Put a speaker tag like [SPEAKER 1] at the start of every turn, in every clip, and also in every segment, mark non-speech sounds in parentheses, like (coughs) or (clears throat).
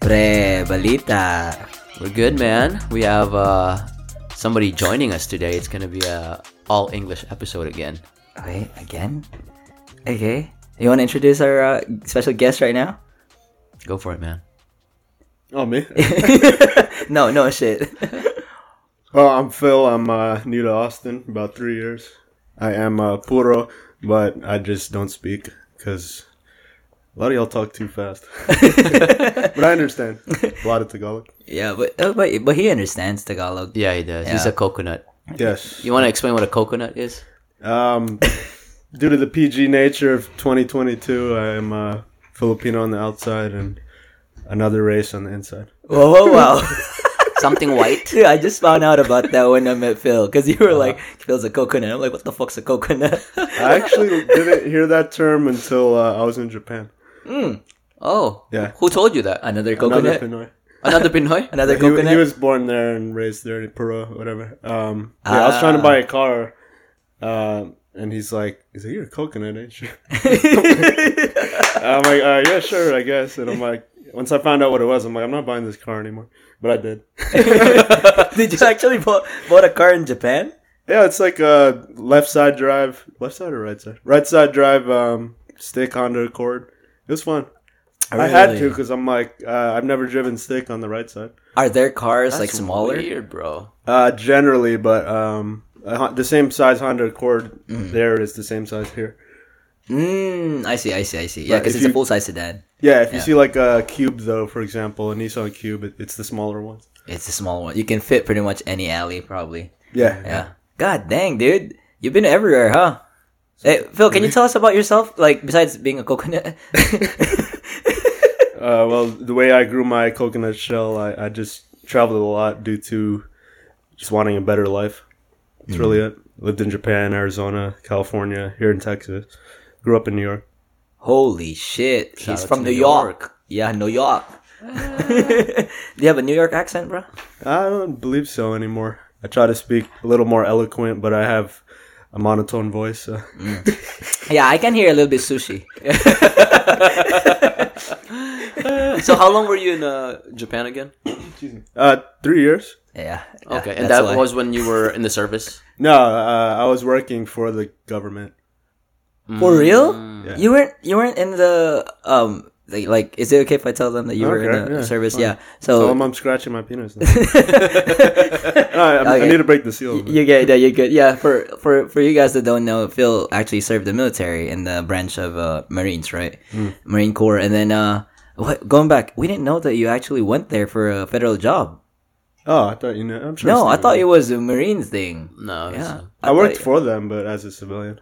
[SPEAKER 1] Pre, balita.
[SPEAKER 2] We're good, man. We have uh, somebody joining us today. It's gonna be a all English episode again.
[SPEAKER 1] Okay, again? Okay. You want to introduce our uh, special guest right now?
[SPEAKER 2] Go for it, man.
[SPEAKER 3] Oh, me?
[SPEAKER 1] (laughs)
[SPEAKER 3] (laughs)
[SPEAKER 1] No, no shit. (laughs)
[SPEAKER 3] oh, I'm Phil. I'm uh, new to Austin, about three years. I am uh, puro, but I just don't speak because a lot of y'all talk too fast. (laughs) but I understand. A lot of Tagalog.
[SPEAKER 1] yeah, but, uh, but but he understands Tagalog.
[SPEAKER 2] Yeah, he does. He's a coconut.
[SPEAKER 3] Yes.
[SPEAKER 2] You want to explain what a coconut is?
[SPEAKER 3] Um, due to the PG nature of 2022, I am uh, Filipino on the outside and another race on the inside.
[SPEAKER 1] Whoa, whoa,
[SPEAKER 2] (laughs)
[SPEAKER 1] wow.
[SPEAKER 2] Something white. (laughs)
[SPEAKER 1] Dude, (laughs) I just found out about that when I met Phil because you were
[SPEAKER 2] Uh-huh.
[SPEAKER 1] like, Phil's a coconut. I'm like, what the fuck's a coconut?
[SPEAKER 3] I actually didn't hear that term until uh, I was in Japan.
[SPEAKER 2] (laughs) Oh,
[SPEAKER 3] Yeah.
[SPEAKER 2] Who told you that?
[SPEAKER 1] Another
[SPEAKER 3] Another
[SPEAKER 1] coconut?
[SPEAKER 3] Pinoy.
[SPEAKER 2] Another Pinoy.
[SPEAKER 1] Another
[SPEAKER 3] He,
[SPEAKER 1] coconut?
[SPEAKER 3] he was born there and raised there in Peru, whatever. Um, yeah, I was trying to buy a car, um, and he's like, "He's like, you're a coconut, ain't you?"
[SPEAKER 1] (laughs)
[SPEAKER 3] (laughs) I'm like, uh, "Yeah, sure, I guess." And I'm like, once I found out what it was, I'm like, "I'm not buying this car anymore," but I did.
[SPEAKER 1] Did you actually bought, bought a car in Japan?
[SPEAKER 3] Yeah, it's like a left side drive, left side or right side, right side drive um, stick Honda Accord. It was fun.
[SPEAKER 1] Oh,
[SPEAKER 3] I had to because I'm like, uh, I've never driven stick on the right side.
[SPEAKER 1] Are their cars like
[SPEAKER 2] That's
[SPEAKER 1] smaller?
[SPEAKER 2] Weird, bro.
[SPEAKER 3] Uh, generally, but um, a Hon- the same size Honda Accord there is the same size here.
[SPEAKER 1] Mm, I see, I see, I see. Yeah,
[SPEAKER 3] But
[SPEAKER 1] because
[SPEAKER 3] if
[SPEAKER 1] it's a
[SPEAKER 3] you-
[SPEAKER 1] full size sedan.
[SPEAKER 3] Yeah, if you see like a Cube though, for example, a Nissan Cube, it, it's the smaller ones.
[SPEAKER 1] It's a small one. You can fit pretty much any alley, probably.
[SPEAKER 3] Yeah,
[SPEAKER 1] Yeah. God dang, dude. You've been everywhere, huh? Hey, Phil, can you tell us about yourself? Like, besides being a coconut? (laughs)
[SPEAKER 3] Uh, well, the way I grew my coconut shell, I, I just traveled a lot due to just wanting a better life. That's really it. Lived in Japan, Arizona, California, here in Texas. Grew up in New York.
[SPEAKER 1] Holy shit. He's
[SPEAKER 2] out
[SPEAKER 1] from
[SPEAKER 2] to
[SPEAKER 1] New
[SPEAKER 2] New Ah.
[SPEAKER 1] York. Yeah, New York. (laughs) Do you have a New York accent, bro?
[SPEAKER 3] I don't believe so anymore. I try to speak a little more eloquent, but I have a monotone voice. So.
[SPEAKER 1] Yeah, I can hear a little bit sushi.
[SPEAKER 2] So, how long were you in uh, Japan again?
[SPEAKER 3] Uh, three years.
[SPEAKER 1] Yeah.
[SPEAKER 2] Okay,
[SPEAKER 1] yeah,
[SPEAKER 2] and
[SPEAKER 1] that's why.
[SPEAKER 2] that was when you were in the service.
[SPEAKER 3] No, uh, I was working for the government.
[SPEAKER 1] For
[SPEAKER 3] Mm.
[SPEAKER 1] real?
[SPEAKER 3] Yeah.
[SPEAKER 1] You weren't you weren't in the um like, like is it okay if I tell them that you were in
[SPEAKER 3] Okay,
[SPEAKER 1] the
[SPEAKER 3] yeah,
[SPEAKER 1] service? Yeah.
[SPEAKER 3] fine.
[SPEAKER 1] So
[SPEAKER 3] Tell 'em Oh, I'm scratching my
[SPEAKER 1] (laughs)
[SPEAKER 3] penis. Now. I, I- I
[SPEAKER 1] Okay.
[SPEAKER 3] need to break the seal.
[SPEAKER 1] you get yeah, you good. Yeah, for for for you guys that don't know, Phil actually served the military in the branch of uh, Marines, right?
[SPEAKER 3] Hmm.
[SPEAKER 1] Marine Corps, and then uh, what, going back, we didn't know that you actually went there for a federal job.
[SPEAKER 3] Oh, I thought you knew. I'm sure.
[SPEAKER 1] No, I
[SPEAKER 3] Steve
[SPEAKER 1] thought
[SPEAKER 3] knew.
[SPEAKER 1] it was a Marines thing.
[SPEAKER 2] No, it's- uh,
[SPEAKER 1] Yeah,
[SPEAKER 3] I worked
[SPEAKER 1] thought-
[SPEAKER 3] for them, but as a civilian.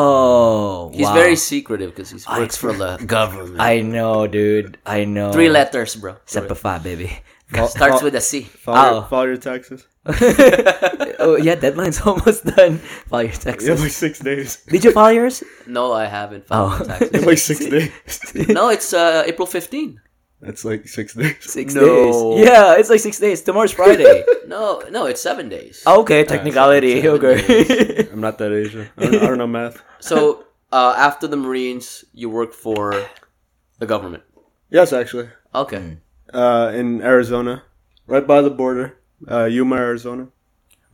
[SPEAKER 1] Oh,
[SPEAKER 2] he's
[SPEAKER 1] wow.
[SPEAKER 2] very secretive because he works Ah, for the government.
[SPEAKER 1] I know, dude. I know.
[SPEAKER 2] Three letters, bro.
[SPEAKER 1] Sepify, baby.
[SPEAKER 2] Starts with a C.
[SPEAKER 3] Follow,
[SPEAKER 1] Oh.
[SPEAKER 3] follow your
[SPEAKER 1] (laughs)
[SPEAKER 3] taxes.
[SPEAKER 1] oh yeah, deadline's (laughs) almost done. File your
[SPEAKER 3] You
[SPEAKER 1] taxes.
[SPEAKER 3] have like six days.
[SPEAKER 1] Did you file
[SPEAKER 3] (laughs)
[SPEAKER 1] yours?
[SPEAKER 2] No, I haven't
[SPEAKER 1] Oh.
[SPEAKER 2] filed my taxes.
[SPEAKER 3] You have like
[SPEAKER 1] (laughs)
[SPEAKER 3] six days.
[SPEAKER 2] No, it's uh, April 15.
[SPEAKER 3] That's like six days.
[SPEAKER 1] Six
[SPEAKER 2] No.
[SPEAKER 1] days. Yeah, it's like six days. Tomorrow's
[SPEAKER 3] (laughs)
[SPEAKER 1] Friday. Ah,
[SPEAKER 2] No, no, it's seven days.
[SPEAKER 1] Okay, technicality.
[SPEAKER 2] seven
[SPEAKER 1] okay. (laughs)
[SPEAKER 3] I'm not that Asian. I don't, I don't know math. (laughs)
[SPEAKER 2] So uh, after the Marines, you work for the government.
[SPEAKER 3] Yes, actually.
[SPEAKER 2] Okay.
[SPEAKER 1] Hmm.
[SPEAKER 3] Uh, in Arizona, right by the border, uh, Yuma, Arizona.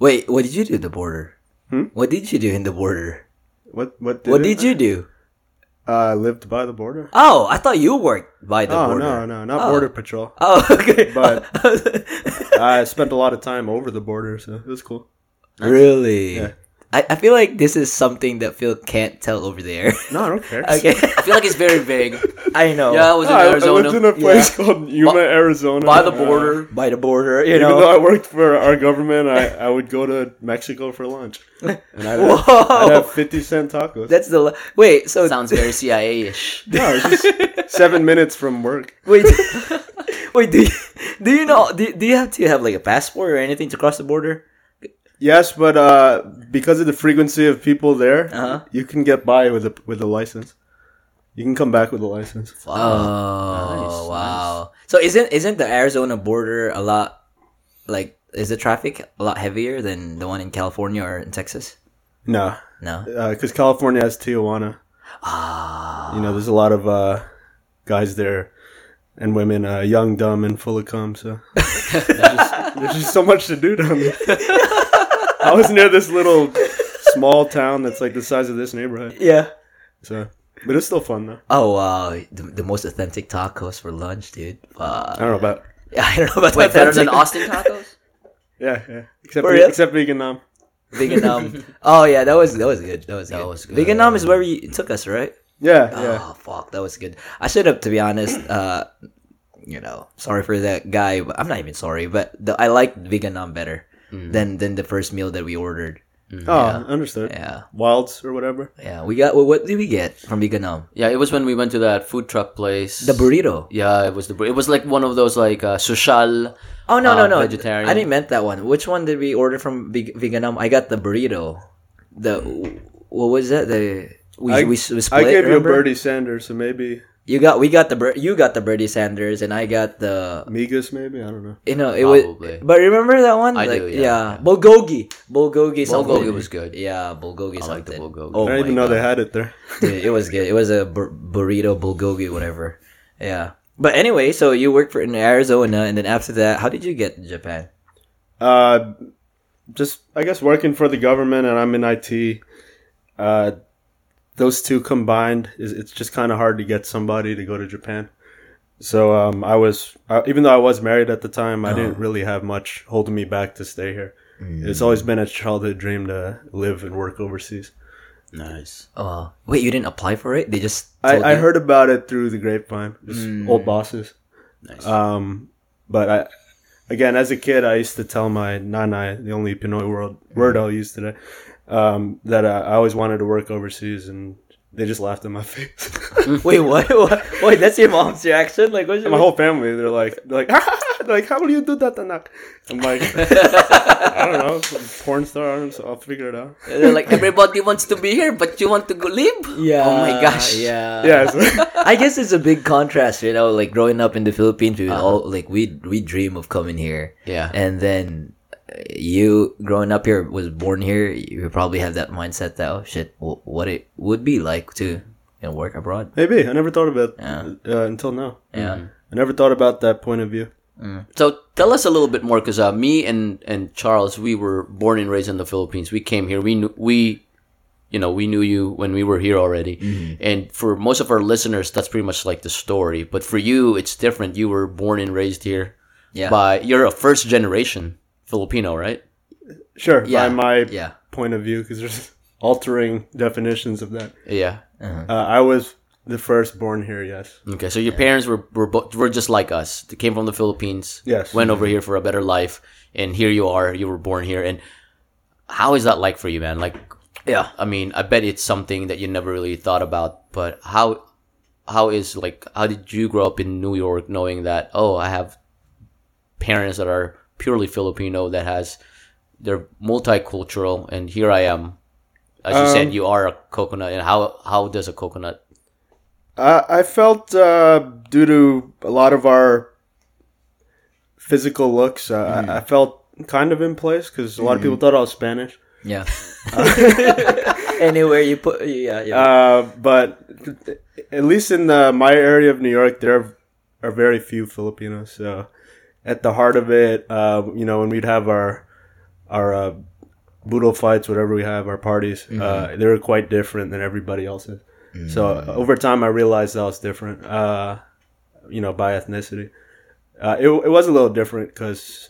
[SPEAKER 1] Wait, what did you do at the border?
[SPEAKER 3] Hmm?
[SPEAKER 1] What did you do in the border?
[SPEAKER 3] What? What did?
[SPEAKER 1] What
[SPEAKER 3] it?
[SPEAKER 1] did you do?
[SPEAKER 3] Uh, I lived by the border.
[SPEAKER 1] Oh, I thought you worked by the
[SPEAKER 3] oh
[SPEAKER 1] border.
[SPEAKER 3] no, no, not border patrol.
[SPEAKER 1] Oh, (laughs) okay.
[SPEAKER 3] But I spent a lot of time over the border, so it was cool.
[SPEAKER 1] really?
[SPEAKER 3] Yeah.
[SPEAKER 1] I, I feel like this is something that Phil can't tell over there.
[SPEAKER 3] No, I don't care.
[SPEAKER 1] (laughs) okay.
[SPEAKER 2] I feel like it's very (laughs) vague.
[SPEAKER 1] I know.
[SPEAKER 2] Yeah, Oh. I was
[SPEAKER 3] No, (laughs) I, I
[SPEAKER 2] in Arizona
[SPEAKER 3] lived in a place called Yuma, Arizona,
[SPEAKER 2] by the
[SPEAKER 3] Uh,
[SPEAKER 2] border.
[SPEAKER 1] By the border, you
[SPEAKER 3] Even
[SPEAKER 1] know.
[SPEAKER 3] though I worked for our government, I, I would go to Mexico for lunch. And I'd, have, I'd
[SPEAKER 1] Whoa.
[SPEAKER 2] Oh.
[SPEAKER 3] have 50 cent tacos.
[SPEAKER 1] That's the la- wait. So
[SPEAKER 2] Sounds very CIA-ish.
[SPEAKER 3] no, it's just seven minutes from work.
[SPEAKER 1] (laughs) wait, (laughs) wait. Do you, do you know? Do, do you have to have like a passport or anything to cross the border?
[SPEAKER 3] Yes, but uh, because of the frequency of people there,
[SPEAKER 1] Uh-huh.
[SPEAKER 3] you can get by with a, with a license. You can come back with a license.
[SPEAKER 1] Oh wow! So isn't isn't the Arizona border a lot like is the traffic a lot heavier than the one in California or in Texas?
[SPEAKER 3] No,
[SPEAKER 1] No.
[SPEAKER 3] because Uh, California has Tijuana. Ah. You know, there's a lot of uh, guys there and women, uh, young, dumb, and full of cum.
[SPEAKER 1] (laughs)
[SPEAKER 3] So there's, just, there's just so much to do down there. I was near this little small town that's like the size of this neighborhood.
[SPEAKER 1] Yeah.
[SPEAKER 3] So, but it's still fun though.
[SPEAKER 1] Oh wow, the, the most authentic tacos for lunch, dude.
[SPEAKER 3] I
[SPEAKER 1] Fuck. (laughs)
[SPEAKER 3] don't know about
[SPEAKER 1] I don't know about
[SPEAKER 2] Wait, better than
[SPEAKER 1] authentic.
[SPEAKER 2] Austin tacos?
[SPEAKER 3] yeah, yeah. Except
[SPEAKER 1] For
[SPEAKER 3] ve-
[SPEAKER 1] real?
[SPEAKER 3] except vegan nom.
[SPEAKER 2] (laughs)
[SPEAKER 1] Vietnam. oh yeah, that was that was good. That was
[SPEAKER 2] That
[SPEAKER 1] good.
[SPEAKER 2] was good.
[SPEAKER 1] Vietnam is where you took us, right?
[SPEAKER 3] Yeah, yeah.
[SPEAKER 1] Oh fuck, that was good. I should have, to be honest. Uh, you know, sorry for that guy. But I'm not even sorry, but the, I liked Vietnam better
[SPEAKER 2] Mm-hmm.
[SPEAKER 1] than than the first meal that we ordered.
[SPEAKER 3] oh, understood.
[SPEAKER 1] Yeah,
[SPEAKER 3] Wilds or whatever.
[SPEAKER 1] yeah. We got what, what did we get from Vietnam?
[SPEAKER 2] (laughs) Yeah, it was when we went to that food truck place.
[SPEAKER 1] The burrito.
[SPEAKER 2] Yeah, it was the bur- it was like one of those like uh, social.
[SPEAKER 1] Oh no no
[SPEAKER 2] uh,
[SPEAKER 1] no!
[SPEAKER 2] Vegetarian.
[SPEAKER 1] I didn't meant that one. Which one did we order from Vig- Vietnam? I got the burrito. The what was that? The we
[SPEAKER 3] I,
[SPEAKER 1] we, we split.
[SPEAKER 3] I gave you a
[SPEAKER 1] remember?
[SPEAKER 3] Birdie Sanders, so maybe
[SPEAKER 1] You got we got the Bur- you got the Birdie Sanders and I got the
[SPEAKER 3] Migas, maybe I don't know.
[SPEAKER 1] you know it was.
[SPEAKER 2] Probably.
[SPEAKER 1] But remember that one?
[SPEAKER 2] I
[SPEAKER 1] like,
[SPEAKER 2] do,
[SPEAKER 1] yeah.
[SPEAKER 2] yeah,
[SPEAKER 1] Bulgogi. Bulgogi.
[SPEAKER 2] Bulgogi
[SPEAKER 1] something.
[SPEAKER 2] was good.
[SPEAKER 1] Yeah, bulgogi.
[SPEAKER 2] I like
[SPEAKER 1] something.
[SPEAKER 2] the bulgogi.
[SPEAKER 1] Oh (laughs)
[SPEAKER 3] I
[SPEAKER 1] my
[SPEAKER 3] didn't even know
[SPEAKER 1] god,
[SPEAKER 3] they had it there.
[SPEAKER 1] Dude, it was good. It was a bur- burrito, bulgogi, whatever. Yeah. But anyway, so you worked for in Arizona, and then after that, how did you get to Japan?
[SPEAKER 3] Uh, just I guess working for the government, and I'm in IT. Uh, those two combined, is it's just kind of hard to get somebody to go to Japan. So um, I was, I, even though I was married at the time, I didn't really have much holding me back to stay here. It's always been a childhood dream to live and work overseas.
[SPEAKER 2] Nice.
[SPEAKER 1] Oh, wait, you didn't apply for it? They just told
[SPEAKER 3] I, I
[SPEAKER 1] you? (laughs)
[SPEAKER 3] heard about it through the grapevine, just
[SPEAKER 1] Mm.
[SPEAKER 3] old bosses.
[SPEAKER 2] Nice.
[SPEAKER 3] Um, but I, again, as a kid, I used to tell my nana, the only Pinoy word, word I'll use today, um, that uh, I always wanted to work overseas, and they just laughed in my (laughs) face.
[SPEAKER 1] Wait, what? what? Wait, that's your mom's reaction? Like, what's your
[SPEAKER 3] my whole family, they're like, they're like, (laughs) they're like, how will you do that, Anak? I'm
[SPEAKER 1] (laughs)
[SPEAKER 3] like, I don't know, porn star, I don't know, so I'll figure it out.
[SPEAKER 1] They're (laughs) like,
[SPEAKER 2] Everybody wants to be here, but you want to go live?
[SPEAKER 1] yeah.
[SPEAKER 2] Oh my gosh.
[SPEAKER 1] Yeah.
[SPEAKER 3] yeah, so, (laughs)
[SPEAKER 1] I guess it's a big contrast, you know, like growing up in the Philippines, we would all like we we dream of coming here.
[SPEAKER 2] Uh-huh. Yeah.
[SPEAKER 1] And then uh, you growing up here was born here, you probably have that mindset that oh shit, w- what it would be like to you know, work abroad.
[SPEAKER 3] maybe I never thought about it
[SPEAKER 1] Yeah.
[SPEAKER 3] uh, until now.
[SPEAKER 1] Yeah.
[SPEAKER 3] I never thought about that point of view.
[SPEAKER 2] So tell us a little bit more, because uh, me and and Charles, we were born and raised in the Philippines. We came here. We knew we, you know, we knew you when we were here already. And for most of our listeners, that's pretty much like the story. But for you, it's different. You were born and raised here.
[SPEAKER 1] Yeah.
[SPEAKER 2] By you're a first generation Filipino, right?
[SPEAKER 3] Sure,
[SPEAKER 1] Yeah,
[SPEAKER 3] by my
[SPEAKER 1] yeah.
[SPEAKER 3] point of view, because there's (laughs) altering definitions of that.
[SPEAKER 2] Yeah.
[SPEAKER 3] Uh, I was the first born here, yes.
[SPEAKER 2] Okay. So your parents were were, bo- were just like us. They came from the Philippines.
[SPEAKER 3] Yes.
[SPEAKER 2] Went over here for a better life, and here you are. You were born here, and how is that like for you, man? Like, yeah. I mean, I bet it's something that you never really thought about. But how how is like how did you grow up in New York, knowing that oh, I have parents that are purely Filipino that has they're multicultural, and here I am. As you
[SPEAKER 1] Um,
[SPEAKER 2] said, you are a coconut, and how how does a coconut?
[SPEAKER 3] I, I felt uh, due to a lot of our physical looks, uh, I, I felt kind of in place because a lot of people thought I was Spanish.
[SPEAKER 1] Yeah. (laughs) Anywhere you put yeah, yeah.
[SPEAKER 3] Uh, but at least in the, my area of New York, there are very few Filipinos. So at the heart of it, uh, you know, when we'd have our our uh, boodle fights, whatever we have, our parties, uh, they were quite different than everybody else's. So over time, I realized I was different. Uh, you know, by ethnicity, uh, it it was a little different because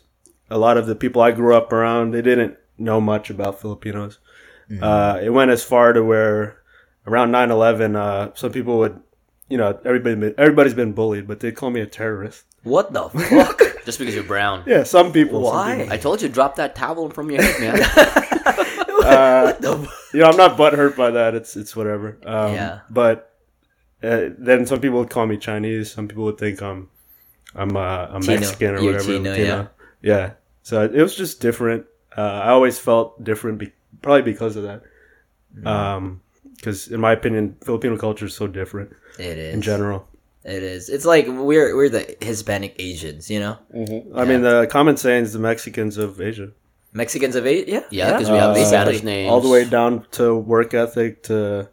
[SPEAKER 3] a lot of the people I grew up around, they didn't know much about Filipinos. Uh, it went as far to where around 9-11, uh, some people would, you know, everybody been, everybody's been bullied, but they call me a terrorist.
[SPEAKER 1] what the
[SPEAKER 2] (laughs)
[SPEAKER 1] fuck?
[SPEAKER 2] Just because you're
[SPEAKER 1] (laughs)
[SPEAKER 2] brown.
[SPEAKER 3] Yeah, some people. some
[SPEAKER 1] Why? (laughs)
[SPEAKER 3] people.
[SPEAKER 2] I told you, drop that towel from your head, man.
[SPEAKER 3] Uh, You know, I'm not butthurt by that. It's it's whatever. Um,
[SPEAKER 1] Yeah.
[SPEAKER 3] But uh, then some people would call me Chinese. Some people would think I'm I'm uh, I'm
[SPEAKER 1] Chino.
[SPEAKER 3] Mexican or
[SPEAKER 1] You're
[SPEAKER 3] whatever.
[SPEAKER 1] Chino,
[SPEAKER 3] Latino. Yeah. So it was just different. Uh, I always felt different, be- probably because of that.
[SPEAKER 1] Mm-hmm.
[SPEAKER 3] Um 'cause because in my opinion, Filipino culture is so different
[SPEAKER 1] It is.
[SPEAKER 3] in general.
[SPEAKER 1] It is. It's like we're we're the Hispanic Asians, you know?
[SPEAKER 3] I mean, the common saying is the Mexicans of Asia.
[SPEAKER 1] Mexicans of eight, yeah,
[SPEAKER 2] Yeah, because we have
[SPEAKER 1] Uh,
[SPEAKER 2] these Spanish
[SPEAKER 1] exactly.
[SPEAKER 2] names
[SPEAKER 3] all the way down to work ethic to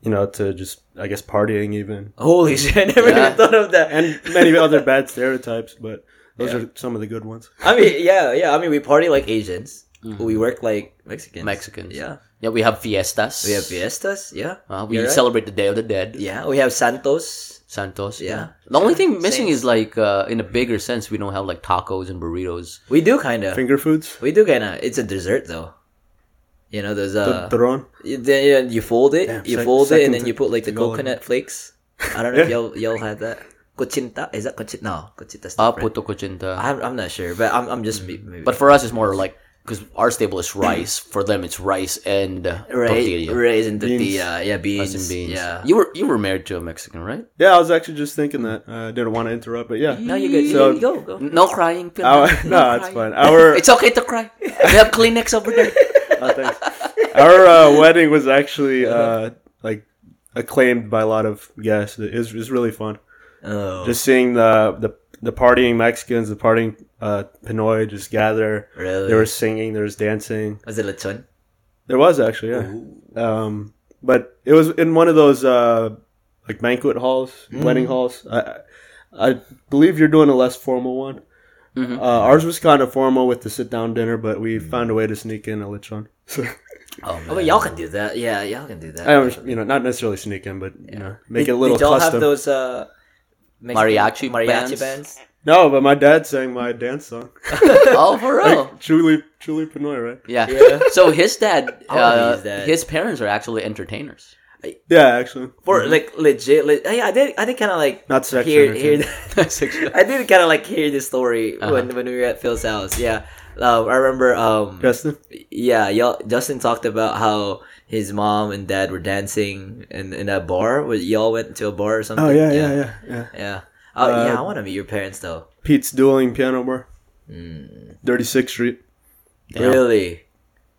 [SPEAKER 3] you know to just I guess partying even
[SPEAKER 1] Holy (laughs) shit! I never
[SPEAKER 2] Yeah.
[SPEAKER 1] even thought of that.
[SPEAKER 3] and many other bad stereotypes, but those are some of the good ones.
[SPEAKER 1] I mean, yeah, yeah. I mean, we party like Asians. We work like Mexicans.
[SPEAKER 2] Mm-hmm. Mexicans.
[SPEAKER 1] Yeah.
[SPEAKER 2] yeah. We have fiestas.
[SPEAKER 1] We have fiestas. Yeah.
[SPEAKER 2] Uh, we
[SPEAKER 1] You're right.
[SPEAKER 2] celebrate the Day of the Dead.
[SPEAKER 1] Yeah. We have Santos.
[SPEAKER 2] Santos.
[SPEAKER 1] Yeah.
[SPEAKER 2] The only thing missing
[SPEAKER 1] Same.
[SPEAKER 2] is like uh, in a bigger sense, we don't have like tacos and burritos.
[SPEAKER 1] We do kind of.
[SPEAKER 3] Finger foods,
[SPEAKER 1] We do kind of. It's a dessert though. You know, there's a.
[SPEAKER 3] the
[SPEAKER 2] Uh,
[SPEAKER 3] tron.
[SPEAKER 1] You- Then yeah, you fold it,
[SPEAKER 3] Damn,
[SPEAKER 1] you
[SPEAKER 3] sec-
[SPEAKER 1] fold it, and
[SPEAKER 3] second
[SPEAKER 1] then you
[SPEAKER 3] to-
[SPEAKER 1] put like the
[SPEAKER 3] to go on.
[SPEAKER 1] coconut flakes. I don't know if y'all y'all had that. Cochinta is that cochinta? No, cochinta.
[SPEAKER 2] Ah, Mm, puto cochinta.
[SPEAKER 1] I'm I'm not sure, but I'm I'm just m- maybe.
[SPEAKER 2] But for us, it's more like because our staple is rice. for them, it's rice and uh,
[SPEAKER 1] Ray,
[SPEAKER 2] tortilla.
[SPEAKER 1] raisin tortilla, yeah, beans,
[SPEAKER 2] Rice and beans.
[SPEAKER 1] yeah.
[SPEAKER 2] You were you were married to a Mexican, right?
[SPEAKER 3] Yeah, I was actually just thinking that. Uh, I didn't want to interrupt, but yeah.
[SPEAKER 1] no, you good.
[SPEAKER 3] So-
[SPEAKER 1] you go, go.
[SPEAKER 2] No
[SPEAKER 1] (laughs)
[SPEAKER 2] crying. Phil.
[SPEAKER 3] Our, (laughs) no, it's fine. Our
[SPEAKER 2] It's okay to cry. We have Kleenex over there.
[SPEAKER 3] oh, thanks. our uh, wedding was actually uh, like acclaimed by a lot of guests. It was, it was really fun.
[SPEAKER 1] Oh,
[SPEAKER 3] Just seeing the the, the partying Mexicans, the partying uh, Pinoy just gather.
[SPEAKER 1] really?
[SPEAKER 3] They were singing. There was dancing.
[SPEAKER 1] was it lechon?
[SPEAKER 3] There was actually yeah. Um, but it was in one of those uh, like banquet halls,
[SPEAKER 1] Mm.
[SPEAKER 3] wedding halls. I, I I believe you're doing a less formal one.
[SPEAKER 1] Mm-hmm.
[SPEAKER 2] Mhm.
[SPEAKER 3] Uh, ours was kind of formal with the sit down dinner, but we
[SPEAKER 1] Mm.
[SPEAKER 3] found a way to sneak in a lechon. So,
[SPEAKER 2] Oh,
[SPEAKER 1] Oh, but y'all can do that. Yeah, y'all can do that.
[SPEAKER 3] (laughs) I don't, you know, not necessarily sneak in, but you know, make
[SPEAKER 1] did,
[SPEAKER 3] it a little
[SPEAKER 1] did y'all have
[SPEAKER 3] custom.
[SPEAKER 1] those uh, Mexican-
[SPEAKER 2] Mariachi
[SPEAKER 1] mariachi bands?
[SPEAKER 2] bands?
[SPEAKER 3] No, but my dad sang my dance song. (laughs)
[SPEAKER 2] oh, for real.
[SPEAKER 3] Julie, Julie Pinoy, right?
[SPEAKER 2] Yeah.
[SPEAKER 1] Yeah.
[SPEAKER 2] So his dad,
[SPEAKER 1] All of
[SPEAKER 2] uh,
[SPEAKER 1] his dad.
[SPEAKER 2] his parents are actually
[SPEAKER 1] (laughs)
[SPEAKER 2] entertainers.
[SPEAKER 3] Yeah, actually.
[SPEAKER 1] For like legit, le- yeah, I did. I did kind of like
[SPEAKER 3] Mm-hmm. Not sex
[SPEAKER 1] hear, hear
[SPEAKER 3] entertainment.
[SPEAKER 1] (laughs) I did kind of like hear this story
[SPEAKER 3] Uh-huh.
[SPEAKER 1] when when we were at Phil's house. Yeah, um, I remember. Um,
[SPEAKER 3] Justin?
[SPEAKER 1] yeah, y'all. Justin talked about how his mom and dad were dancing in in a bar. Where y'all went to a bar or something.
[SPEAKER 3] Oh yeah, yeah, yeah, yeah. Uh,
[SPEAKER 1] yeah. Oh yeah, I want to meet your parents though.
[SPEAKER 3] Pete's dueling piano bar.
[SPEAKER 2] Hmm.
[SPEAKER 3] Thirty sixth Street.
[SPEAKER 1] Really,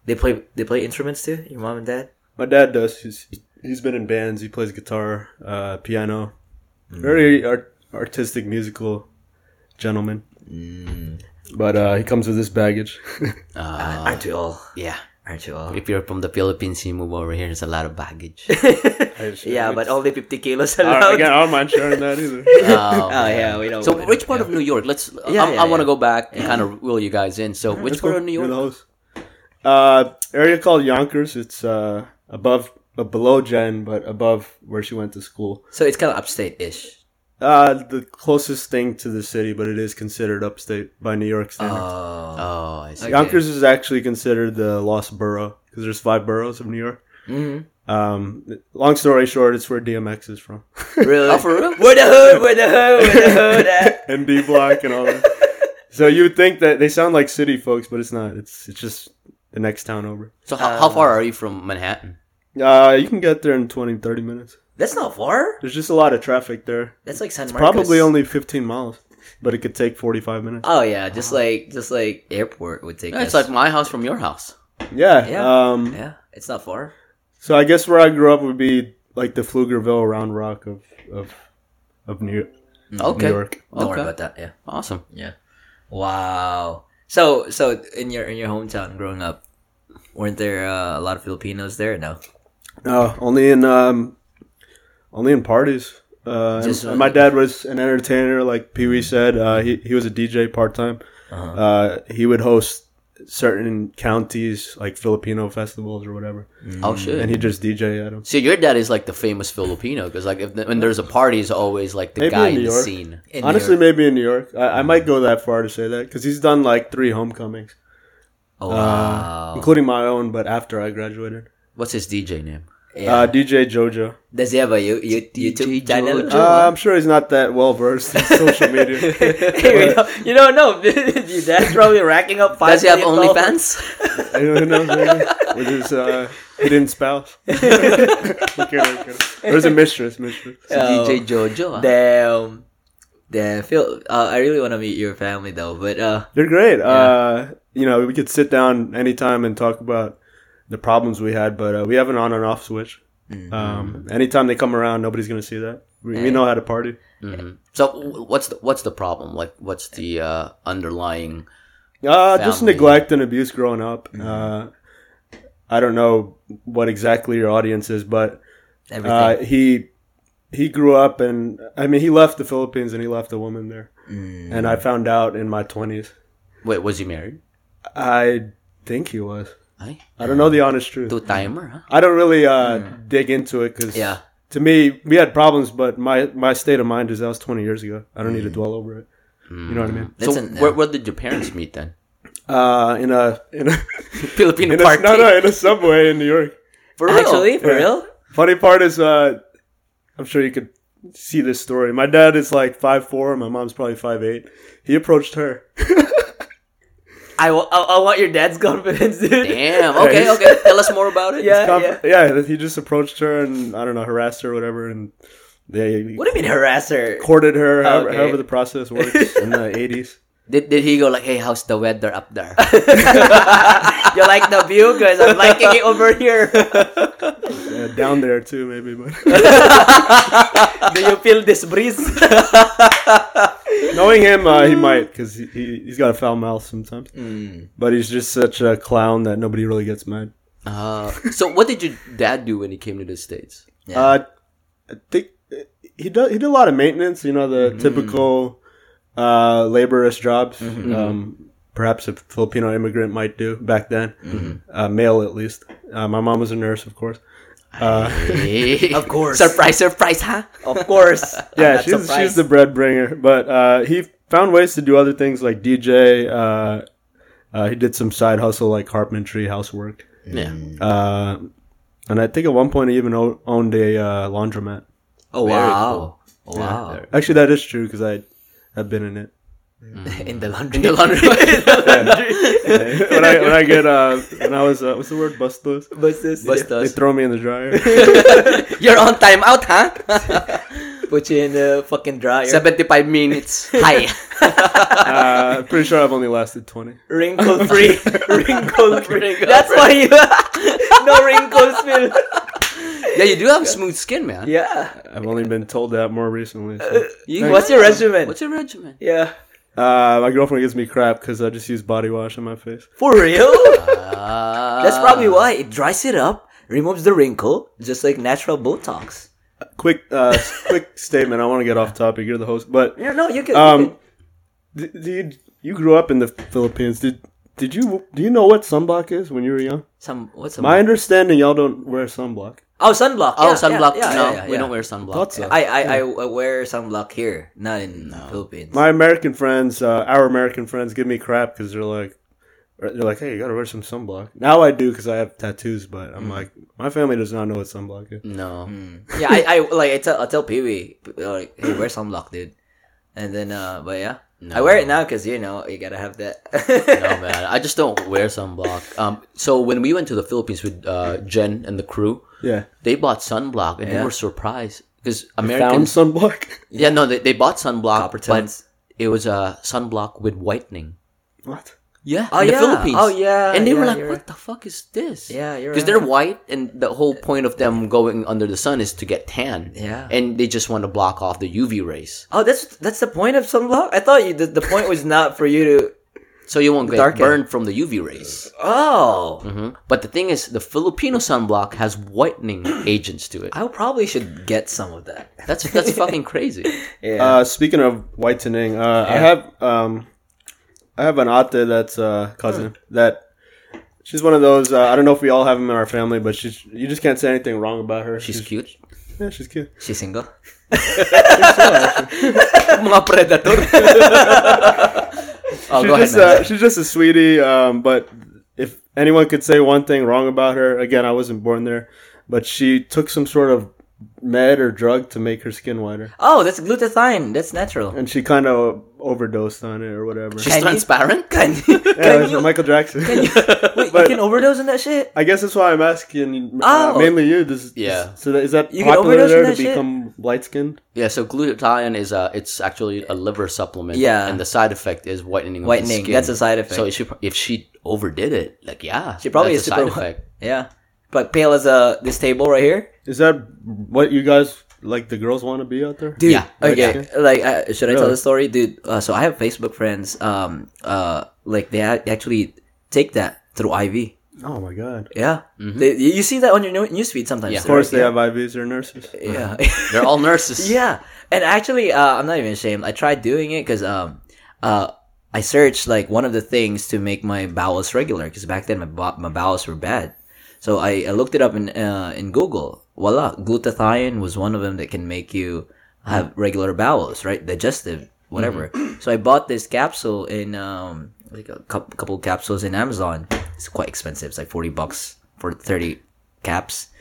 [SPEAKER 1] they play they play instruments too. Your mom and dad.
[SPEAKER 3] My dad does. He's he's been in bands. He plays guitar, uh, piano.
[SPEAKER 2] Hmm.
[SPEAKER 3] Very art, artistic, musical gentleman.
[SPEAKER 2] Hmm.
[SPEAKER 3] But uh, he comes with this baggage. (laughs)
[SPEAKER 2] Uh,
[SPEAKER 1] aren't you all?
[SPEAKER 2] Yeah.
[SPEAKER 1] (laughs) Aren't you all?
[SPEAKER 2] If you're from the Philippines, you move over here. There's a lot of
[SPEAKER 1] (laughs)
[SPEAKER 2] baggage.
[SPEAKER 1] Yeah, but only fifty kilos
[SPEAKER 3] I don't, again,
[SPEAKER 1] allowed.
[SPEAKER 3] I don't mind sharing that either.
[SPEAKER 2] Oh,
[SPEAKER 1] Oh yeah, we don't.
[SPEAKER 2] So
[SPEAKER 1] we don't-
[SPEAKER 2] which part of New York? Let's.
[SPEAKER 1] Yeah,
[SPEAKER 2] I,
[SPEAKER 1] yeah,
[SPEAKER 2] I want to
[SPEAKER 1] yeah.
[SPEAKER 2] go back and kind of reel you guys in. So (laughs) which part of New
[SPEAKER 3] You're the
[SPEAKER 2] York?
[SPEAKER 3] host. Uh, area called Yonkers. It's uh above, uh, below Jen, but above where she went to school.
[SPEAKER 1] So it's kind of upstate-ish.
[SPEAKER 3] Uh, the closest thing to the city, but it is considered upstate by New York standards.
[SPEAKER 1] Oh.
[SPEAKER 2] Oh, I see.
[SPEAKER 3] Yonkers is actually considered the lost borough because there's five boroughs of New York. Mm-hmm. Um, long story short, it's where DMX is from, (laughs)
[SPEAKER 1] Really?
[SPEAKER 2] Oh, for real?
[SPEAKER 1] Where the hood? Where the hood? Where
[SPEAKER 2] (laughs)
[SPEAKER 1] the hood at?
[SPEAKER 3] and D Block and all that. so you would think that they sound like city folks, but it's not. It's it's just the next town over.
[SPEAKER 2] So how, how
[SPEAKER 1] Uh,
[SPEAKER 2] far are you from Manhattan?
[SPEAKER 3] Uh, you can get there in 20, 30 minutes.
[SPEAKER 1] That's not far.
[SPEAKER 3] There's just a lot of traffic there.
[SPEAKER 1] That's like San Marcos.
[SPEAKER 3] Probably only 15 miles, but it could take 45 minutes.
[SPEAKER 1] Oh yeah, just like just like airport would take.
[SPEAKER 2] Yeah, it's
[SPEAKER 1] us.
[SPEAKER 2] like my house from your house.
[SPEAKER 3] Yeah.
[SPEAKER 1] Yeah.
[SPEAKER 3] Um,
[SPEAKER 1] yeah, it's not far.
[SPEAKER 3] So I guess where I grew up would be like the Pflugerville Round Rock of of of New,
[SPEAKER 1] Mm,
[SPEAKER 3] New
[SPEAKER 2] Okay.
[SPEAKER 3] York.
[SPEAKER 1] Don't worry
[SPEAKER 2] Okay.
[SPEAKER 1] about that. Yeah,
[SPEAKER 2] Awesome.
[SPEAKER 1] yeah. Wow. So so in your in your hometown growing up, weren't there uh, a lot of Filipinos there? No.
[SPEAKER 3] No, Oh, only in um, only in parties. Uh,
[SPEAKER 1] Just-
[SPEAKER 3] and my dad was an entertainer, like Pee Wee said. Uh, he he was a DJ part time.
[SPEAKER 1] Uh-huh.
[SPEAKER 3] Uh, he would host certain counties, like Filipino festivals or whatever,
[SPEAKER 1] Mm,
[SPEAKER 2] Oh shit.
[SPEAKER 3] and he just DJ at them.
[SPEAKER 2] so your dad is like the famous Filipino because like if the, when there's a party, he's always like
[SPEAKER 3] Maybe
[SPEAKER 2] the guy
[SPEAKER 3] in
[SPEAKER 2] in,
[SPEAKER 3] New
[SPEAKER 2] the
[SPEAKER 3] York.
[SPEAKER 2] scene.
[SPEAKER 1] In
[SPEAKER 3] Honestly,
[SPEAKER 1] New York. Mm-hmm.
[SPEAKER 3] maybe in New York, I, I might go that far to say that because he's done like three homecomings,
[SPEAKER 1] Oh,
[SPEAKER 3] uh,
[SPEAKER 1] wow.
[SPEAKER 3] including my own. But after I graduated,
[SPEAKER 2] What's his DJ name?
[SPEAKER 1] yeah. Oh,
[SPEAKER 3] uh, DJ Jojo.
[SPEAKER 1] Does he have a you, you, YouTube
[SPEAKER 2] DJ
[SPEAKER 1] channel?
[SPEAKER 2] Joel.
[SPEAKER 3] Uh, I'm sure he's not that well versed in social media.
[SPEAKER 2] Uh,
[SPEAKER 1] (laughs) Hey, you, don't, you don't know. (laughs) Your dad's probably racking up five.
[SPEAKER 2] Does he have
[SPEAKER 1] million
[SPEAKER 2] OnlyFans? (laughs)
[SPEAKER 3] I don't know, maybe. With his uh, hidden spouse. okay, okay. There's a mistress, mistress.
[SPEAKER 1] Oh.
[SPEAKER 2] DJ Jojo. huh?
[SPEAKER 1] Damn. Damn. Phil, uh, I really want to meet your family though, but uh,
[SPEAKER 3] You're great. Uh, you know, we could sit down anytime and talk about the problems we had, but uh, we have an on and off switch.
[SPEAKER 1] Mm-hmm. mm,
[SPEAKER 3] Um, anytime they come around, nobody's going to see that. We, we know how to party.
[SPEAKER 2] Mm-hmm. So what's the, what's the problem? Like what's the uh, underlying
[SPEAKER 3] Uh, just
[SPEAKER 2] Family.
[SPEAKER 3] neglect and abuse growing up. Uh, I don't know what exactly your audience is, but uh,
[SPEAKER 1] Everything.
[SPEAKER 3] he he grew up and I mean he left the Philippines and he left a woman there,
[SPEAKER 1] Mm.
[SPEAKER 3] and I found out in my twenties.
[SPEAKER 2] Wait, was he married?
[SPEAKER 3] I think he was.
[SPEAKER 2] Ay,
[SPEAKER 3] I don't know the honest truth.
[SPEAKER 2] two timer, huh?
[SPEAKER 3] I don't really uh, dig into it because
[SPEAKER 2] Yeah.
[SPEAKER 3] to me we had problems, but my my state of mind is that was twenty years ago. I don't need to dwell over it. You know what I mean?
[SPEAKER 1] That's
[SPEAKER 2] so
[SPEAKER 1] an-
[SPEAKER 2] where, where did your parents meet then?
[SPEAKER 3] Uh, in a in a,
[SPEAKER 2] Filipino
[SPEAKER 3] (laughs) in a
[SPEAKER 2] party.
[SPEAKER 3] no no in a subway in New York.
[SPEAKER 2] For (laughs) real?
[SPEAKER 1] Actually, for
[SPEAKER 3] Yeah.
[SPEAKER 1] real?
[SPEAKER 3] Funny part is, uh, I'm sure you could see this story. My dad is like five four. My mom's probably five eight. He approached her.
[SPEAKER 1] I, wa- I, I want your dad's (laughs) confidence, dude.
[SPEAKER 2] Damn.
[SPEAKER 1] (laughs)
[SPEAKER 2] Okay,
[SPEAKER 3] Nice.
[SPEAKER 2] okay. Tell us more about it.
[SPEAKER 1] Uh, Yeah.
[SPEAKER 3] Conf- yeah. he just approached her and I don't know, harassed her, or whatever, and they
[SPEAKER 1] What do you mean
[SPEAKER 2] (laughs)
[SPEAKER 1] harasser? (laughs)
[SPEAKER 3] courted her. However,
[SPEAKER 1] Okay.
[SPEAKER 3] however the process works in the eighties.
[SPEAKER 2] Did, did he go like, hey, how's the weather up (laughs) there?
[SPEAKER 1] you like the view, guys? I'm liking it over
[SPEAKER 2] (laughs)
[SPEAKER 1] here. (laughs)
[SPEAKER 3] Yeah, down there too, maybe, but (laughs)
[SPEAKER 1] Do you feel this breeze?
[SPEAKER 3] knowing him, uh, he might because he, he he's got a foul mouth sometimes.
[SPEAKER 1] Mm.
[SPEAKER 2] Hmm.
[SPEAKER 3] But he's just such a clown that nobody really gets mad.
[SPEAKER 2] uh, so what did your dad do when he came to the States?
[SPEAKER 1] Yeah.
[SPEAKER 3] Uh, I think uh, he does. He did a lot of maintenance. You know, the typical uh, laborious jobs.
[SPEAKER 1] Mm-hmm.
[SPEAKER 3] Um, perhaps a Filipino immigrant might do back then. Uh, male, at least. Uh, my mom was a nurse, of course. Uh,
[SPEAKER 1] Of course.
[SPEAKER 2] Surprise, surprise, huh?
[SPEAKER 1] of
[SPEAKER 2] (laughs)
[SPEAKER 1] course. I'm
[SPEAKER 3] (laughs) Yeah,
[SPEAKER 1] not
[SPEAKER 3] she's she's
[SPEAKER 1] surprised.
[SPEAKER 3] the bread bringer. But uh, he found ways to do other things like DJ. Uh, uh, he did some side hustle like carpentry, housework,
[SPEAKER 2] Yeah.
[SPEAKER 3] uh, and I think at one point he even o- owned a uh, laundromat.
[SPEAKER 1] Oh
[SPEAKER 2] Very
[SPEAKER 1] wow.
[SPEAKER 2] cool.
[SPEAKER 1] Oh, Wow.
[SPEAKER 2] Very-
[SPEAKER 3] Actually, that is true because I have been in it.
[SPEAKER 1] In the laundry.
[SPEAKER 2] (laughs) In the
[SPEAKER 1] (laughs)
[SPEAKER 2] laundry. (laughs)
[SPEAKER 3] when I when I get uh when I was uh, what's the word bustless?
[SPEAKER 1] Bustas.
[SPEAKER 3] They
[SPEAKER 2] Bustas.
[SPEAKER 3] throw me in the dryer.
[SPEAKER 2] You're on timeout, (laughs) huh?
[SPEAKER 1] (laughs) Put you in the fucking dryer.
[SPEAKER 2] 75 (laughs) minutes. Hi.
[SPEAKER 3] Uh, pretty sure I've only lasted twenty.
[SPEAKER 1] wrinkle
[SPEAKER 2] (laughs)
[SPEAKER 1] free. wrinkle free.
[SPEAKER 2] Wrinkle
[SPEAKER 1] That's why you (laughs) no wrinkles, Phil.
[SPEAKER 2] yeah, you do have smooth skin, man.
[SPEAKER 1] Yeah.
[SPEAKER 3] I've only been told that more recently. so.
[SPEAKER 2] You-
[SPEAKER 1] What's your regimen?
[SPEAKER 2] What's your regimen?
[SPEAKER 1] yeah.
[SPEAKER 3] Uh, my girlfriend gives me crap because I just use body wash on my face.
[SPEAKER 1] For real?
[SPEAKER 2] (laughs) Ah.
[SPEAKER 1] That's probably why it dries it up, removes the wrinkle, just like natural Botox.
[SPEAKER 3] Quick uh quick statement. I want to get off topic. You're the host, but
[SPEAKER 1] Yeah, no, you can.
[SPEAKER 3] um, d- dude, you grew up in the Philippines. Did did you do you know what sunblock is when you were young?
[SPEAKER 1] some what's some,
[SPEAKER 3] My understanding, y'all don't wear sunblock.
[SPEAKER 1] oh sunblock. yeah,
[SPEAKER 2] Oh, sunblock.
[SPEAKER 1] Yeah, yeah,
[SPEAKER 2] no,
[SPEAKER 1] yeah, yeah,
[SPEAKER 2] we
[SPEAKER 1] yeah.
[SPEAKER 2] don't wear sunblock.
[SPEAKER 3] Thought so.
[SPEAKER 1] I I, I I wear sunblock here, not in Philippines.
[SPEAKER 3] my American friends, uh, our American friends, give me crap because they're like, they're like, hey, you gotta wear some sunblock. Now I do because I have tattoos, but I'm like, my family does not know what sunblock is.
[SPEAKER 2] No.
[SPEAKER 1] Hmm. yeah, I, I like I tell I tell Pee Wee like hey wear sunblock, dude, and then uh but yeah I wear it now because you know you gotta have that. (laughs)
[SPEAKER 2] No, man. I just don't wear sunblock. Um, so when we went to the Philippines with uh, Jen and the crew,
[SPEAKER 3] Yeah,
[SPEAKER 2] they bought sunblock and they
[SPEAKER 1] Yeah.
[SPEAKER 2] were surprised because
[SPEAKER 3] found
[SPEAKER 2] Americans.
[SPEAKER 3] sunblock. (laughs)
[SPEAKER 2] yeah, no, they, they bought sunblock,
[SPEAKER 1] Copper
[SPEAKER 2] but
[SPEAKER 1] tones.
[SPEAKER 2] it was a sunblock with whitening.
[SPEAKER 3] what?
[SPEAKER 2] Yeah,
[SPEAKER 1] Oh,
[SPEAKER 2] in the
[SPEAKER 1] yeah.
[SPEAKER 2] Philippines.
[SPEAKER 1] Oh, yeah,
[SPEAKER 2] and they were
[SPEAKER 1] yeah,
[SPEAKER 2] like,
[SPEAKER 1] you're
[SPEAKER 2] "What the fuck is this?"
[SPEAKER 1] Yeah, you're
[SPEAKER 2] because they're white, and the whole point of them going under the sun is to get tan.
[SPEAKER 1] Yeah.
[SPEAKER 2] and they just want to block off the UV rays,
[SPEAKER 1] oh, that's that's the point of sunblock. I thought you the, the point was not for you to.
[SPEAKER 2] so you won't get
[SPEAKER 1] Darken.
[SPEAKER 2] burned from the UV rays.
[SPEAKER 1] Oh,
[SPEAKER 2] hmm But the thing is, the Filipino sunblock has whitening agents to it.
[SPEAKER 1] I probably should get some of that.
[SPEAKER 2] That's
[SPEAKER 1] (laughs)
[SPEAKER 2] that's fucking crazy.
[SPEAKER 1] Yeah.
[SPEAKER 3] Uh, speaking of whitening, uh, I have um, I have an ate that's uh, cousin that. She's one of those. Uh, I don't know if we all have them in our family, but she's you just can't say anything wrong about her.
[SPEAKER 2] She's cute.
[SPEAKER 3] yeah, she's cute.
[SPEAKER 1] She's single.
[SPEAKER 2] Mga predator. oh,
[SPEAKER 3] she's
[SPEAKER 2] go ahead.
[SPEAKER 3] just uh,
[SPEAKER 2] man.
[SPEAKER 3] a, she's just a sweetie. Um, but if anyone could say one thing wrong about her, again, I wasn't born there, but she took some sort of med or drug to make her skin whiter,
[SPEAKER 1] Oh, that's glutathione. That's natural.
[SPEAKER 3] and she kind of overdosed on it or whatever.
[SPEAKER 2] She's
[SPEAKER 1] Can you-
[SPEAKER 2] transparent. (laughs)
[SPEAKER 1] Can you?
[SPEAKER 3] yeah, it
[SPEAKER 1] Can
[SPEAKER 3] was
[SPEAKER 1] you?
[SPEAKER 3] Michael Jackson. (laughs)
[SPEAKER 1] Wait,
[SPEAKER 3] but-
[SPEAKER 1] you can overdose on that shit.
[SPEAKER 3] I guess that's why I'm asking uh,
[SPEAKER 1] Oh.
[SPEAKER 3] mainly you. This,
[SPEAKER 2] Yeah.
[SPEAKER 3] So that, is that
[SPEAKER 1] You can
[SPEAKER 3] popular
[SPEAKER 1] overdose on
[SPEAKER 3] there to
[SPEAKER 1] that shit?
[SPEAKER 3] become light skinned?
[SPEAKER 2] Yeah, so glutathione is a it's actually a liver supplement.
[SPEAKER 1] Yeah.
[SPEAKER 2] and the side effect is whitening.
[SPEAKER 1] Whitening.
[SPEAKER 2] Of the skin.
[SPEAKER 1] That's a side effect.
[SPEAKER 2] So if she, if she overdid it, like yeah,
[SPEAKER 1] She probably
[SPEAKER 2] that's
[SPEAKER 1] is
[SPEAKER 2] a
[SPEAKER 1] super.
[SPEAKER 2] side effect.
[SPEAKER 1] Yeah. But pale as uh, this table right here.
[SPEAKER 3] Is that what you guys like? The girls want to be out there?
[SPEAKER 1] dude
[SPEAKER 2] Yeah.
[SPEAKER 1] okay like uh, should i tell
[SPEAKER 3] Really?
[SPEAKER 1] the story dude uh, so i have facebook friends um uh like they a- actually take that through IV.
[SPEAKER 3] Oh my god.
[SPEAKER 1] Yeah, They- you see that on your new- newsfeed sometimes.
[SPEAKER 2] Mm-hmm. Yeah.
[SPEAKER 3] Of course, they
[SPEAKER 1] right?
[SPEAKER 3] have IVs or nurses.
[SPEAKER 1] Yeah,
[SPEAKER 2] (laughs) They're all
[SPEAKER 1] (laughs)
[SPEAKER 2] nurses.
[SPEAKER 1] yeah. And actually, uh, I'm not even ashamed. I tried doing it because um, uh, I searched like one of the things to make my bowels regular because back then my bo- my bowels were bad. So I, I looked it up in uh, in Google. Voila, glutathione was one of them that can make you have regular bowels, right? Digestive, whatever. So I bought this capsule in um like a cou- couple capsules in Amazon. It's quite expensive. It's like forty bucks for thirty caps.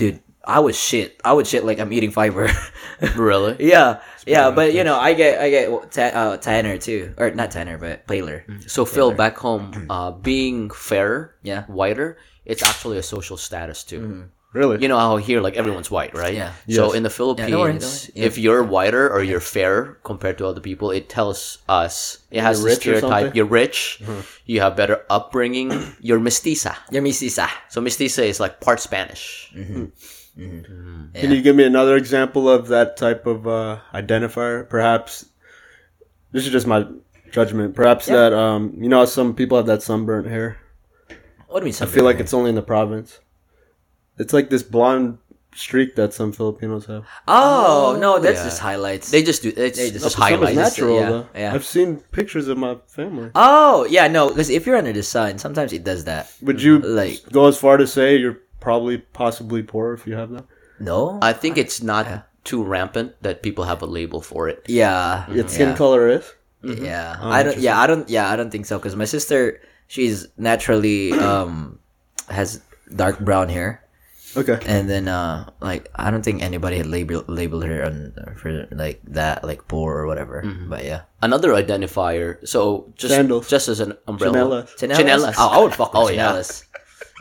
[SPEAKER 1] Dude, I would shit. I would shit like I'm eating fiber. (laughs)
[SPEAKER 2] Really?
[SPEAKER 1] Yeah, yeah, but you know, I get I get ta- uh, Tanner too, or not Tanner, but Playler.
[SPEAKER 2] So Phil, back home, uh, being fairer,
[SPEAKER 1] Yeah. Mm-hmm.
[SPEAKER 2] whiter, it's actually a social status too.
[SPEAKER 3] Really?
[SPEAKER 2] You know how here, like everyone's white, right?
[SPEAKER 1] Yeah.
[SPEAKER 2] So
[SPEAKER 3] Yes.
[SPEAKER 2] in the Philippines,
[SPEAKER 1] don't worry, don't worry.
[SPEAKER 2] if you're whiter or you're fairer compared to other people, it tells us it
[SPEAKER 3] You're
[SPEAKER 2] has the
[SPEAKER 3] rich or
[SPEAKER 2] stereotype.
[SPEAKER 3] something? Mm-hmm.
[SPEAKER 2] You're rich. You have better
[SPEAKER 1] (coughs)
[SPEAKER 2] upbringing. You're mestiza.
[SPEAKER 1] Yamisisa.
[SPEAKER 2] So mestiza is like part Spanish.
[SPEAKER 1] Mm-hmm.
[SPEAKER 3] Can you give me another example of that type of uh, identifier? Perhaps this is just my judgment. Perhaps that um, you know, how some people have that sunburnt hair.
[SPEAKER 1] What do you mean?
[SPEAKER 3] I feel like it's only in the province. It's like this blonde streak that some Filipinos have.
[SPEAKER 1] oh no, that's
[SPEAKER 2] Yeah.
[SPEAKER 1] just highlights.
[SPEAKER 2] They just do. It's just,
[SPEAKER 1] just-
[SPEAKER 3] Some is
[SPEAKER 2] highlights.
[SPEAKER 3] natural
[SPEAKER 1] yeah,
[SPEAKER 3] though.
[SPEAKER 1] yeah.
[SPEAKER 3] I've seen pictures of my family.
[SPEAKER 1] oh yeah, no, because if you're under the sun, sometimes it does that.
[SPEAKER 3] Would you
[SPEAKER 1] Like-
[SPEAKER 3] go as far to say you're probably possibly poor if you have that?
[SPEAKER 1] No.
[SPEAKER 2] I think it's not too rampant that people have a label for it.
[SPEAKER 1] yeah.
[SPEAKER 2] Mm-hmm.
[SPEAKER 3] Your skin
[SPEAKER 1] yeah.
[SPEAKER 3] color Oh, is.
[SPEAKER 1] Yeah, I don't. Yeah, I don't. Yeah, I don't think so. Because my sister, she's naturally
[SPEAKER 2] (clears throat)
[SPEAKER 1] um has dark brown hair.
[SPEAKER 3] Okay.
[SPEAKER 1] and then uh like i don't think anybody had label- labeled her on for like that like poor or whatever
[SPEAKER 2] Mm-hmm.
[SPEAKER 1] but yeah
[SPEAKER 2] Another identifier. So just
[SPEAKER 3] Sandals.
[SPEAKER 2] just as an umbrella.
[SPEAKER 3] Chanelas.
[SPEAKER 1] Chanelas. oh i would fuck with
[SPEAKER 2] Oh, yeah.
[SPEAKER 1] Chanelas.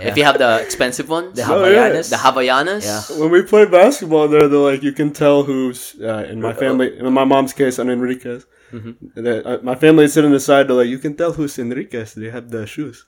[SPEAKER 2] If you have the expensive ones, the,
[SPEAKER 3] Oh,
[SPEAKER 1] (laughs)
[SPEAKER 3] yeah.
[SPEAKER 1] Havayanas.
[SPEAKER 2] Havayanas.
[SPEAKER 1] Yeah.
[SPEAKER 3] When we play basketball there, they're like, you can tell who's uh, in my family. In my mom's case, on Enriquez. That, uh, my family is sitting aside. They're like, you can tell who's Enriquez. They have the shoes.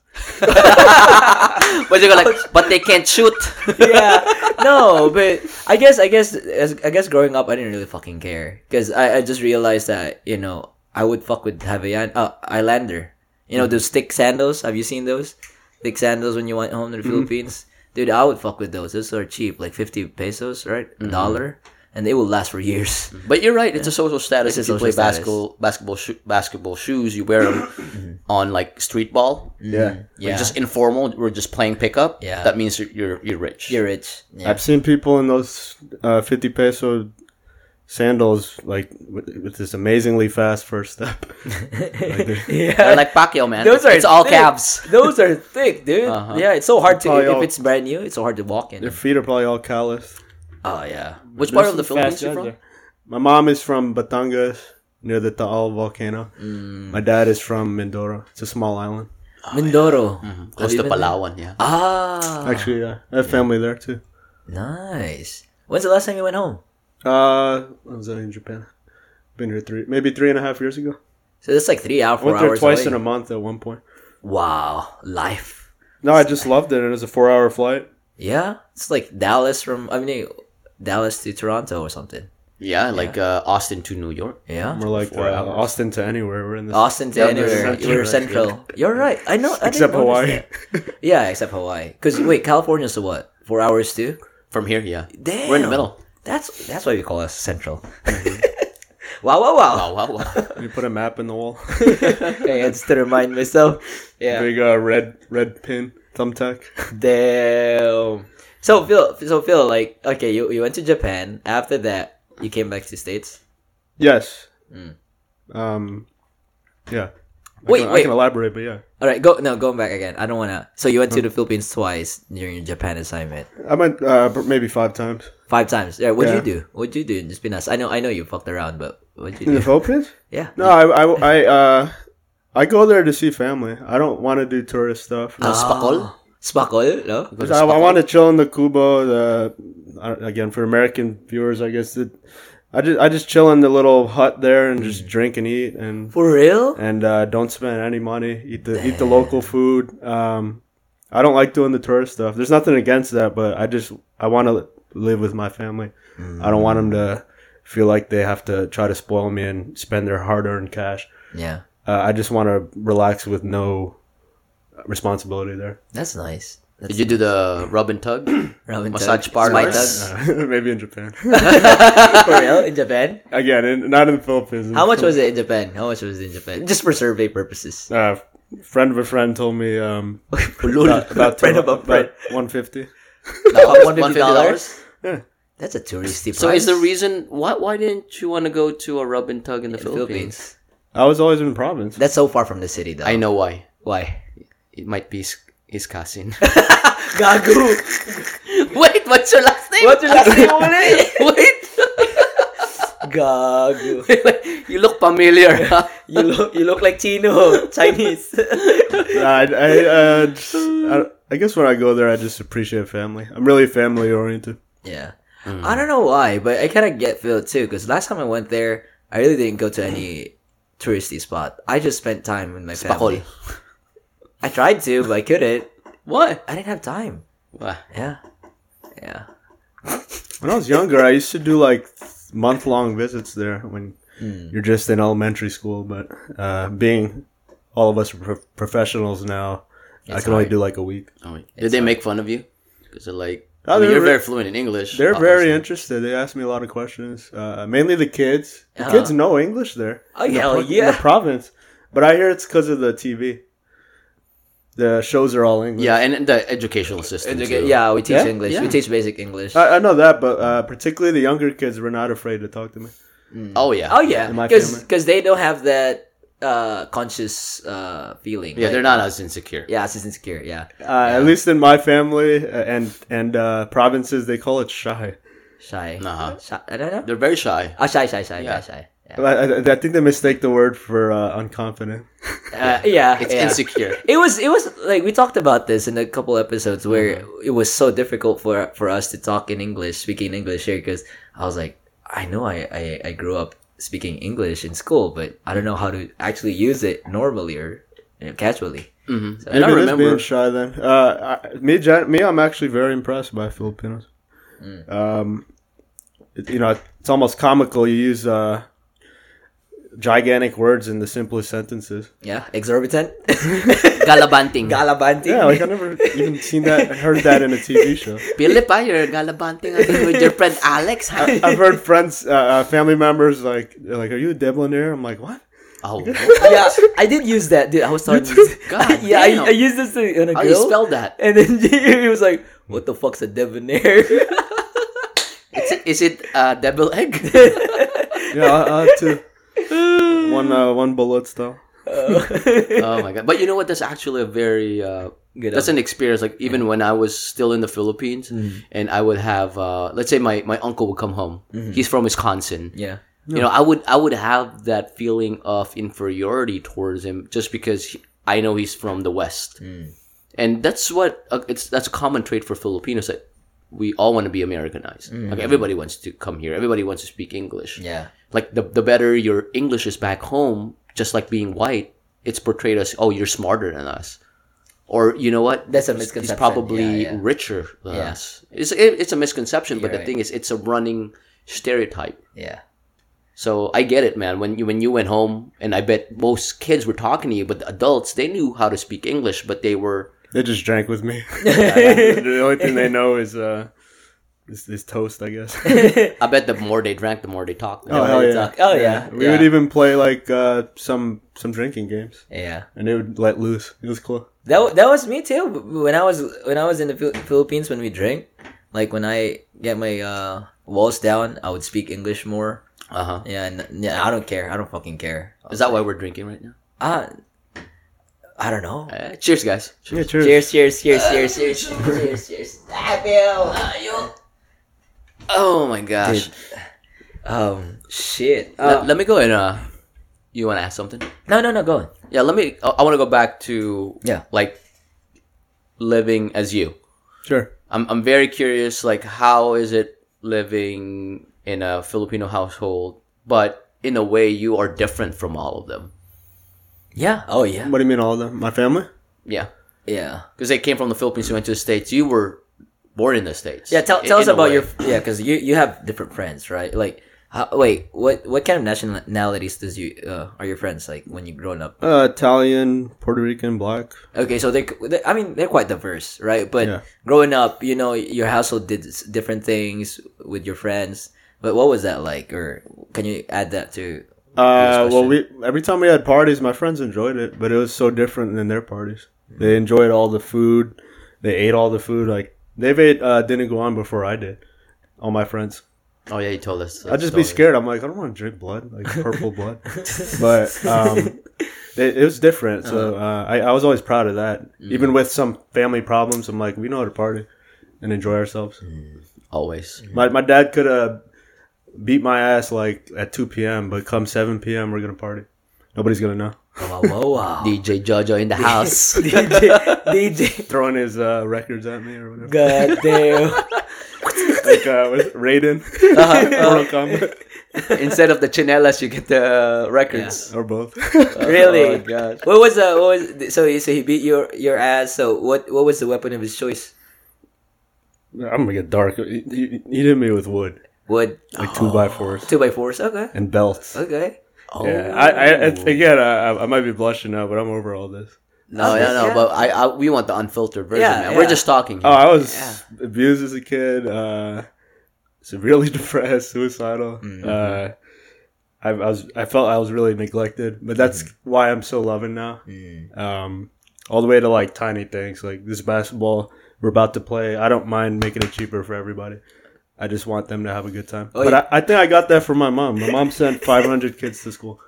[SPEAKER 2] But they go like, but they can't
[SPEAKER 1] (laughs)
[SPEAKER 2] shoot.
[SPEAKER 1] yeah no but i guess i guess as, i guess growing up i didn't really fucking care because I, I just realized that you know i would fuck with Havayan uh islander you know those thick sandals have you seen those thick sandals when you went home to the philippines dude i would fuck with those those are cheap like 50 pesos right a dollar and they will last for (laughs) years
[SPEAKER 2] But you're right. It's a social status.
[SPEAKER 1] It's a
[SPEAKER 2] If you play
[SPEAKER 1] social status.
[SPEAKER 2] basketball, basketball, sho- basketball shoes, you wear
[SPEAKER 1] Mm-hmm.
[SPEAKER 2] them on like street ball.
[SPEAKER 3] Yeah.
[SPEAKER 2] Yeah. just informal. We're just playing pickup.
[SPEAKER 1] Yeah.
[SPEAKER 2] That means you're you're, you're rich. (laughs)
[SPEAKER 1] you're rich yeah. (laughs)
[SPEAKER 3] I've seen people in those uh, 50 peso sandals, like with, with this amazingly fast first (laughs) step. Like, they're-
[SPEAKER 2] They're like Pacquiao, man.
[SPEAKER 1] (laughs) Those are
[SPEAKER 2] it's all
[SPEAKER 1] thick.
[SPEAKER 2] calves.
[SPEAKER 1] Those are thick, dude.
[SPEAKER 2] Uh-huh.
[SPEAKER 1] Yeah, it's so hard to
[SPEAKER 3] Probably
[SPEAKER 1] if
[SPEAKER 3] all-
[SPEAKER 1] it's brand new. It's so hard to walk in.
[SPEAKER 3] their feet are probably all calloused.
[SPEAKER 1] Oh yeah. Which
[SPEAKER 2] Which part of the
[SPEAKER 3] There's some
[SPEAKER 2] Philippines
[SPEAKER 3] fast
[SPEAKER 2] you
[SPEAKER 3] guys
[SPEAKER 2] from?
[SPEAKER 3] there. My mom is from Batangas, near the Taal volcano. My dad is from Mindoro. It's a small island.
[SPEAKER 1] Mindoro. Have
[SPEAKER 2] Close
[SPEAKER 1] you
[SPEAKER 2] to
[SPEAKER 1] been there?
[SPEAKER 2] Palawan. Yeah.
[SPEAKER 1] Ah,
[SPEAKER 3] Actually, yeah. Mm-hmm. I have family there too.
[SPEAKER 1] nice. When's the last time you went home?
[SPEAKER 3] Uh, I was in Japan. Been here three, maybe three and a half years ago.
[SPEAKER 1] So that's like three hour,
[SPEAKER 3] I
[SPEAKER 1] four
[SPEAKER 3] went there
[SPEAKER 1] hours
[SPEAKER 3] twice
[SPEAKER 1] away.
[SPEAKER 3] in a month at one point.
[SPEAKER 1] wow, life.
[SPEAKER 3] No, I just loved it. It was a four-hour flight.
[SPEAKER 1] Yeah, it's like Dallas from I mean Dallas to Toronto or something.
[SPEAKER 2] Yeah, like Uh, Austin to New York.
[SPEAKER 1] Yeah.
[SPEAKER 3] We're like uh,
[SPEAKER 2] Four hours.
[SPEAKER 3] Austin to anywhere. We're in this
[SPEAKER 1] Austin to
[SPEAKER 3] Yeah, we're
[SPEAKER 1] anywhere.
[SPEAKER 3] central.
[SPEAKER 1] You're central. You're right. I know. I
[SPEAKER 3] except
[SPEAKER 1] didn't notice (laughs)
[SPEAKER 3] Hawaii.
[SPEAKER 1] that. Yeah, except Hawaii. Because wait, California's to what? Four hours too.
[SPEAKER 2] From here, yeah.
[SPEAKER 1] (laughs) Damn.
[SPEAKER 2] We're in the middle.
[SPEAKER 1] That's that's why we call us central.
[SPEAKER 3] Mm-hmm.
[SPEAKER 1] (laughs) wow, wow, wow. (laughs)
[SPEAKER 2] Wow, Oh, wow, wow.
[SPEAKER 3] You put a map in the wall. (laughs)
[SPEAKER 1] Okay, just to remind myself. Yeah.
[SPEAKER 3] Big uh, red red pin thumbtack.
[SPEAKER 1] Damn. So Phil, so Phil, like, okay, you, you went to Japan. After that, you came back to states.
[SPEAKER 3] Yes. Um. Yeah. I
[SPEAKER 1] Hmm. Wait,
[SPEAKER 3] can, I
[SPEAKER 1] wait.
[SPEAKER 3] can elaborate, but yeah,
[SPEAKER 1] All right, go. No, going back again. I don't wanna. So you went to the Philippines twice during your Japan assignment.
[SPEAKER 3] I went uh, maybe five times
[SPEAKER 1] Five times. Yeah. What'd
[SPEAKER 3] Yeah.
[SPEAKER 1] you do? What'd you do? Just be nice. I know. I know you fucked around, but what'd
[SPEAKER 3] in
[SPEAKER 1] you do? (laughs)
[SPEAKER 3] the Philippines.
[SPEAKER 1] Yeah.
[SPEAKER 3] No, I, I, I, uh, I go there to see family. I don't want to do tourist stuff.
[SPEAKER 1] Ah.
[SPEAKER 2] Spakol?
[SPEAKER 1] Spakol? No.
[SPEAKER 2] Go to
[SPEAKER 3] I,
[SPEAKER 2] Spakol.
[SPEAKER 3] want to chill in the Kubo. The I don't- again for American viewers, I guess that I just I just chill in the little hut there and just drink and eat and
[SPEAKER 1] For real?
[SPEAKER 3] and uh, don't spend any money. Eat the eat the local food. Um, I don't like doing the tourist stuff. There's nothing against that, but I just I want to live with my family. I don't want them to feel like they have to try to spoil me and spend their hard earned cash.
[SPEAKER 1] Yeah.
[SPEAKER 3] Uh, I just want to relax with no responsibility there.
[SPEAKER 1] That's nice. That's
[SPEAKER 2] Did you do the rub
[SPEAKER 1] (clears throat)
[SPEAKER 2] and tug?
[SPEAKER 1] Robin
[SPEAKER 2] massage
[SPEAKER 1] Tug. Spy
[SPEAKER 2] parlor?
[SPEAKER 1] Tug.
[SPEAKER 3] Uh, (laughs) maybe in
[SPEAKER 1] (laughs)
[SPEAKER 3] Japan.
[SPEAKER 1] For real? In Japan?
[SPEAKER 3] Again, in, not in the Philippines.
[SPEAKER 1] How much was it in Japan? How much was it in Japan? Just for survey (laughs) purposes.
[SPEAKER 3] Uh, friend of a friend told me um,
[SPEAKER 1] Lul.
[SPEAKER 3] about, about,
[SPEAKER 1] (laughs) Friend
[SPEAKER 3] two-
[SPEAKER 1] of a friend.
[SPEAKER 3] about 150
[SPEAKER 1] About $150?
[SPEAKER 2] $150?
[SPEAKER 1] That's a touristy price.
[SPEAKER 2] So is the reason why why didn't you want to go to a rub and tug in the
[SPEAKER 1] The
[SPEAKER 2] Philippines?
[SPEAKER 1] Philippines.
[SPEAKER 3] I was always
[SPEAKER 1] (laughs)
[SPEAKER 3] in province.
[SPEAKER 1] That's so far from the city, though.
[SPEAKER 2] I know why.
[SPEAKER 1] Why?
[SPEAKER 2] It might be his, his cousin.
[SPEAKER 1] (laughs) Gagu.
[SPEAKER 2] Wait, what's your last name?
[SPEAKER 1] What's your last name (laughs) ulit?
[SPEAKER 2] (laughs) Wait,
[SPEAKER 1] Gagu.
[SPEAKER 2] you look familiar. huh?
[SPEAKER 1] You look, you look like Chino, (laughs) Chinese.
[SPEAKER 3] I, I, uh, just- I, I guess when I go there, I just appreciate family. I'm really family oriented.
[SPEAKER 1] yeah. I don't know why, but I kind of get filled too. Because last time I went there, I really didn't go to any touristy spot. I just spent time with my family.
[SPEAKER 2] Bakol.
[SPEAKER 1] I tried to, but I couldn't.
[SPEAKER 2] What?
[SPEAKER 1] I didn't have time.
[SPEAKER 2] Wah.
[SPEAKER 1] Yeah. Yeah.
[SPEAKER 3] When I was younger, I used to do like month long visits there when
[SPEAKER 1] Hmm.
[SPEAKER 3] you're just in elementary school. But uh, being all of us are pro- professionals now, I
[SPEAKER 1] It's
[SPEAKER 3] can only
[SPEAKER 1] hard.
[SPEAKER 3] do like a week.
[SPEAKER 2] Oh, wait. Did they make fun of you? Because they're like,
[SPEAKER 3] Oh,
[SPEAKER 2] I mean,
[SPEAKER 3] they're
[SPEAKER 2] you're very
[SPEAKER 3] ver-
[SPEAKER 2] fluent in English.
[SPEAKER 3] They're very
[SPEAKER 2] obviously.
[SPEAKER 3] interested. They ask me a lot of questions, uh, mainly the kids. The
[SPEAKER 1] Uh-huh.
[SPEAKER 3] kids know English there.
[SPEAKER 1] Oh,
[SPEAKER 3] in the
[SPEAKER 1] hell
[SPEAKER 3] pro- in
[SPEAKER 1] yeah. (laughs)
[SPEAKER 3] the province. But I hear it's because of the TV. The shows are all English.
[SPEAKER 2] Yeah, and the educational system.
[SPEAKER 1] Educa-
[SPEAKER 2] too.
[SPEAKER 1] yeah, we teach
[SPEAKER 3] Yeah?
[SPEAKER 1] English. We
[SPEAKER 2] Yeah.
[SPEAKER 1] teach basic English.
[SPEAKER 3] I, I know that, but uh, particularly the younger kids were not afraid to talk to me.
[SPEAKER 2] Oh yeah.
[SPEAKER 1] oh yeah,
[SPEAKER 3] in my family.
[SPEAKER 1] because they don't have that uh, conscious uh, feeling.
[SPEAKER 2] Yeah, they're not as insecure.
[SPEAKER 1] Yeah, it's insecure. Yeah,
[SPEAKER 3] Uh, At least in my family uh, and and uh, provinces, they call it shy.
[SPEAKER 1] shy.
[SPEAKER 2] Uh-huh.
[SPEAKER 1] Shy. I don't know.
[SPEAKER 2] They're very shy.
[SPEAKER 1] Oh, shy, shy, shy, yeah,
[SPEAKER 2] Yeah.
[SPEAKER 1] shy. Yeah,
[SPEAKER 3] I, I- I think they mistake the word for uh, unconfident.
[SPEAKER 1] uh, yeah.
[SPEAKER 2] It's
[SPEAKER 1] yeah.
[SPEAKER 2] insecure.
[SPEAKER 1] It was, it was like we talked about this in a couple episodes where
[SPEAKER 2] Mm-hmm.
[SPEAKER 1] it was so difficult for for us to talk in English, speaking English here, because I was like, I know I, I I grew up speaking English in school, but I don't know how to actually use it normally or you know, casually.
[SPEAKER 2] hmm
[SPEAKER 1] So-
[SPEAKER 2] And I
[SPEAKER 3] Maybe it is
[SPEAKER 2] remember
[SPEAKER 3] being shy then. Uh, I, me, gen- me, I'm actually very impressed by Filipinos.
[SPEAKER 2] Mm.
[SPEAKER 3] Um, it- you know, it's almost comical. You use uh, gigantic words in the simplest sentences.
[SPEAKER 1] Yeah,
[SPEAKER 2] (laughs)
[SPEAKER 1] exorbitant,
[SPEAKER 2] (laughs) galabanting.
[SPEAKER 1] galabanting.
[SPEAKER 3] Yeah, like I never
[SPEAKER 2] (laughs)
[SPEAKER 3] even seen that, heard that in a TV show.
[SPEAKER 2] Philip, ah, you're galabanting again with your friend Alex. huh?
[SPEAKER 3] I've heard friends, uh, uh, family members, like, they're like, "Are you a debonair?" I'm like, "What?"
[SPEAKER 2] (laughs) (laughs) oh,
[SPEAKER 1] yeah, I did use that, dude. I was talking. (laughs)
[SPEAKER 2] God
[SPEAKER 1] yeah, I, I
[SPEAKER 2] damn.
[SPEAKER 1] used this to, on a
[SPEAKER 2] how do you
[SPEAKER 1] girl,
[SPEAKER 2] spell that?
[SPEAKER 1] and then (laughs) he was like, "What the fuck's a debonair?" (laughs)
[SPEAKER 2] Is it, is it uh, double egg? (laughs)
[SPEAKER 3] Yeah, I, I have to. One, uh, one bullet style.
[SPEAKER 1] Uh, (laughs)
[SPEAKER 2] oh my god! But you know what? That's actually a very uh,
[SPEAKER 1] Good
[SPEAKER 2] that's an experience. Like even when I was still in the Philippines,
[SPEAKER 1] Mm-hmm.
[SPEAKER 2] and I would have, uh, let's say my, my uncle would come home. He's from Wisconsin.
[SPEAKER 1] Mm-hmm. yeah.
[SPEAKER 2] You know, I would I would have that feeling of inferiority towards him just because he, I know he's from the West,
[SPEAKER 1] Mm.
[SPEAKER 2] and that's what uh, it's that's a common trait for Filipinos that we all want to be Americanized. Like everybody wants to come here. Everybody wants to speak English
[SPEAKER 1] Mm. Yeah.
[SPEAKER 2] like the, the better your english is back home just like being white it's portrayed as oh you're smarter than us or you know what
[SPEAKER 1] That's a
[SPEAKER 2] He's-
[SPEAKER 1] misconception.
[SPEAKER 2] he's probably
[SPEAKER 1] Yeah, yeah.
[SPEAKER 2] richer than
[SPEAKER 1] Yeah.
[SPEAKER 2] us it's, it, it's a misconception but
[SPEAKER 1] You're
[SPEAKER 2] the thing is it's a running stereotype
[SPEAKER 1] Yeah. (laughs)
[SPEAKER 2] so i get it man when you when you went home and i bet most kids were talking to you but the adults they knew how to speak english but they were
[SPEAKER 3] They just drank with (laughs) me. the only thing they know is uh, is, is toast, I (laughs) guess.
[SPEAKER 2] i bet the more they drank the more they talked
[SPEAKER 3] Oh, hell yeah.
[SPEAKER 1] Oh yeah.
[SPEAKER 3] We would even play like uh, some some drinking games,
[SPEAKER 1] Yeah.
[SPEAKER 3] and they would let loose. It was cool.
[SPEAKER 1] That wa- that was me too. When I was when I was in the Phil- Philippines, when we drink, like when I get my uh, walls down, I would speak English more.
[SPEAKER 2] uh-huh
[SPEAKER 1] Yeah, and, yeah. I don't care. I don't fucking care.
[SPEAKER 2] is that why we're drinking right now
[SPEAKER 1] Ah, I don't know.
[SPEAKER 2] uh, cheers guys
[SPEAKER 3] Yeah,
[SPEAKER 2] cheers.
[SPEAKER 3] cheers.
[SPEAKER 1] Cheers! Cheers! Cheers! Uh, Cheers! Cheers! Cheers! Cheers! Uh, I feel.
[SPEAKER 2] oh my gosh
[SPEAKER 1] Dude. Um. Shit. Uh,
[SPEAKER 2] Let- let me go and uh you want to ask something
[SPEAKER 1] no, no, no. Go on.
[SPEAKER 2] yeah let me i, I want to go back to
[SPEAKER 1] Yeah.
[SPEAKER 2] like living as you
[SPEAKER 3] Sure.
[SPEAKER 2] i'm i'm very curious like how is it living in a filipino household but in a way you are different from all of them
[SPEAKER 1] Yeah. Oh yeah.
[SPEAKER 3] What do you mean, all of them? My family?
[SPEAKER 2] yeah
[SPEAKER 1] Yeah.
[SPEAKER 2] because they came from the philippines you went to the states you were born in the states
[SPEAKER 1] Yeah, tell,
[SPEAKER 2] in-
[SPEAKER 1] tell us
[SPEAKER 2] in a
[SPEAKER 1] about
[SPEAKER 2] way.
[SPEAKER 1] your yeah, because you you have different friends, right? Like, How, wait, what what kind of nationalities does you uh, are your friends like when you grown up?
[SPEAKER 3] Uh, Italian, Puerto Rican, black.
[SPEAKER 1] Okay, so they're, they I mean they're quite diverse, right? But
[SPEAKER 3] Yeah.
[SPEAKER 1] growing up, you know, your household did s- different things with your friends. But what was that like, or can you add that to?
[SPEAKER 3] Uh,
[SPEAKER 1] Previous
[SPEAKER 3] well, we every time we had parties, my friends enjoyed it, but it was so different than their parties. They enjoyed all the food. They ate all the food. Like they've ate uh, didn't go on before I did. All my friends.
[SPEAKER 2] Oh yeah, you told us.
[SPEAKER 3] I'd just be scared. I'm like, I don't want to drink blood, like purple blood. but um, it, it was different. So uh, I, I was always proud of that. Even with some family problems, I'm like, we know how to party and enjoy ourselves.
[SPEAKER 2] Always.
[SPEAKER 3] My, my dad could uh, beat my ass like at 2 p.m., but come 7 p.m., we're going to party. Nobody's going to know.
[SPEAKER 1] Wow, wow, wow.
[SPEAKER 3] (laughs)
[SPEAKER 2] DJ Jojo
[SPEAKER 1] (laughs)
[SPEAKER 2] in the house.
[SPEAKER 1] DJ, DJ,
[SPEAKER 3] Throwing his uh, records at me or whatever.
[SPEAKER 1] (laughs) god damn.
[SPEAKER 3] Like uh, with Raiden, (laughs) Mortal Kombat,
[SPEAKER 2] Instead of the chinelas, you get the uh, records.
[SPEAKER 3] or both.
[SPEAKER 1] Really?
[SPEAKER 2] Oh, gosh.
[SPEAKER 1] What was the what was so he so he beat your your ass. So what what was the weapon of his choice?
[SPEAKER 3] I'm going to get dark. He, he, he hit me with wood,
[SPEAKER 1] Wood
[SPEAKER 3] like two by fours
[SPEAKER 1] (gasps) two by fours. Okay,
[SPEAKER 3] and belts.
[SPEAKER 1] okay.
[SPEAKER 2] Oh.
[SPEAKER 3] Yeah, I, I, I again, I, I- I might be blushing now, but I'm over all this.
[SPEAKER 2] No, no, no.
[SPEAKER 1] Yeah.
[SPEAKER 2] But I, I, we want the unfiltered version.
[SPEAKER 1] Yeah,
[SPEAKER 2] man. We're
[SPEAKER 1] yeah.
[SPEAKER 2] just talking.
[SPEAKER 3] Oh,
[SPEAKER 2] Here.
[SPEAKER 3] I was abused as a kid, uh, severely (laughs) depressed, suicidal.
[SPEAKER 1] Mm-hmm.
[SPEAKER 3] Uh, I, I was, I felt I was really neglected, but that's
[SPEAKER 1] Mm-hmm.
[SPEAKER 3] why I'm so loving now.
[SPEAKER 1] Mm.
[SPEAKER 3] Um, all the way to like tiny things, like this basketball we're about to play. I don't mind making it cheaper for everybody. I just want them to have a good time.
[SPEAKER 1] Oh,
[SPEAKER 3] but
[SPEAKER 1] yeah.
[SPEAKER 3] I, I think I got that from my mom. My mom sent 500 kids to school.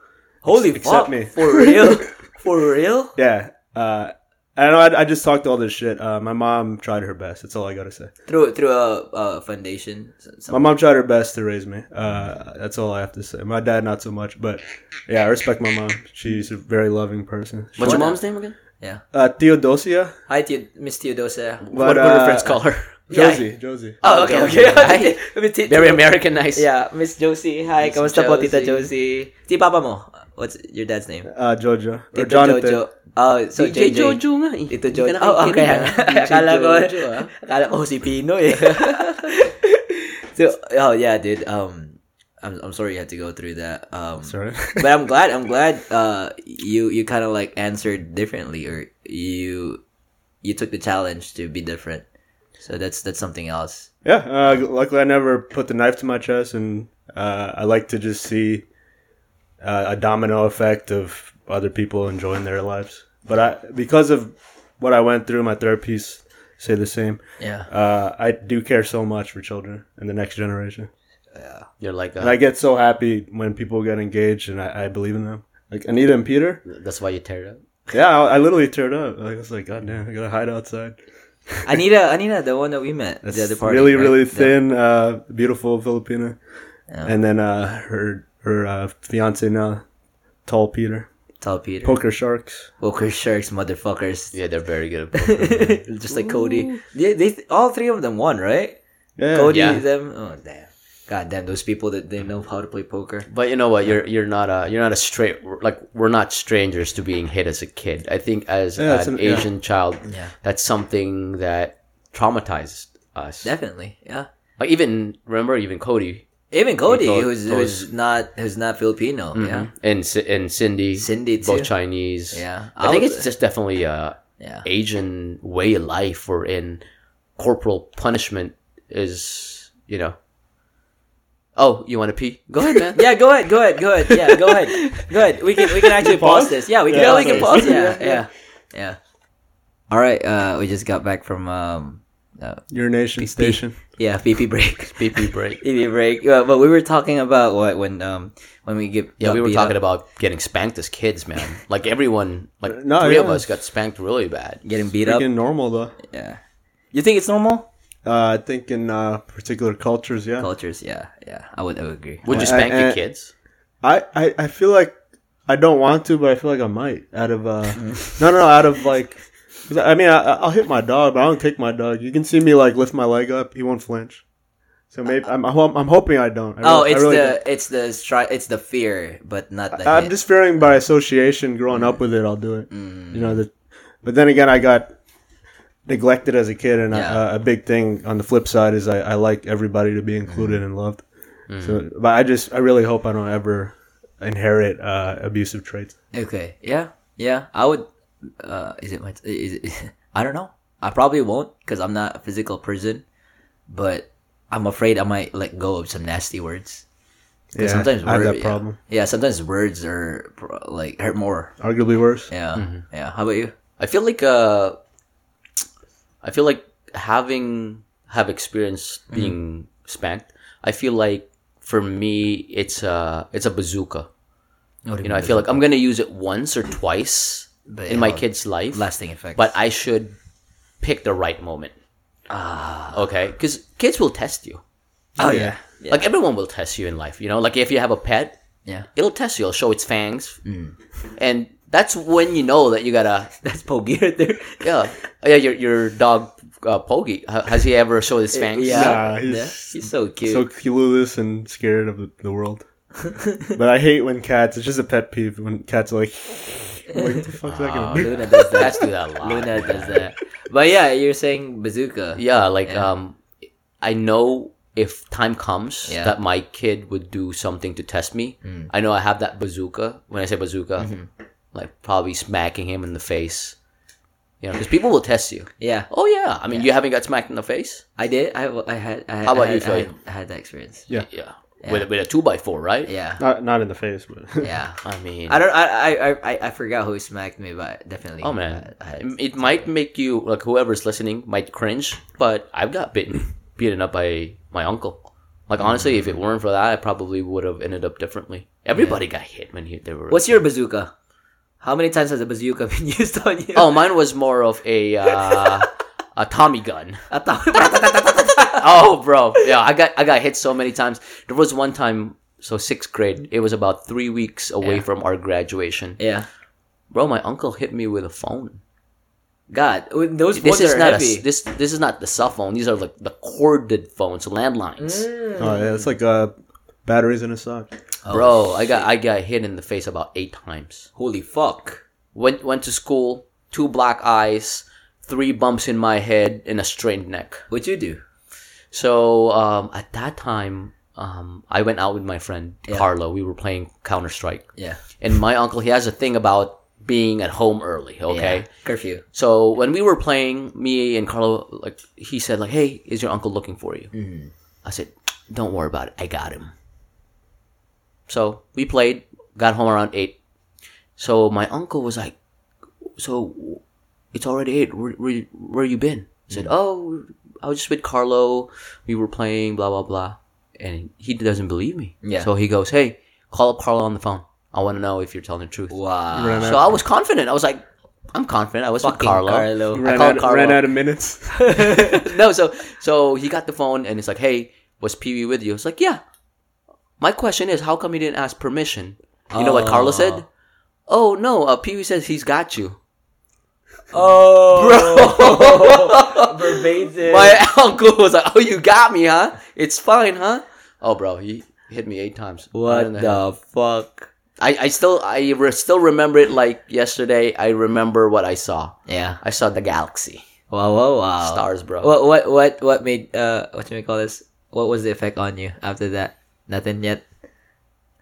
[SPEAKER 1] Holy fuck!
[SPEAKER 3] Except me.
[SPEAKER 1] For real? For real?
[SPEAKER 3] Yeah. Uh, I know. I, I just talked all this shit. Uh, my mom tried her best. That's all I gotta say.
[SPEAKER 1] Through through a, a foundation. so- so-
[SPEAKER 3] My mom tried her best to raise me. Uh, that's all I have to say. My dad, not so much, but yeah, I respect my mom. She's a very loving person.
[SPEAKER 2] What's your
[SPEAKER 1] What?
[SPEAKER 2] mom's name again?
[SPEAKER 1] yeah.
[SPEAKER 3] Uh, Theodosia,
[SPEAKER 1] Hi, Theo- Miss Theodosia.
[SPEAKER 3] but
[SPEAKER 2] What, what do
[SPEAKER 3] uh,
[SPEAKER 2] friends call her? (laughs)
[SPEAKER 1] Yeah.
[SPEAKER 3] Josie. Josie.
[SPEAKER 1] Oh, okay, okay.
[SPEAKER 2] Hi.
[SPEAKER 1] (laughs) Miss Theo-
[SPEAKER 2] Very Americanized.
[SPEAKER 1] Yeah, Miss Josie. Hi,
[SPEAKER 2] Miss
[SPEAKER 1] kamusta po, Tita
[SPEAKER 2] Josie?
[SPEAKER 1] Josie? Ti Papa mo. What's your dad's name?
[SPEAKER 3] Uh, Jojo or
[SPEAKER 1] Tito
[SPEAKER 3] Jonathan.
[SPEAKER 1] Jojo. Oh, so JJ.
[SPEAKER 2] DJ Jojo nga eh.
[SPEAKER 1] Tito
[SPEAKER 2] Hindi
[SPEAKER 1] Jojo.
[SPEAKER 2] ka
[SPEAKER 1] Oh, (laughs)
[SPEAKER 2] nakikinig,
[SPEAKER 1] okay.
[SPEAKER 2] ah. DJ
[SPEAKER 1] Akala ko,
[SPEAKER 2] Jojo, ah.
[SPEAKER 1] akala ko si Pino eh. (laughs) so, oh yeah, dude. Um, I'm, I'm sorry you had to go through that. Um,
[SPEAKER 3] Sorry. (laughs)
[SPEAKER 1] but I'm glad, I'm glad, uh, you, you kind of like answered differently or you, you took the challenge to be different. So that's, that's something else.
[SPEAKER 3] yeah. Uh, luckily, I never put the knife to my chest, and uh, I like to just see uh, a domino effect of other people enjoying their lives. But I, because of what I went through, my therapies say the same.
[SPEAKER 1] Yeah.
[SPEAKER 3] Uh, I do care so much for children and the next generation.
[SPEAKER 2] You're like,
[SPEAKER 3] And I
[SPEAKER 2] uh,
[SPEAKER 3] get so happy when people get engaged and I, I believe in them. Like Anita and Peter.
[SPEAKER 2] that's why you tear it up.
[SPEAKER 3] Yeah, I, I literally teared up. Like, I was like, God damn, I gotta hide outside.
[SPEAKER 1] (laughs) Anita, Anita, the one that we met. The other party.
[SPEAKER 3] really,
[SPEAKER 1] right?
[SPEAKER 3] really
[SPEAKER 1] The-
[SPEAKER 3] thin, uh, beautiful Filipina.
[SPEAKER 1] Yeah.
[SPEAKER 3] And then uh, her her uh, fiance now, tall Peter.
[SPEAKER 1] Tall Peter.
[SPEAKER 3] Poker sharks.
[SPEAKER 1] Poker sharks, motherfuckers.
[SPEAKER 2] Yeah, they're very good. at poker.
[SPEAKER 1] (laughs) just like Cody. They, they all three of them won, right?
[SPEAKER 3] Yeah.
[SPEAKER 1] (laughs) Cody,
[SPEAKER 2] Yeah.
[SPEAKER 1] them. Oh damn! God damn those people that they know how to play poker.
[SPEAKER 2] (laughs) but you know what? You're you're not a you're not a straight like we're not strangers to being hit as a kid. I think as
[SPEAKER 3] Yeah, it's
[SPEAKER 2] an
[SPEAKER 3] an- yeah.
[SPEAKER 2] Asian child,
[SPEAKER 1] Yeah.
[SPEAKER 2] that's something that traumatized us.
[SPEAKER 1] Definitely, yeah.
[SPEAKER 2] like even remember even Cody
[SPEAKER 1] Even Cody,
[SPEAKER 2] Cody,
[SPEAKER 1] who's who's not who's not Filipino. Yeah,
[SPEAKER 2] Mm-hmm. and C- and Cindy,
[SPEAKER 1] Cindy
[SPEAKER 2] both
[SPEAKER 1] too.
[SPEAKER 2] Chinese.
[SPEAKER 1] Yeah. I
[SPEAKER 2] I, think
[SPEAKER 1] was-
[SPEAKER 2] it's just definitely a
[SPEAKER 1] yeah.
[SPEAKER 2] Asian way of life or in corporal punishment is you know. Oh, you want to pee? Go ahead, man.
[SPEAKER 1] Yeah, go ahead, go ahead, go ahead. Yeah, go ahead, go ahead. We can we can actually pause, this.
[SPEAKER 3] Pause?
[SPEAKER 1] Yeah, we can.
[SPEAKER 3] Yeah,
[SPEAKER 1] we can
[SPEAKER 3] okay.
[SPEAKER 1] pause. Yeah,
[SPEAKER 2] (laughs) Yeah,
[SPEAKER 1] yeah, yeah. All right, uh, we just got back from um, uh,
[SPEAKER 3] Urination station.
[SPEAKER 1] yeah, (laughs) PP
[SPEAKER 2] (laughs)
[SPEAKER 1] break.
[SPEAKER 2] pee
[SPEAKER 1] (laughs)
[SPEAKER 3] (laughs)
[SPEAKER 2] pee break.
[SPEAKER 1] PP break. Uh, but we were talking about what when um when we get
[SPEAKER 2] Yeah, we were
[SPEAKER 1] talking.
[SPEAKER 2] talking about getting spanked as kids, man. Like everyone, like
[SPEAKER 3] No,
[SPEAKER 2] three of
[SPEAKER 3] yeah.
[SPEAKER 2] us got spanked really bad.
[SPEAKER 1] getting beat up.
[SPEAKER 3] Freaking normal though.
[SPEAKER 1] Yeah. You think it's normal?
[SPEAKER 3] Uh, I think in uh, particular cultures, yeah.
[SPEAKER 1] Cultures, yeah, yeah. I would, I would agree.
[SPEAKER 2] Would you
[SPEAKER 3] Uh,
[SPEAKER 2] spank
[SPEAKER 3] uh,
[SPEAKER 2] your kids?
[SPEAKER 3] I, I, I feel like I don't want to, but I feel like I might. Out of
[SPEAKER 1] (laughs)
[SPEAKER 3] uh, no, no, no, out of like, 'cause I mean, I, I'll hit my dog, but I don't kick my dog. You can see me like lift my leg up; he won't flinch. So maybe I'm, I'm hop- I'm hoping I don't. I
[SPEAKER 1] oh,
[SPEAKER 3] really- I
[SPEAKER 1] it's
[SPEAKER 3] really
[SPEAKER 1] the it's the stri- it's the fear, but not the.
[SPEAKER 3] don't. I'm
[SPEAKER 1] hit.
[SPEAKER 3] just fearing by association. Growing up with it, I'll do it.
[SPEAKER 1] Mm.
[SPEAKER 3] You know, the, but then again, I got neglected as a kid, and
[SPEAKER 1] Yeah. Mm.
[SPEAKER 3] I, uh, a big thing on the flip side is I, I like everybody to be included and loved. So, but I just I really hope I don't ever inherit uh, abusive traits.
[SPEAKER 1] Okay. Yeah. Yeah. I would. Uh, is it my? Is it, (laughs) I don't know. I probably won't because I'm not a physical person, but I'm afraid I might let go of some nasty words. 'Cause
[SPEAKER 3] Yeah, I
[SPEAKER 1] word-
[SPEAKER 3] have that problem.
[SPEAKER 1] Yeah, sometimes words are pro- like hurt more.
[SPEAKER 3] Arguably worse.
[SPEAKER 1] Yeah. Yeah. How about you?
[SPEAKER 2] I feel like uh, I feel like having have experienced
[SPEAKER 3] Mm-hmm.
[SPEAKER 2] being spanked. I feel like for me, it's a it's a bazooka. You know, I feel like I'm gonna use it once or twice
[SPEAKER 1] But it
[SPEAKER 2] in my
[SPEAKER 1] has
[SPEAKER 2] kid's life,
[SPEAKER 1] lasting effects.
[SPEAKER 2] but I should pick the right moment. Ah, okay, because kids will test you.
[SPEAKER 1] oh yeah.
[SPEAKER 2] Like everyone will test you in life. You know, like if you have a pet,
[SPEAKER 1] Yeah. (laughs)
[SPEAKER 2] it'll test you. It'll show its fangs,
[SPEAKER 1] Mm.
[SPEAKER 2] and that's when you know that you gotta
[SPEAKER 1] That's pokey right there.
[SPEAKER 2] yeah, Oh, yeah. Your your dog uh, Pogi ha- has he ever showed his fangs?
[SPEAKER 3] Nah,
[SPEAKER 1] Uh,
[SPEAKER 3] he's-
[SPEAKER 1] Yeah, he's so cute.
[SPEAKER 3] (laughs) So clueless and scared of the, the
[SPEAKER 1] (laughs)
[SPEAKER 3] world. but I hate when cats. It's just a pet peeve when cats are like, (laughs) I'm like what the fuck's that gonna be?
[SPEAKER 1] Luna does that.
[SPEAKER 2] Cats do that a lot.
[SPEAKER 1] Luna does that. But yeah, you're saying bazooka.
[SPEAKER 2] Yeah, like um, I know if time comes
[SPEAKER 1] Yeah.
[SPEAKER 2] that my kid would do something to test me, I know I have that bazooka. When I say bazooka, like probably smacking him in the face. You know, because people will test you.
[SPEAKER 1] Yeah.
[SPEAKER 2] Oh yeah, I mean, you haven't got smacked in the face.
[SPEAKER 1] I did. I, I had. I had
[SPEAKER 2] How about
[SPEAKER 1] I had,
[SPEAKER 2] you, Phil?
[SPEAKER 1] I had, I had that experience.
[SPEAKER 3] Yeah.
[SPEAKER 2] Yeah, with a- with a two by four, right?
[SPEAKER 1] Yeah.
[SPEAKER 3] Not not in the face, but (laughs)
[SPEAKER 1] Yeah.
[SPEAKER 2] I mean,
[SPEAKER 1] I don't. I. I. I. I forgot who smacked me, but definitely.
[SPEAKER 2] Oh man,
[SPEAKER 1] I- I-
[SPEAKER 2] it might make you like whoever's listening might cringe, but I've got
[SPEAKER 1] (laughs)
[SPEAKER 2] bitten, beaten up by my uncle. Like honestly,
[SPEAKER 1] Mm.
[SPEAKER 2] if it weren't for that, I probably would have ended up differently. Everybody got hit when he, they were.
[SPEAKER 1] What's your bazooka? How many times has a bazooka (laughs) been used on you?
[SPEAKER 2] (laughs) Oh, mine was more of a
[SPEAKER 1] (laughs)
[SPEAKER 2] uh, a Tommy gun.
[SPEAKER 1] I (laughs) thought-
[SPEAKER 2] Oh, bro, yeah, I got I got hit so many times. There was one time, so sixth grade, it was about three weeks away from our graduation.
[SPEAKER 1] yeah.
[SPEAKER 2] Bro, my uncle hit me with a phone.
[SPEAKER 1] God, when those
[SPEAKER 2] This
[SPEAKER 1] ones
[SPEAKER 2] is
[SPEAKER 1] are
[SPEAKER 2] not a,
[SPEAKER 1] heavy.
[SPEAKER 2] this this is not the cell phone. These are like the corded phones, landlines.
[SPEAKER 1] Mm.
[SPEAKER 3] oh yeah, it's like uh, batteries in a sock.
[SPEAKER 1] Oh,
[SPEAKER 2] Bro, I got I got hit in the face about eight times.
[SPEAKER 1] Holy fuck!
[SPEAKER 2] Went went to school, two black eyes, three bumps in my head, and a strained neck.
[SPEAKER 1] What'd you do?
[SPEAKER 2] So um, at that time, um, I went out with my friend Carlo. We were playing Counter Strike,
[SPEAKER 1] Yeah.
[SPEAKER 2] and my uncle he has a thing about being at home early. Okay,
[SPEAKER 1] Yeah. Curfew.
[SPEAKER 2] so when we were playing, me and Carlo, like he said, like, "Hey, is your uncle looking for you?" I said, "Don't worry about it. I got him." So we played. Got home around eight. So my uncle was like, "So it's already eight. Where where, where you been?" I said, "Oh, I was just with Carlo. We were playing. Blah blah blah." And he doesn't believe me.
[SPEAKER 1] Yeah.
[SPEAKER 2] So he goes, "Hey, call up Carlo on the phone. I want to know if you're telling the truth."
[SPEAKER 1] Wow.
[SPEAKER 3] Ran
[SPEAKER 2] Uh, So
[SPEAKER 3] out-
[SPEAKER 2] I was confident. I was like, I'm confident. I was with
[SPEAKER 1] Fucking
[SPEAKER 2] Carlo.
[SPEAKER 1] Carlo.
[SPEAKER 2] I
[SPEAKER 3] ran,
[SPEAKER 2] called
[SPEAKER 3] out,
[SPEAKER 2] Carlo.
[SPEAKER 3] ran out of minutes.
[SPEAKER 2] (laughs) no, so so he got the phone and it's like, hey, was Pee Wee with you? It's like, yeah. My question is, how come he didn't ask permission? You know what Carlo said? Oh no, uh, Pee Wee says he's got you.
[SPEAKER 1] Oh, bro, (laughs) verbatim.
[SPEAKER 2] My (laughs) uncle was like, oh, you got me, huh? It's fine, huh? Oh, bro, he hit me eight times.
[SPEAKER 1] What
[SPEAKER 2] I, don't know.
[SPEAKER 1] the fuck?
[SPEAKER 2] I I still I re- still remember it like yesterday. I remember what I saw.
[SPEAKER 1] Yeah.
[SPEAKER 2] I saw the galaxy,
[SPEAKER 1] Wow, wow, wow.
[SPEAKER 3] Oh.
[SPEAKER 2] stars, bro.
[SPEAKER 1] What, what, what, what made uh, what do we call this? What was the effect on you after that? Nothing yet.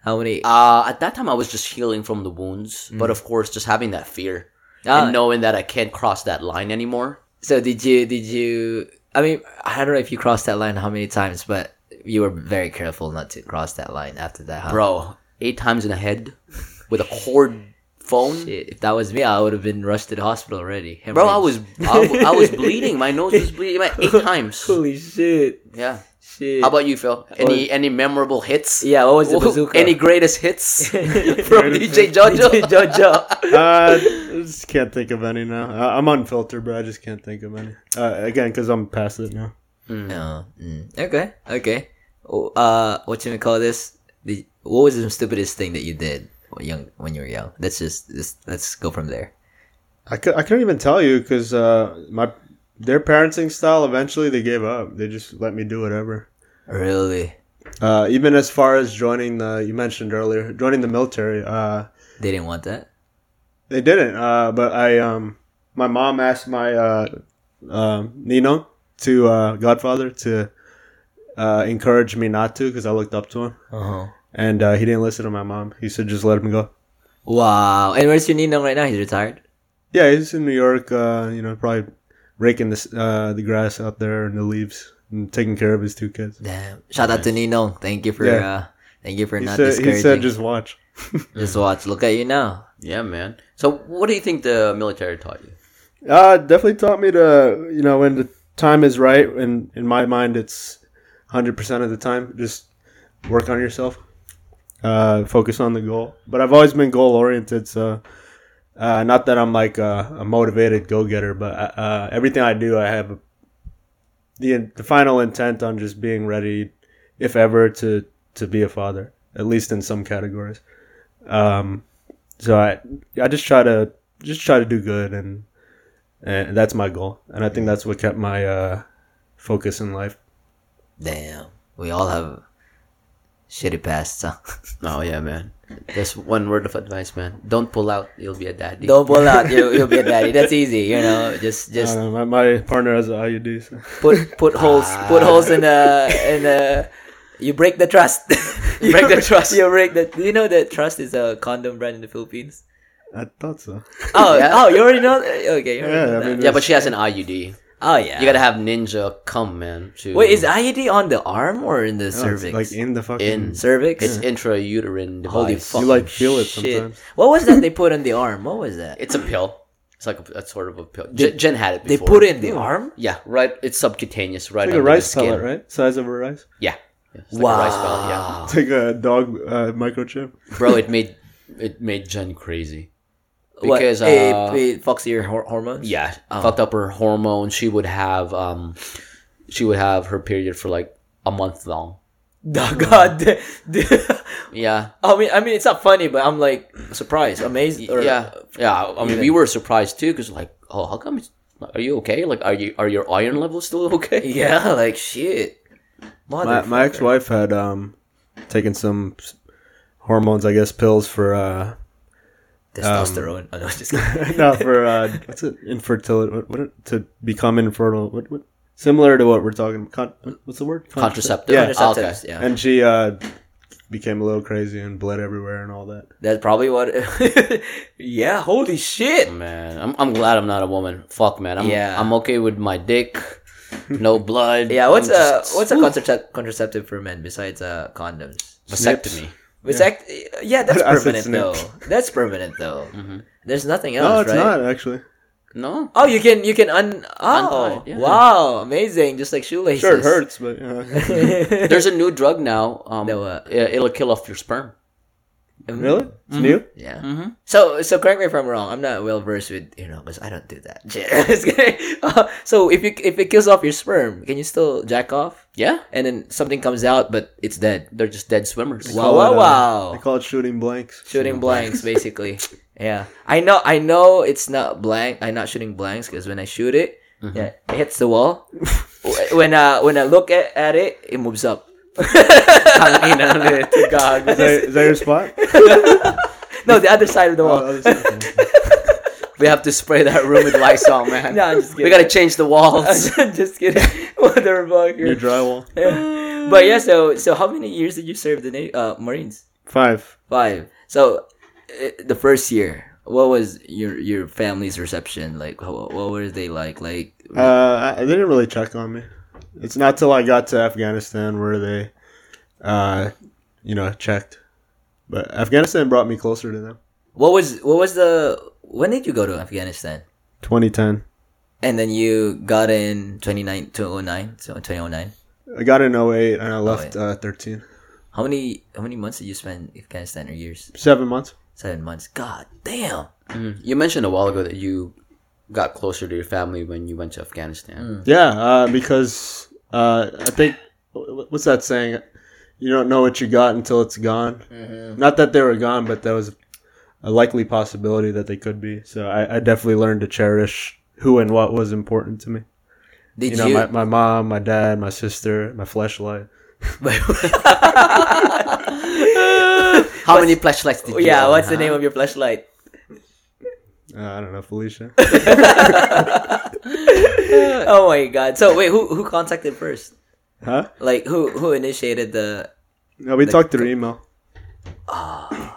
[SPEAKER 1] How many?
[SPEAKER 2] Uh, at that time, I was just healing from the wounds,
[SPEAKER 1] Mm.
[SPEAKER 2] but of course, just having that fear
[SPEAKER 1] Ah.
[SPEAKER 2] and knowing that I can't cross that line anymore.
[SPEAKER 1] so did you? Did you? I mean, I don't know if you crossed that line how many times, but you were very careful not to cross that line after that. Huh?
[SPEAKER 2] Bro, eight times in the head with a cord phone.
[SPEAKER 1] Shit, if that was me, I would have been rushed to the hospital already.
[SPEAKER 2] Bro, I was I, w- I was bleeding. My nose was bleeding like, eight times.
[SPEAKER 1] (laughs) holy shit,
[SPEAKER 2] Yeah.
[SPEAKER 1] shit.
[SPEAKER 2] How about you, Phil? Any any memorable hits?
[SPEAKER 1] yeah? What was the bazooka? (laughs)
[SPEAKER 2] Any greatest hits from DJ Jojo? (laughs)
[SPEAKER 1] Jojo.
[SPEAKER 3] uh, I just can't think of any now. I, I'm unfiltered, but I just can't think of any. Uh, again, because I'm past it now.
[SPEAKER 1] No. Mm. Okay. Okay. Oh, Uh, what you gonna call this? The, what was the stupidest thing that you did when young when you were young? Let's just let's, let's go from there.
[SPEAKER 3] I, cou- I couldn't even tell you because uh, my their parenting style eventually they gave up. They just let me do whatever.
[SPEAKER 1] Really?
[SPEAKER 3] Uh, even as far as joining the you mentioned earlier, joining the military, uh,
[SPEAKER 1] They didn't want that.
[SPEAKER 3] they didn't. Uh, but I um, my mom asked my uh, um Nino to uh, Godfather to uh, encouraged me not to because I looked up to him,
[SPEAKER 1] Uh-huh.
[SPEAKER 3] and uh, he didn't listen to my mom. He said just let him go.
[SPEAKER 1] Wow. And where's your Nino right now? He's retired.
[SPEAKER 3] Yeah, he's in New York. Uh, you know, probably raking the s- uh, the grass out there and the leaves and taking care of his two kids.
[SPEAKER 1] Damn. Shout out to Nino. Thank you for uh,
[SPEAKER 3] Yeah.
[SPEAKER 1] thank you for
[SPEAKER 3] He
[SPEAKER 1] not
[SPEAKER 3] said, he
[SPEAKER 1] discouraging.
[SPEAKER 3] said
[SPEAKER 1] just,
[SPEAKER 3] just watch.
[SPEAKER 1] watch. Look at you now.
[SPEAKER 2] Yeah, man. So, what do you think the military taught you?
[SPEAKER 3] Uh, definitely taught me to you know when the time is right, and in my mind it's hundred percent of the time. Just work on yourself, uh, focus on the goal. But I've always been goal oriented, so uh, not that I'm like a, a motivated go getter, but uh, everything I do, I have the the final intent on just being ready, if ever, to to be a father, at least in some categories. Um, so I I just try to just try to do good and and that's my goal and i think that's what kept my uh focus in life
[SPEAKER 1] Damn. We all have shitty pasts. Huh? (laughs)
[SPEAKER 2] Oh yeah, man. That's one word of advice, man. Don't pull out. You'll be a daddy.
[SPEAKER 1] Don't pull
[SPEAKER 2] (laughs)
[SPEAKER 1] out. You, you'll be a daddy. That's easy. You know, just
[SPEAKER 3] I
[SPEAKER 1] just
[SPEAKER 3] don't know, my, my partner has an iud so.
[SPEAKER 2] (laughs)
[SPEAKER 1] put put holes put holes in the in the. You break the
[SPEAKER 2] (laughs)
[SPEAKER 1] trust. you
[SPEAKER 2] Ah. Break the trust.
[SPEAKER 1] You break the. Do you know that trust is a condom brand in the Philippines?
[SPEAKER 3] i thought so
[SPEAKER 1] Oh, oh, you already know. That? Okay, you already
[SPEAKER 3] Yeah,
[SPEAKER 1] know
[SPEAKER 3] I
[SPEAKER 1] that.
[SPEAKER 3] mean,
[SPEAKER 2] Yeah, but she has an IUD.
[SPEAKER 1] oh yeah.
[SPEAKER 2] You gotta have ninja come, man. To
[SPEAKER 1] Wait, is IUD on the arm or in the
[SPEAKER 3] No, it's
[SPEAKER 1] cervix?
[SPEAKER 3] like in the fucking
[SPEAKER 2] in
[SPEAKER 1] cervix.
[SPEAKER 2] It's intrauterine device.
[SPEAKER 1] Holy fuck!
[SPEAKER 3] you like feel it sometimes
[SPEAKER 1] What was that they put on the arm? What was that?
[SPEAKER 2] It's a pill. It's like a, a sort of a pill. Jen, Jen had it.
[SPEAKER 1] They
[SPEAKER 2] Before.
[SPEAKER 1] put it in the arm.
[SPEAKER 2] Yeah, right. It's subcutaneous, right
[SPEAKER 3] Oh. like a
[SPEAKER 2] under
[SPEAKER 3] rice
[SPEAKER 2] the skin.
[SPEAKER 3] pellet right size of a rice
[SPEAKER 2] Yeah. Yeah, it's
[SPEAKER 1] wow.
[SPEAKER 2] Like a rice pellet, yeah.
[SPEAKER 3] it's like a dog uh, microchip
[SPEAKER 2] Bro, it made it made Jen crazy.
[SPEAKER 1] (laughs) What, Oh.
[SPEAKER 2] Because
[SPEAKER 1] it,
[SPEAKER 2] uh,
[SPEAKER 1] it fucks your hor- hormones. (laughs)
[SPEAKER 2] yeah, fucked up her hormones. She would have um, she would have her period for like a month long.
[SPEAKER 1] Oh, God. (laughs)
[SPEAKER 2] Yeah,
[SPEAKER 1] I mean, I mean, it's not funny, but I'm like surprised, amazed. Or,
[SPEAKER 2] yeah, yeah. I mean, we were surprised too because like, oh, how come? It's, are you okay? Like, are you are your iron levels still (laughs) okay?
[SPEAKER 1] yeah, (laughs) like shit.
[SPEAKER 3] my, my
[SPEAKER 1] Motherfucker.
[SPEAKER 3] ex-wife had um taken some s- hormones i guess pills for (laughs) uh
[SPEAKER 1] testosterone. oh, no, (laughs) just kidding.
[SPEAKER 3] no for (laughs) uh what's it infertility what, what to become infertile what, what similar to what we're talking con- what's the word
[SPEAKER 2] Contraceptive.
[SPEAKER 3] Yeah.
[SPEAKER 2] Ah, okay.
[SPEAKER 1] Contraceptives, yeah.
[SPEAKER 3] and she uh became a little crazy and bled everywhere and all that
[SPEAKER 1] That's probably what. (laughs) yeah. Holy shit.
[SPEAKER 2] Oh, Man, I'm, I'm glad I'm not a woman. Fuck, man. I'm,
[SPEAKER 1] Yeah.
[SPEAKER 2] I'm okay with my dick. (laughs) No blood.
[SPEAKER 1] Yeah. What's
[SPEAKER 2] I'm
[SPEAKER 1] a
[SPEAKER 2] just-
[SPEAKER 1] what's a contracept- contraceptive for men besides uh, condoms?
[SPEAKER 2] vasectomy?
[SPEAKER 1] Vasect- yeah. that's
[SPEAKER 3] I said
[SPEAKER 1] permanent
[SPEAKER 3] snip.
[SPEAKER 1] though. That's permanent though. There's nothing else,
[SPEAKER 3] No, it's
[SPEAKER 1] right?
[SPEAKER 3] not actually.
[SPEAKER 2] No.
[SPEAKER 1] Oh, you can you can un oh
[SPEAKER 2] Untie it, yeah.
[SPEAKER 1] wow amazing just like shoelaces. (laughs)
[SPEAKER 3] Sure, it hurts, but yeah.
[SPEAKER 2] There's a new drug now. Um,
[SPEAKER 1] No, uh,
[SPEAKER 2] it- it'll kill off your sperm.
[SPEAKER 3] (laughs) really? It's new?
[SPEAKER 1] Yeah. So so correct me if I'm wrong. I'm not well versed with you know because I don't do that. (laughs) Just kidding. Uh, so if you if it kills off your sperm, can you still jack off?
[SPEAKER 2] Yeah,
[SPEAKER 1] And then something comes out, but it's dead.
[SPEAKER 2] they're just dead swimmers.
[SPEAKER 1] Wow,
[SPEAKER 3] Call
[SPEAKER 1] wow,
[SPEAKER 3] it, uh,
[SPEAKER 1] wow!
[SPEAKER 3] They call it shooting blanks.
[SPEAKER 1] Shooting blanks, basically. Yeah, I know. I know it's not blank. I'm not shooting blanks because when I shoot it, yeah, it hits the wall. Wh- when uh when I look at, at it, it moves up. (laughs)
[SPEAKER 3] God, (laughs) is that, is that your spot? (laughs)
[SPEAKER 1] No, the other side of the wall.
[SPEAKER 3] Oh, that was- okay.
[SPEAKER 2] We have to spray that room with Lysol, (laughs) man.
[SPEAKER 1] No, I'm just
[SPEAKER 2] we
[SPEAKER 1] kidding.
[SPEAKER 2] gotta change the
[SPEAKER 1] (laughs)
[SPEAKER 2] (laughs) walls.
[SPEAKER 1] just kidding. Motherfucker.
[SPEAKER 3] (laughs) your drywall.
[SPEAKER 1] (laughs) but yeah, so so how many years did you serve the na- uh, Marines?
[SPEAKER 3] Five.
[SPEAKER 1] Five. So uh, the first year, what was your your family's reception like? What, what were they like? Like
[SPEAKER 3] Uh, I- they didn't really check on me. It's not till I got to Afghanistan where they, uh, you know, checked. But Afghanistan brought me closer to them.
[SPEAKER 1] what was what was the when did you go to Afghanistan?
[SPEAKER 3] 2010.
[SPEAKER 1] And then you got in 29, 2009, so 2009.
[SPEAKER 3] I got in 08 and I left uh, 13.
[SPEAKER 1] How many how many months did you spend in Afghanistan or years?
[SPEAKER 3] Seven months.
[SPEAKER 1] Seven months. God damn.
[SPEAKER 2] Mm, you mentioned a while ago that you got closer to your family when you went to Afghanistan.
[SPEAKER 3] Yeah, uh, because uh, I think wh- what's that saying? You don't know what you got until it's gone.
[SPEAKER 1] Mm-hmm.
[SPEAKER 3] Not that they were gone, but that was a likely possibility that they could be. So I, I definitely learned to cherish who and what was important to me.
[SPEAKER 1] Did you?
[SPEAKER 3] You know, my, my mom, my dad, my sister, my flashlight.
[SPEAKER 2] How many flashlights did you?
[SPEAKER 1] Oh,
[SPEAKER 2] Uh-huh.
[SPEAKER 1] yeah.
[SPEAKER 2] own,
[SPEAKER 1] What's the
[SPEAKER 2] huh?
[SPEAKER 1] name of your flashlight?
[SPEAKER 3] Uh, I don't know,
[SPEAKER 1] (laughs)
[SPEAKER 3] Felicia.
[SPEAKER 1] Oh my god. So wait, who who contacted first?
[SPEAKER 3] Huh?
[SPEAKER 1] Like who who initiated the?
[SPEAKER 3] No, we talked through email.
[SPEAKER 1] Ah,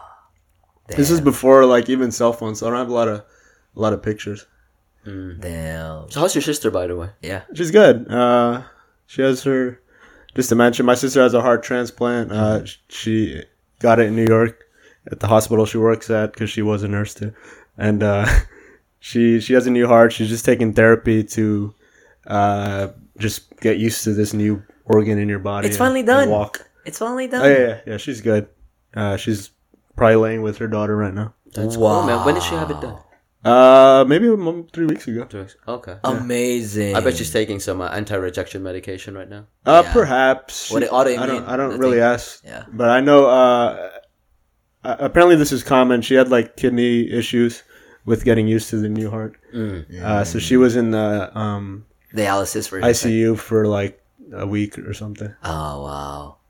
[SPEAKER 3] This is before like even cell phones. So I don't have a lot of a lot of pictures.
[SPEAKER 1] Damn.
[SPEAKER 2] So how's your sister, by the way?
[SPEAKER 1] Yeah.
[SPEAKER 3] She's good. Uh, she has her. Just to mention, my sister has a heart transplant. Uh, sh- she got it in New York at the hospital she works at because she was a nurse too, and uh, (laughs) she she has a new heart. She's just taking therapy to uh, just get used to this new organ in your body.
[SPEAKER 1] It's
[SPEAKER 3] and-
[SPEAKER 1] finally
[SPEAKER 3] and
[SPEAKER 1] done.
[SPEAKER 3] Walk.
[SPEAKER 1] It's finally done.
[SPEAKER 3] Oh yeah, yeah, yeah. She's good. Uh, she's probably laying with her daughter right now.
[SPEAKER 2] That's wow. cool, man. When did she have it done?
[SPEAKER 3] Uh, maybe a month, three weeks ago.
[SPEAKER 2] Two weeks. Okay.
[SPEAKER 1] Amazing.
[SPEAKER 2] I bet she's taking some uh, anti-rejection medication right now.
[SPEAKER 3] Uh, perhaps.
[SPEAKER 1] What it-
[SPEAKER 3] She-
[SPEAKER 1] autoimmune,
[SPEAKER 3] I don't. I
[SPEAKER 1] I
[SPEAKER 3] don't really ask.
[SPEAKER 1] Yeah.
[SPEAKER 3] But I know. Uh, uh, apparently this is common. She had like kidney issues with getting used to the new heart.
[SPEAKER 1] Mm.
[SPEAKER 3] Uh, so she was in the um
[SPEAKER 1] dialysis for.
[SPEAKER 3] ICU for like a week or something.
[SPEAKER 1] Oh wow.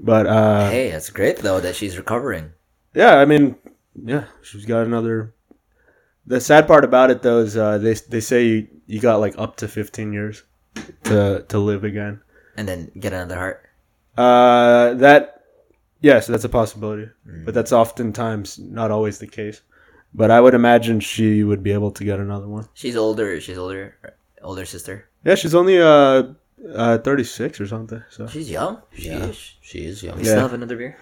[SPEAKER 3] But uh,
[SPEAKER 1] Hey, that's great though that she's recovering.
[SPEAKER 3] yeah, I mean, yeah, she's got another. The sad part about it though is uh, they they say you, you got like up to fifteen years to to live again.
[SPEAKER 1] And then get another heart.
[SPEAKER 3] Uh, that yes, that's a possibility, but that's oftentimes not always the case. But I would imagine she would be able to get another one.
[SPEAKER 1] She's older. She's older. Older sister.
[SPEAKER 3] Yeah, she's only uh, uh thirty six or something. So
[SPEAKER 1] She's young. Sheesh.
[SPEAKER 2] She is young.
[SPEAKER 1] We
[SPEAKER 3] Yeah.
[SPEAKER 1] still have another beer.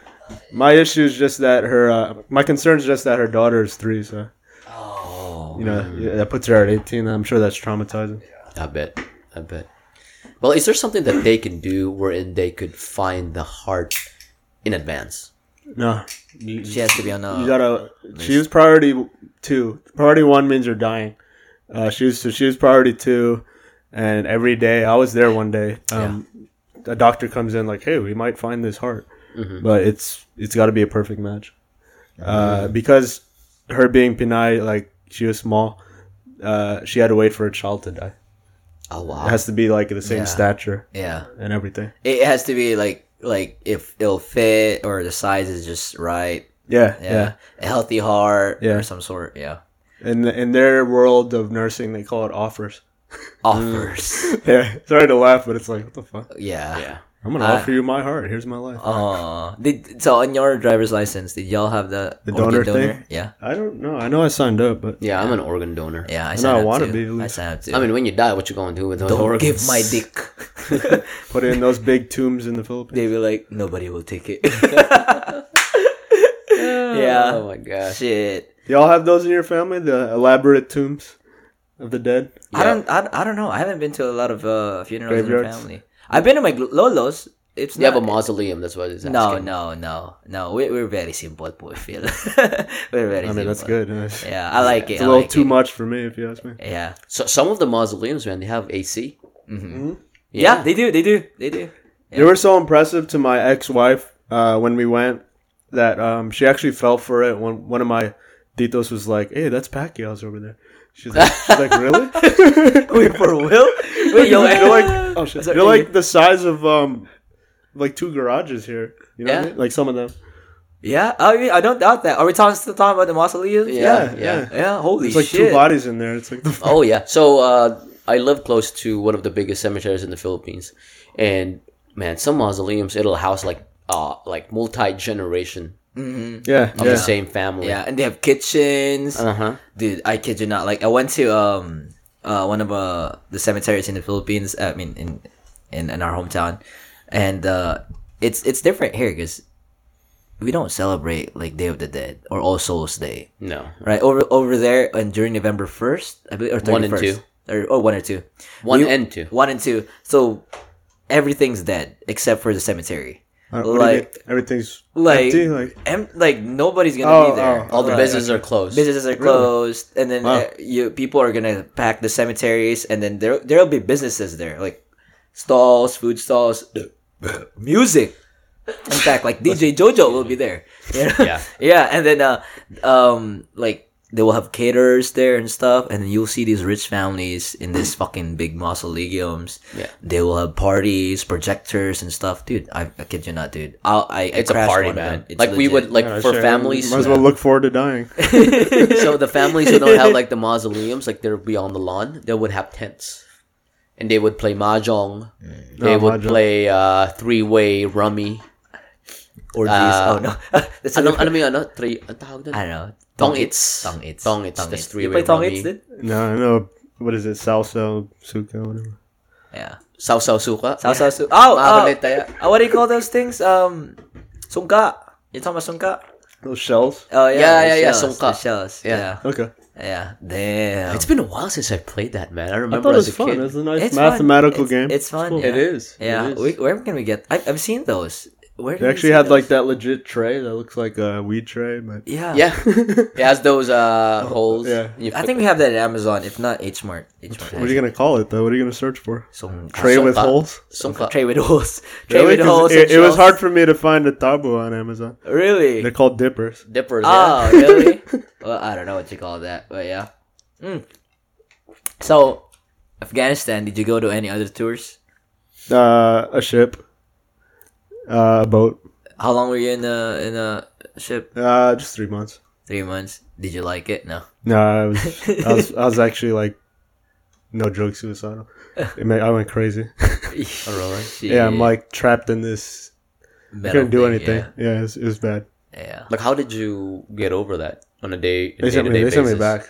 [SPEAKER 3] my issue is just that her uh, my concern is just that her daughter is three, so
[SPEAKER 1] Oh.
[SPEAKER 3] you know yeah, that puts her at eighteen. I'm sure that's traumatizing.
[SPEAKER 2] I bet. I bet. Well, is there something that they can do wherein they could find the heart in advance?
[SPEAKER 3] No,
[SPEAKER 1] She has to be on a.
[SPEAKER 3] you gotta. She was priority two. Priority one means you're dying. Uh, she was so she was priority two, and every day I was there one day. Um, A doctor comes in like, "Hey, we might find this heart," but it's it's got to be a perfect match, uh, because her being Pinay, like she was small, uh, she had to wait for a child to die. It
[SPEAKER 2] Oh wow.
[SPEAKER 3] has to be like the same
[SPEAKER 1] Yeah.
[SPEAKER 3] stature
[SPEAKER 1] yeah.
[SPEAKER 3] and everything.
[SPEAKER 1] It has to be like like if it'll fit or the size is just right.
[SPEAKER 3] Yeah, yeah.
[SPEAKER 1] Yeah. A healthy heart or
[SPEAKER 3] Yeah.
[SPEAKER 1] some sort. Yeah.
[SPEAKER 3] In the, in their world of nursing, they call it offers. (laughs)
[SPEAKER 1] Offers.
[SPEAKER 3] yeah, sorry to laugh, but it's like what the fuck.
[SPEAKER 1] (laughs) yeah.
[SPEAKER 2] Mm. Yeah.
[SPEAKER 3] I'm gonna
[SPEAKER 1] Uh,
[SPEAKER 3] offer you my heart. Here's my life.
[SPEAKER 1] Oh. Did so on your driver's license, did y'all have the,
[SPEAKER 3] The
[SPEAKER 1] organ
[SPEAKER 3] donor thing?
[SPEAKER 1] Yeah.
[SPEAKER 3] I don't know. I know I signed up, but
[SPEAKER 2] Yeah, I'm an organ donor.
[SPEAKER 1] Yeah, I
[SPEAKER 3] I
[SPEAKER 1] signed up
[SPEAKER 3] know I wanna
[SPEAKER 1] too.
[SPEAKER 3] be,
[SPEAKER 1] I
[SPEAKER 3] at least.
[SPEAKER 1] signed up too.
[SPEAKER 2] I mean, when you die, what you gonna do with those
[SPEAKER 1] don't
[SPEAKER 2] organs?
[SPEAKER 1] give my
[SPEAKER 2] (laughs)
[SPEAKER 3] (laughs)
[SPEAKER 1] dick.
[SPEAKER 3] put it in those big tombs in the Philippines.
[SPEAKER 1] they were like, nobody will take
[SPEAKER 3] (laughs)
[SPEAKER 1] it. yeah.
[SPEAKER 2] Oh my gosh.
[SPEAKER 1] Shit.
[SPEAKER 3] Do Y'all have those in your family, the elaborate tombs of the dead.
[SPEAKER 1] I don't. I, I don't know. I haven't been to a lot of uh, funerals in the
[SPEAKER 3] Graveyards?
[SPEAKER 1] family. I've been to my gl- lolos. It's
[SPEAKER 2] You have a
[SPEAKER 1] not,
[SPEAKER 2] mausoleum. That's what it's asking.
[SPEAKER 1] No, no, no, no. We, we're very simple, boy. Phil. (laughs) we're very.
[SPEAKER 3] I mean, that's
[SPEAKER 1] simple.
[SPEAKER 3] good. It's
[SPEAKER 1] Yeah, I like it.
[SPEAKER 3] a
[SPEAKER 1] I
[SPEAKER 3] little
[SPEAKER 1] like
[SPEAKER 3] too
[SPEAKER 1] it.
[SPEAKER 3] much for me, if you ask me.
[SPEAKER 1] Yeah.
[SPEAKER 2] So some of the mausoleums, man, they have AC.
[SPEAKER 1] Mhm. yeah,
[SPEAKER 2] Yeah.
[SPEAKER 1] They do. They do. They do.
[SPEAKER 3] They were so impressive to my ex-wife uh, when we went that um, she actually fell for it. One one of my titos was like, "Hey, that's Pacquiao's over there." She's like, she's like "Really?"
[SPEAKER 1] (laughs) Wait for Will. Wait, yo,
[SPEAKER 3] you're (laughs) like, oh shit,
[SPEAKER 1] that
[SPEAKER 3] you're
[SPEAKER 1] really-
[SPEAKER 3] like the size of um, like two garages here. You know, what I
[SPEAKER 2] Yeah.
[SPEAKER 3] mean? like some of them.
[SPEAKER 1] yeah. I mean, I don't doubt that. Are we talking still talking about the mausoleums?
[SPEAKER 3] Yeah,
[SPEAKER 2] Yeah, yeah.
[SPEAKER 1] Yeah. Holy
[SPEAKER 3] It's like
[SPEAKER 1] shit.
[SPEAKER 3] two bodies in
[SPEAKER 1] (laughs)
[SPEAKER 3] there. It's like the
[SPEAKER 2] Oh yeah. So uh, I live close to one of the biggest cemeteries in the Philippines, and man, some mausoleums it'll house like uh like multi generation
[SPEAKER 1] Mhm.
[SPEAKER 3] yeah,
[SPEAKER 2] of
[SPEAKER 3] yeah.
[SPEAKER 2] the same family.
[SPEAKER 1] Yeah, and they have kitchens.
[SPEAKER 2] Uh
[SPEAKER 3] Uh-huh.
[SPEAKER 2] huh.
[SPEAKER 1] dude i kid you not like i went to um uh one of uh the cemeteries in the philippines i mean in in, in our hometown and uh it's it's different here because we don't celebrate like day of the dead or all souls day
[SPEAKER 2] No.
[SPEAKER 1] right over over there and during november 1st i believe or 31st
[SPEAKER 2] One and two.
[SPEAKER 1] or oh, one or two
[SPEAKER 2] One
[SPEAKER 1] You-
[SPEAKER 2] and two.
[SPEAKER 1] one and two so everything's dead except for the cemetery
[SPEAKER 3] Uh, what do you mean?
[SPEAKER 1] like-
[SPEAKER 3] everything's
[SPEAKER 1] like
[SPEAKER 3] empty, like
[SPEAKER 1] em- like nobody's gonna
[SPEAKER 3] Oh,
[SPEAKER 1] be there
[SPEAKER 3] oh,
[SPEAKER 2] All the
[SPEAKER 1] Like-
[SPEAKER 2] businesses are closed.
[SPEAKER 1] businesses are closed and then
[SPEAKER 3] Wow.
[SPEAKER 1] uh, you people are gonna pack the cemeteries and then there there'll be businesses there like stalls food stalls music in fact like
[SPEAKER 2] (laughs)
[SPEAKER 1] dj jojo will be there (laughs) you know?
[SPEAKER 2] Yeah.
[SPEAKER 1] yeah and then uh um like they will have caterers there and stuff and then you'll see these rich families in
[SPEAKER 2] (clears throat)
[SPEAKER 1] this fucking big mausoleums
[SPEAKER 2] Yeah.
[SPEAKER 1] they will have parties projectors and i dude i, I kid you not dude I'll, i I
[SPEAKER 2] It's a
[SPEAKER 1] crashed
[SPEAKER 2] party,
[SPEAKER 1] one of them.
[SPEAKER 2] man.
[SPEAKER 1] It's
[SPEAKER 2] Like we
[SPEAKER 1] legit.
[SPEAKER 2] would like
[SPEAKER 3] Yeah,
[SPEAKER 2] for
[SPEAKER 3] sure.
[SPEAKER 2] families.
[SPEAKER 3] Might as well look forward to
[SPEAKER 1] (laughs)
[SPEAKER 3] dying.
[SPEAKER 2] so the families who don't have like the mausoleums, like they'll be on the lawn. They would have tents, and they would play mahjong. They
[SPEAKER 3] Oh,
[SPEAKER 2] would
[SPEAKER 3] mahjong.
[SPEAKER 2] play uh, three-way rummy.
[SPEAKER 1] Or
[SPEAKER 2] Uh,
[SPEAKER 1] these. oh no. (laughs) That's
[SPEAKER 2] Ano,
[SPEAKER 1] another-
[SPEAKER 2] ano may ano? Three, ang tawag
[SPEAKER 1] I
[SPEAKER 2] doon?
[SPEAKER 1] don't know.
[SPEAKER 2] Tongits.
[SPEAKER 1] Tongits.
[SPEAKER 2] Tongits. That's
[SPEAKER 1] You
[SPEAKER 2] three-way
[SPEAKER 1] play tongits,
[SPEAKER 2] rummy.
[SPEAKER 1] dude?
[SPEAKER 3] No, I know. What is it? Salsa, suka, whatever.
[SPEAKER 1] Yeah.
[SPEAKER 2] Sausaw suka.
[SPEAKER 1] Sao sao su- Oh, oh.
[SPEAKER 2] Mahabalit taya.
[SPEAKER 1] Uh, what do you call those things? Um, sungka. You talking about sungka?
[SPEAKER 3] Those shells.
[SPEAKER 1] Oh the
[SPEAKER 2] Yeah, yeah, yeah,
[SPEAKER 1] shells,
[SPEAKER 2] sungka.
[SPEAKER 1] the Shells.
[SPEAKER 2] Yeah.
[SPEAKER 1] Yeah.
[SPEAKER 3] Okay.
[SPEAKER 1] Yeah. Damn.
[SPEAKER 2] It's been a while since I've played that, man. I
[SPEAKER 3] I
[SPEAKER 2] remember
[SPEAKER 3] thought it was
[SPEAKER 2] as a
[SPEAKER 3] fun.
[SPEAKER 2] kid.
[SPEAKER 3] It's a nice
[SPEAKER 1] It's fun.
[SPEAKER 3] mathematical
[SPEAKER 1] It's-
[SPEAKER 3] game.
[SPEAKER 1] it's fun,
[SPEAKER 3] cool.
[SPEAKER 1] yeah.
[SPEAKER 2] It is.
[SPEAKER 1] Yeah,
[SPEAKER 2] It is.
[SPEAKER 1] we, where can we get? I, I've seen those. Where
[SPEAKER 3] They
[SPEAKER 1] did we
[SPEAKER 3] actually
[SPEAKER 1] see
[SPEAKER 3] had like
[SPEAKER 1] those?
[SPEAKER 3] that legit tray that looks like a weed tray, but
[SPEAKER 1] Yeah,
[SPEAKER 2] yeah.
[SPEAKER 3] (laughs)
[SPEAKER 2] it has those uh, holes.
[SPEAKER 3] yeah.
[SPEAKER 2] You
[SPEAKER 1] I
[SPEAKER 2] put-
[SPEAKER 1] think we have that at Amazon, if not H Mart. H
[SPEAKER 3] what are
[SPEAKER 1] Mart.
[SPEAKER 3] you gonna call it though? What are you gonna search for?
[SPEAKER 1] Some
[SPEAKER 3] Tray with
[SPEAKER 2] Sopa.
[SPEAKER 3] holes.
[SPEAKER 2] suka.
[SPEAKER 1] tray with holes. (laughs) Tray
[SPEAKER 3] Really?
[SPEAKER 1] with
[SPEAKER 3] 'Cause
[SPEAKER 1] holes.
[SPEAKER 3] It,
[SPEAKER 1] and
[SPEAKER 3] it was
[SPEAKER 1] shells.
[SPEAKER 3] hard for me to find a tabo on Amazon.
[SPEAKER 1] Really?
[SPEAKER 3] They're called dippers.
[SPEAKER 2] dippers.
[SPEAKER 1] Oh,
[SPEAKER 2] yeah.
[SPEAKER 1] really? (laughs) well, I don't know what you call that, but yeah. Mm. So, Afghanistan. Did you go to any other tours?
[SPEAKER 3] Uh, a ship. Uh, a boat.
[SPEAKER 1] How long were you in the in the ship?
[SPEAKER 3] Uh, just three months.
[SPEAKER 1] Three months. Did you like it? (laughs) No.
[SPEAKER 3] No, I was, I was, I was actually like, no joke, suicidal. It made, I
[SPEAKER 1] (laughs)
[SPEAKER 3] went crazy.
[SPEAKER 1] Oh,
[SPEAKER 3] Yeah, I'm like trapped in this. I couldn't do anything. Yeah, it, was, it was bad.
[SPEAKER 1] Yeah.
[SPEAKER 2] Like, how did you get over that on a day?
[SPEAKER 3] They sent me. They
[SPEAKER 2] day-to-day
[SPEAKER 3] sent me
[SPEAKER 2] basis?
[SPEAKER 3] back.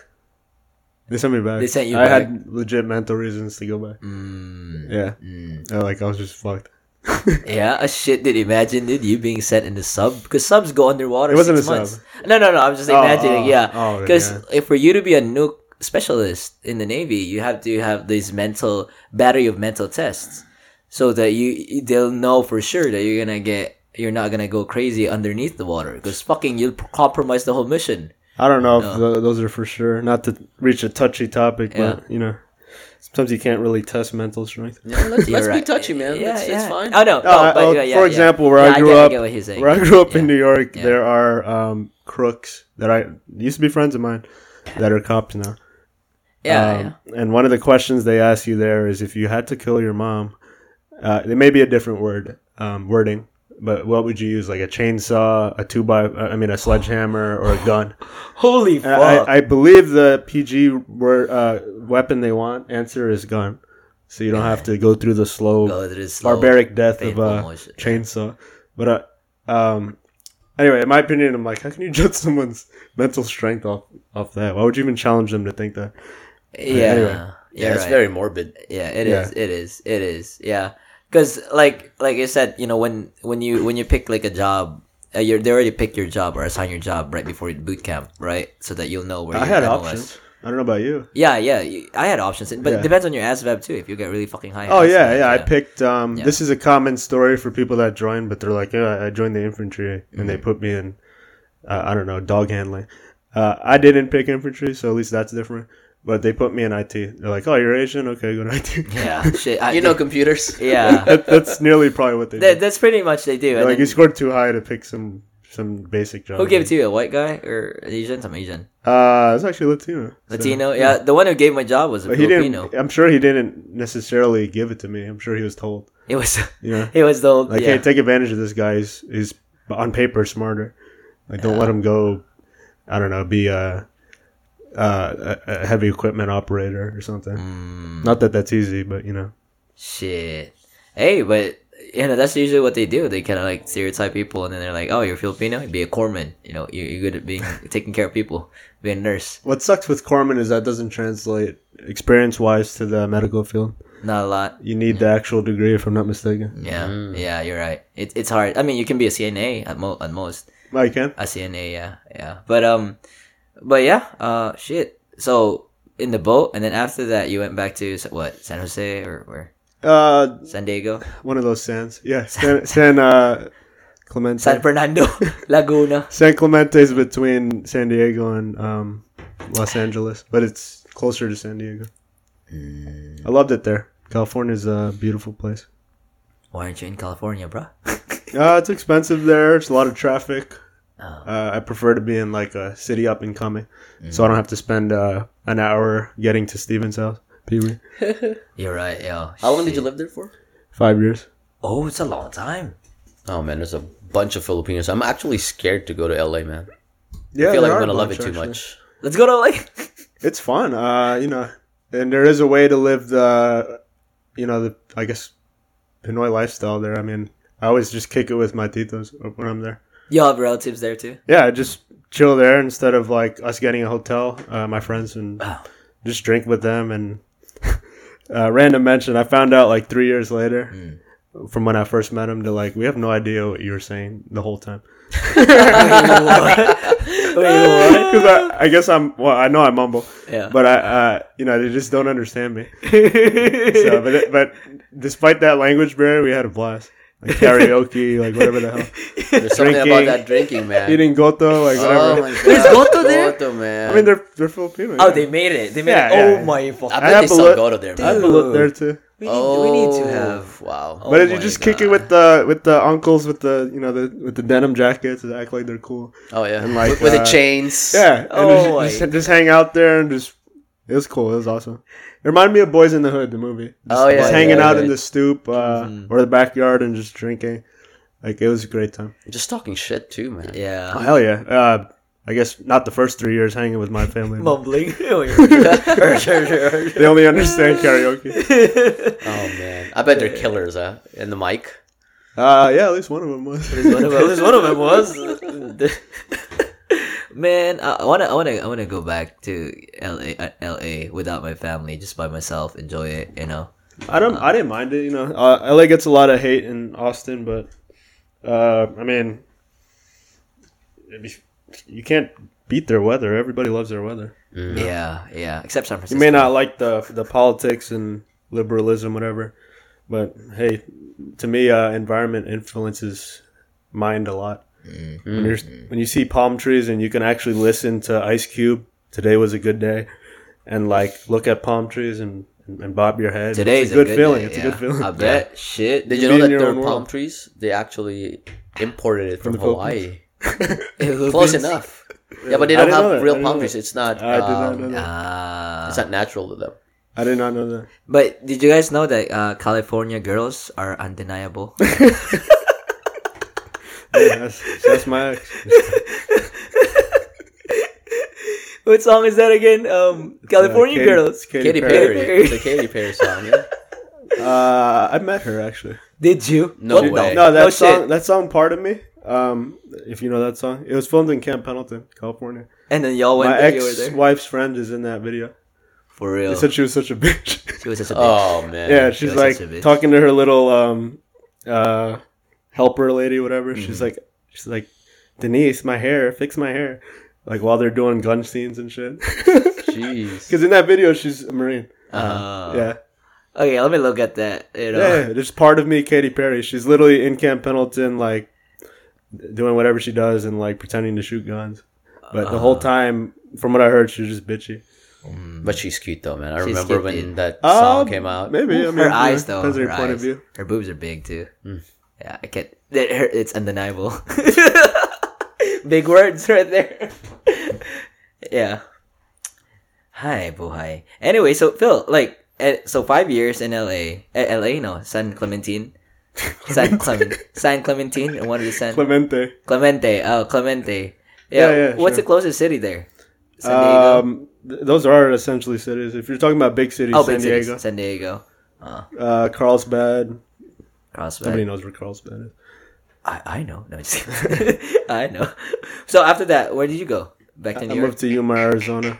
[SPEAKER 3] They sent me back.
[SPEAKER 1] They sent you
[SPEAKER 3] I
[SPEAKER 1] back.
[SPEAKER 3] had legit mental reasons to go back.
[SPEAKER 1] Mm,
[SPEAKER 3] Yeah,
[SPEAKER 1] mm.
[SPEAKER 3] I, like I was just fucked.
[SPEAKER 1] Yeah, a shit, dude. Imagine, dude, you being sent in the sub because subs go underwater.
[SPEAKER 3] It wasn't
[SPEAKER 1] six
[SPEAKER 3] a
[SPEAKER 1] months. No, no, no. I'm just
[SPEAKER 3] Oh,
[SPEAKER 1] imagining.
[SPEAKER 3] oh,
[SPEAKER 1] yeah,
[SPEAKER 3] oh,
[SPEAKER 1] because
[SPEAKER 3] yeah.
[SPEAKER 1] if for you to be a nuke specialist in the navy, you have to have these mental battery of mental tests so that you they'll know for sure that you're gonna get you're not gonna go crazy underneath the water because fucking you'll compromise the whole mission.
[SPEAKER 3] I don't know
[SPEAKER 1] Oh.
[SPEAKER 3] if tho- those are for sure. Not to reach a touchy topic, but you know, sometimes you can't really test mental strength.
[SPEAKER 2] Yeah, let's let's
[SPEAKER 1] You're
[SPEAKER 2] be
[SPEAKER 1] right.
[SPEAKER 2] touchy, man.
[SPEAKER 1] Yeah,
[SPEAKER 2] That's,
[SPEAKER 1] yeah.
[SPEAKER 2] that's fine.
[SPEAKER 1] Oh no, no,
[SPEAKER 3] No, I-
[SPEAKER 1] but
[SPEAKER 3] oh,
[SPEAKER 1] yeah, yeah,
[SPEAKER 3] for
[SPEAKER 1] yeah.
[SPEAKER 3] example, where
[SPEAKER 1] Yeah,
[SPEAKER 3] I grew
[SPEAKER 1] get- I
[SPEAKER 3] up,
[SPEAKER 1] get what he's saying.
[SPEAKER 3] where I grew up in
[SPEAKER 1] Yeah.
[SPEAKER 3] New York,
[SPEAKER 1] Yeah.
[SPEAKER 3] there are um, crooks that I used to be friends of mine that are cops now.
[SPEAKER 1] Yeah, yeah.
[SPEAKER 3] Um, And one of the questions they ask you there is if you had to kill your mom, uh, it may be a different word, um, wording, but what would you use? Like a chainsaw, a two by, I mean, a sledgehammer or a gun.
[SPEAKER 1] Holy
[SPEAKER 3] And uh, I, I believe the PG word, uh, weapon they want answer is gun. So you don't have to go through the slow
[SPEAKER 1] Go through the Oh, slow,
[SPEAKER 3] barbaric death of
[SPEAKER 1] painful
[SPEAKER 3] a
[SPEAKER 1] motion.
[SPEAKER 3] chainsaw. But uh, um, anyway, in my opinion, I'm like, how can you (laughs) judge someone's mental strength off off that? Why would you even challenge them to think that?
[SPEAKER 1] Yeah,
[SPEAKER 3] Anyway.
[SPEAKER 2] Yeah,
[SPEAKER 1] you're
[SPEAKER 2] it's
[SPEAKER 1] right.
[SPEAKER 2] very morbid.
[SPEAKER 1] yeah it
[SPEAKER 3] Yeah.
[SPEAKER 1] is it is it is yeah because like like i said you know when when you when you pick like a job uh, you're they already pick your job or assign your job right before boot camp right so that you'll know where
[SPEAKER 3] I
[SPEAKER 1] your
[SPEAKER 3] had
[SPEAKER 1] MOS.
[SPEAKER 3] options. I don't know about you.
[SPEAKER 1] yeah yeah you- i had options but it
[SPEAKER 3] Yeah.
[SPEAKER 1] depends on your asvab E too if you get really fucking high
[SPEAKER 3] Oh
[SPEAKER 1] ASVAB,
[SPEAKER 3] yeah, yeah. I picked. Um,
[SPEAKER 1] Yeah.
[SPEAKER 3] This is a common story for people that join, but they're like, yeah, I joined the infantry,
[SPEAKER 1] Mm-hmm.
[SPEAKER 3] and they put me in. Uh, I don't know, dog handling. Uh, I didn't pick infantry, so at least that's different. But they put me in IT. They're like, "Oh, you're Asian. Okay, go to IT."
[SPEAKER 1] yeah shit I,
[SPEAKER 2] You know, (laughs) computers.
[SPEAKER 1] yeah
[SPEAKER 3] (laughs) that, that's nearly probably what they
[SPEAKER 1] that,
[SPEAKER 3] did.
[SPEAKER 1] that's pretty much they do And
[SPEAKER 3] They're like
[SPEAKER 1] then-
[SPEAKER 3] you scored too high to pick some some basic job.
[SPEAKER 1] who gave it to you a white guy or asian some asian
[SPEAKER 3] Uh, it's actually Latino. so-
[SPEAKER 1] latino yeah the one who gave my job was a
[SPEAKER 3] But he didn't.
[SPEAKER 1] filipino
[SPEAKER 3] I'm sure he didn't necessarily give it to me. I'm sure he was told.
[SPEAKER 1] it was (laughs)
[SPEAKER 3] You know,
[SPEAKER 1] it was the old,
[SPEAKER 3] like
[SPEAKER 1] yeah.
[SPEAKER 3] hey, take advantage of this guy. He's, he's on paper smarter. Like don't let him go. I don't know. Be a, uh, a, a heavy equipment operator or something.
[SPEAKER 1] Hmm.
[SPEAKER 3] Not that that's easy, but you know.
[SPEAKER 1] Shit. Hey, but you know that's usually what they do. They kind of like stereotype people, and then they're like, "Oh, you're Filipino. Be a corpsman. You know, you're, you're good at being (laughs) taking care of people. Be a nurse.
[SPEAKER 3] What sucks with Corman is that doesn't translate experience wise to the medical field.
[SPEAKER 1] Not a lot.
[SPEAKER 3] You need the actual degree, if I'm not mistaken.
[SPEAKER 1] Yeah,
[SPEAKER 2] Mm.
[SPEAKER 1] yeah. You're right. It, it's hard. I mean, you can be a CNA at, mo- at most.
[SPEAKER 3] I can.
[SPEAKER 1] A CNA. Yeah, yeah. But um, but yeah. Uh, shit. So in the boat, and then after that, you went back to Sa- what San Jose or where
[SPEAKER 3] Uh,
[SPEAKER 1] San
[SPEAKER 2] (laughs)
[SPEAKER 1] Diego,
[SPEAKER 3] one of those sands. Yeah, San, San uh, Clemente.
[SPEAKER 1] San
[SPEAKER 3] San,
[SPEAKER 2] (laughs)
[SPEAKER 1] Fernando, Laguna.
[SPEAKER 3] Clemente is between San Diego and um, Los Angeles, but it's closer to San Diego. I loved it there. California's a beautiful place.
[SPEAKER 1] Why aren't you in California, bro?
[SPEAKER 3] Uh, it's expensive there. It's a lot of traffic.
[SPEAKER 2] Oh.
[SPEAKER 3] Uh, I prefer to be in like a city up and coming, so I don't have to spend uh, an hour getting to Steven's house. Pee-wee.
[SPEAKER 1] You're right. Yeah.
[SPEAKER 2] How long did you live there for?
[SPEAKER 3] Five years.
[SPEAKER 1] Oh, it's a long time.
[SPEAKER 2] Oh man, there's a bunch of Filipinos. I'm actually scared to go to LA, man.
[SPEAKER 3] Yeah,
[SPEAKER 2] I feel like
[SPEAKER 3] there
[SPEAKER 2] I'm
[SPEAKER 3] are a
[SPEAKER 2] gonna love it
[SPEAKER 3] bunch,
[SPEAKER 2] too
[SPEAKER 3] actually.
[SPEAKER 2] much.
[SPEAKER 3] (laughs)
[SPEAKER 1] Let's go to like (laughs)
[SPEAKER 3] It's fun, uh, you know, and there is a way to live the you know, the I guess Pinoy lifestyle there. I mean, I always just kick it with my titos when I'm there.
[SPEAKER 1] Y'all have relatives there
[SPEAKER 3] (laughs)
[SPEAKER 1] too.
[SPEAKER 3] Yeah, I just chill there instead of like us getting a hotel. Uh, my friends and just drink with them. And (laughs) uh, random mention, I found out like three years later. From when I first met him to like, we have no idea what you were saying the whole time. (laughs) Because I, I guess I'm, well, I know I mumble,
[SPEAKER 1] Yeah.
[SPEAKER 3] but I, uh, you know, they just don't understand me. so, but, but despite that language barrier, we had a blast. Like karaoke, like whatever the hell.
[SPEAKER 2] There's something
[SPEAKER 3] Drinking.
[SPEAKER 2] about that drinking,
[SPEAKER 3] (laughs)
[SPEAKER 2] man.
[SPEAKER 3] Eating goto, like
[SPEAKER 2] oh
[SPEAKER 3] whatever.
[SPEAKER 2] my god.
[SPEAKER 1] There's Goto there?
[SPEAKER 2] Goto, man.
[SPEAKER 3] I mean, they're they're Filipino.
[SPEAKER 1] oh,
[SPEAKER 3] yeah.
[SPEAKER 1] they made it. They made
[SPEAKER 3] Yeah,
[SPEAKER 1] it.
[SPEAKER 3] yeah,
[SPEAKER 1] oh
[SPEAKER 3] yeah.
[SPEAKER 1] my fuck.
[SPEAKER 3] I
[SPEAKER 2] I bet
[SPEAKER 3] have
[SPEAKER 2] they
[SPEAKER 3] to
[SPEAKER 2] sell
[SPEAKER 3] look-
[SPEAKER 2] Goto there,
[SPEAKER 3] I
[SPEAKER 2] man.
[SPEAKER 1] Dude.
[SPEAKER 3] look there too.
[SPEAKER 1] We need,
[SPEAKER 2] Oh,
[SPEAKER 1] we need to have.
[SPEAKER 2] Wow.
[SPEAKER 1] Oh
[SPEAKER 3] But if
[SPEAKER 1] my
[SPEAKER 3] you just kick it
[SPEAKER 1] God.
[SPEAKER 3] with the with the uncles with the you know the with the denim jackets and act like they're cool.
[SPEAKER 2] Oh yeah.
[SPEAKER 3] And like,
[SPEAKER 2] with, with the
[SPEAKER 3] uh,
[SPEAKER 2] chains.
[SPEAKER 3] Yeah. and
[SPEAKER 1] Oh my
[SPEAKER 3] just, just, just hang out there and just it was cool. It was awesome. It reminded me of Boys in the Hood, the movie. Just,
[SPEAKER 2] Oh, yeah,
[SPEAKER 3] just
[SPEAKER 2] yeah,
[SPEAKER 3] hanging
[SPEAKER 2] yeah,
[SPEAKER 3] out in
[SPEAKER 2] yeah.
[SPEAKER 3] the stoop uh,
[SPEAKER 1] Mm-hmm.
[SPEAKER 3] or the backyard and just drinking. Like it was a great time.
[SPEAKER 2] Just talking shit too,
[SPEAKER 3] Oh,
[SPEAKER 2] man.
[SPEAKER 1] Yeah.
[SPEAKER 3] hell yeah. Uh, I guess not the first three years hanging with my
[SPEAKER 1] (laughs)
[SPEAKER 3] family. but
[SPEAKER 1] Mumbling.
[SPEAKER 3] (laughs)
[SPEAKER 1] Sure, sure, sure.
[SPEAKER 3] they only understand
[SPEAKER 1] (laughs)
[SPEAKER 3] karaoke.
[SPEAKER 2] Oh man. I bet they're killers, huh? In the mic.
[SPEAKER 3] Uh, yeah, at least one of them was.
[SPEAKER 1] one of them, was one of them was. (laughs) Man, I want to, I want to, I want to go back to LA, uh, LA without my family, just by myself, enjoy it. You know,
[SPEAKER 3] I don't. I didn't mind it. You know, uh, LA gets a lot of hate in Austin, but uh, I mean, it'd be, you can't beat their weather. Everybody loves their weather.
[SPEAKER 1] yeah, yeah. Except San
[SPEAKER 3] Mm. You
[SPEAKER 1] Francisco.
[SPEAKER 3] may not like the the politics and liberalism, whatever, but hey, to me, uh, environment influences mind a lot.
[SPEAKER 1] Mm-hmm.
[SPEAKER 3] When, you're, when you see palm trees and you can actually listen to Ice Cube, today was a good day, and like look at palm trees and and bob your head.
[SPEAKER 1] Today's
[SPEAKER 3] it's a good feeling.
[SPEAKER 1] day,
[SPEAKER 3] it's a
[SPEAKER 1] yeah.
[SPEAKER 3] good feeling.
[SPEAKER 1] I bet. Shit.
[SPEAKER 2] Did
[SPEAKER 3] Be
[SPEAKER 2] you know
[SPEAKER 3] in
[SPEAKER 2] that
[SPEAKER 3] your
[SPEAKER 2] there
[SPEAKER 3] own
[SPEAKER 2] were palm
[SPEAKER 3] world.
[SPEAKER 2] trees? They actually imported it from,
[SPEAKER 3] the
[SPEAKER 2] Hawaii.
[SPEAKER 1] (laughs) It would
[SPEAKER 2] Close
[SPEAKER 1] be-
[SPEAKER 2] enough. Yeah, but they don't
[SPEAKER 3] didn't know that. I
[SPEAKER 2] have real
[SPEAKER 3] didn't
[SPEAKER 2] palm
[SPEAKER 3] know
[SPEAKER 2] trees. It's not.
[SPEAKER 3] I did not
[SPEAKER 2] um,
[SPEAKER 3] know that.
[SPEAKER 1] Ah.
[SPEAKER 2] It's not natural to them.
[SPEAKER 3] I did not know that.
[SPEAKER 1] but did you guys know that uh, California girls are undeniable?
[SPEAKER 3] Yeah, that's, that's my ex.
[SPEAKER 1] (laughs) what song is that again? Um,
[SPEAKER 3] uh,
[SPEAKER 1] California
[SPEAKER 3] Katy-
[SPEAKER 1] girls.
[SPEAKER 3] Katy
[SPEAKER 2] Katy
[SPEAKER 3] Perry.
[SPEAKER 2] Perry.
[SPEAKER 1] Perry.
[SPEAKER 2] It's a Katy
[SPEAKER 3] (laughs)
[SPEAKER 2] Perry song. Yeah.
[SPEAKER 3] Uh, I met her actually.
[SPEAKER 1] Did you?
[SPEAKER 2] No
[SPEAKER 1] What the-
[SPEAKER 2] way.
[SPEAKER 3] No, that
[SPEAKER 1] No
[SPEAKER 3] song.
[SPEAKER 1] shit.
[SPEAKER 3] That song, part of me. Um, if you know that song, it was filmed in Camp Pendleton, California.
[SPEAKER 1] And then y'all went
[SPEAKER 3] my
[SPEAKER 1] there, you were there.
[SPEAKER 3] ex-wife's friend is in that video.
[SPEAKER 1] For real.
[SPEAKER 3] They said she was such a (laughs) bitch.
[SPEAKER 1] She was such a bitch.
[SPEAKER 2] Oh man.
[SPEAKER 3] yeah,
[SPEAKER 1] she
[SPEAKER 3] she's
[SPEAKER 1] was
[SPEAKER 3] like
[SPEAKER 1] such a bitch.
[SPEAKER 3] talking to her little um, uh, helper lady, whatever. She's
[SPEAKER 1] Mm-hmm.
[SPEAKER 3] like, she's like, Denise, my hair, fix my hair. Like while they're doing gun scenes and shit.
[SPEAKER 2] Jeez.
[SPEAKER 3] Because in that video, she's a marine. Uh-huh.
[SPEAKER 1] Uh,
[SPEAKER 3] yeah.
[SPEAKER 1] Okay, let me look at that. You know.
[SPEAKER 3] Yeah, yeah, there's part of me, Katy Perry. She's literally in Camp Pendleton, like doing whatever she does and like pretending to shoot guns. But the
[SPEAKER 1] Uh-huh.
[SPEAKER 3] whole time, from what I heard, she was just bitchy.
[SPEAKER 2] But she's cute though, man.
[SPEAKER 1] Mm.
[SPEAKER 2] I
[SPEAKER 1] She's
[SPEAKER 2] remember
[SPEAKER 1] cute,
[SPEAKER 2] when
[SPEAKER 1] dude.
[SPEAKER 2] that
[SPEAKER 3] Um,
[SPEAKER 2] song came out.
[SPEAKER 3] Maybe I mean,
[SPEAKER 1] her
[SPEAKER 3] yeah,
[SPEAKER 1] eyes though.
[SPEAKER 3] Depends
[SPEAKER 1] Her,
[SPEAKER 3] on your point of
[SPEAKER 1] eyes.
[SPEAKER 3] view. Mm.
[SPEAKER 1] her boobs are big too. Yeah, I can't. That her, it's undeniable. (laughs) big words right there. (laughs) yeah. Hi, buhay. Anyway, so Phil, like, eh, so five years in LA, eh, LA, no, San Clementine, San Clement, San Clementine, and one of the San
[SPEAKER 3] Clemente.
[SPEAKER 1] Clemente, oh Clemente. Yeah,
[SPEAKER 3] Yeah, yeah,
[SPEAKER 1] what's
[SPEAKER 3] sure.
[SPEAKER 1] the closest city there? San Diego.
[SPEAKER 3] Um, th- those are essentially cities. If you're talking about big cities,
[SPEAKER 1] oh, big
[SPEAKER 3] San
[SPEAKER 1] cities.
[SPEAKER 3] Diego,
[SPEAKER 1] San Diego.
[SPEAKER 3] uh, Carlsbad.
[SPEAKER 1] Crossbad.
[SPEAKER 3] Nobody knows where Carlsbad is.
[SPEAKER 1] I, I know. No, just kidding. (laughs) I know. So after that, where did you go? Back to
[SPEAKER 3] I
[SPEAKER 1] New York.
[SPEAKER 3] moved to Yuma, Arizona,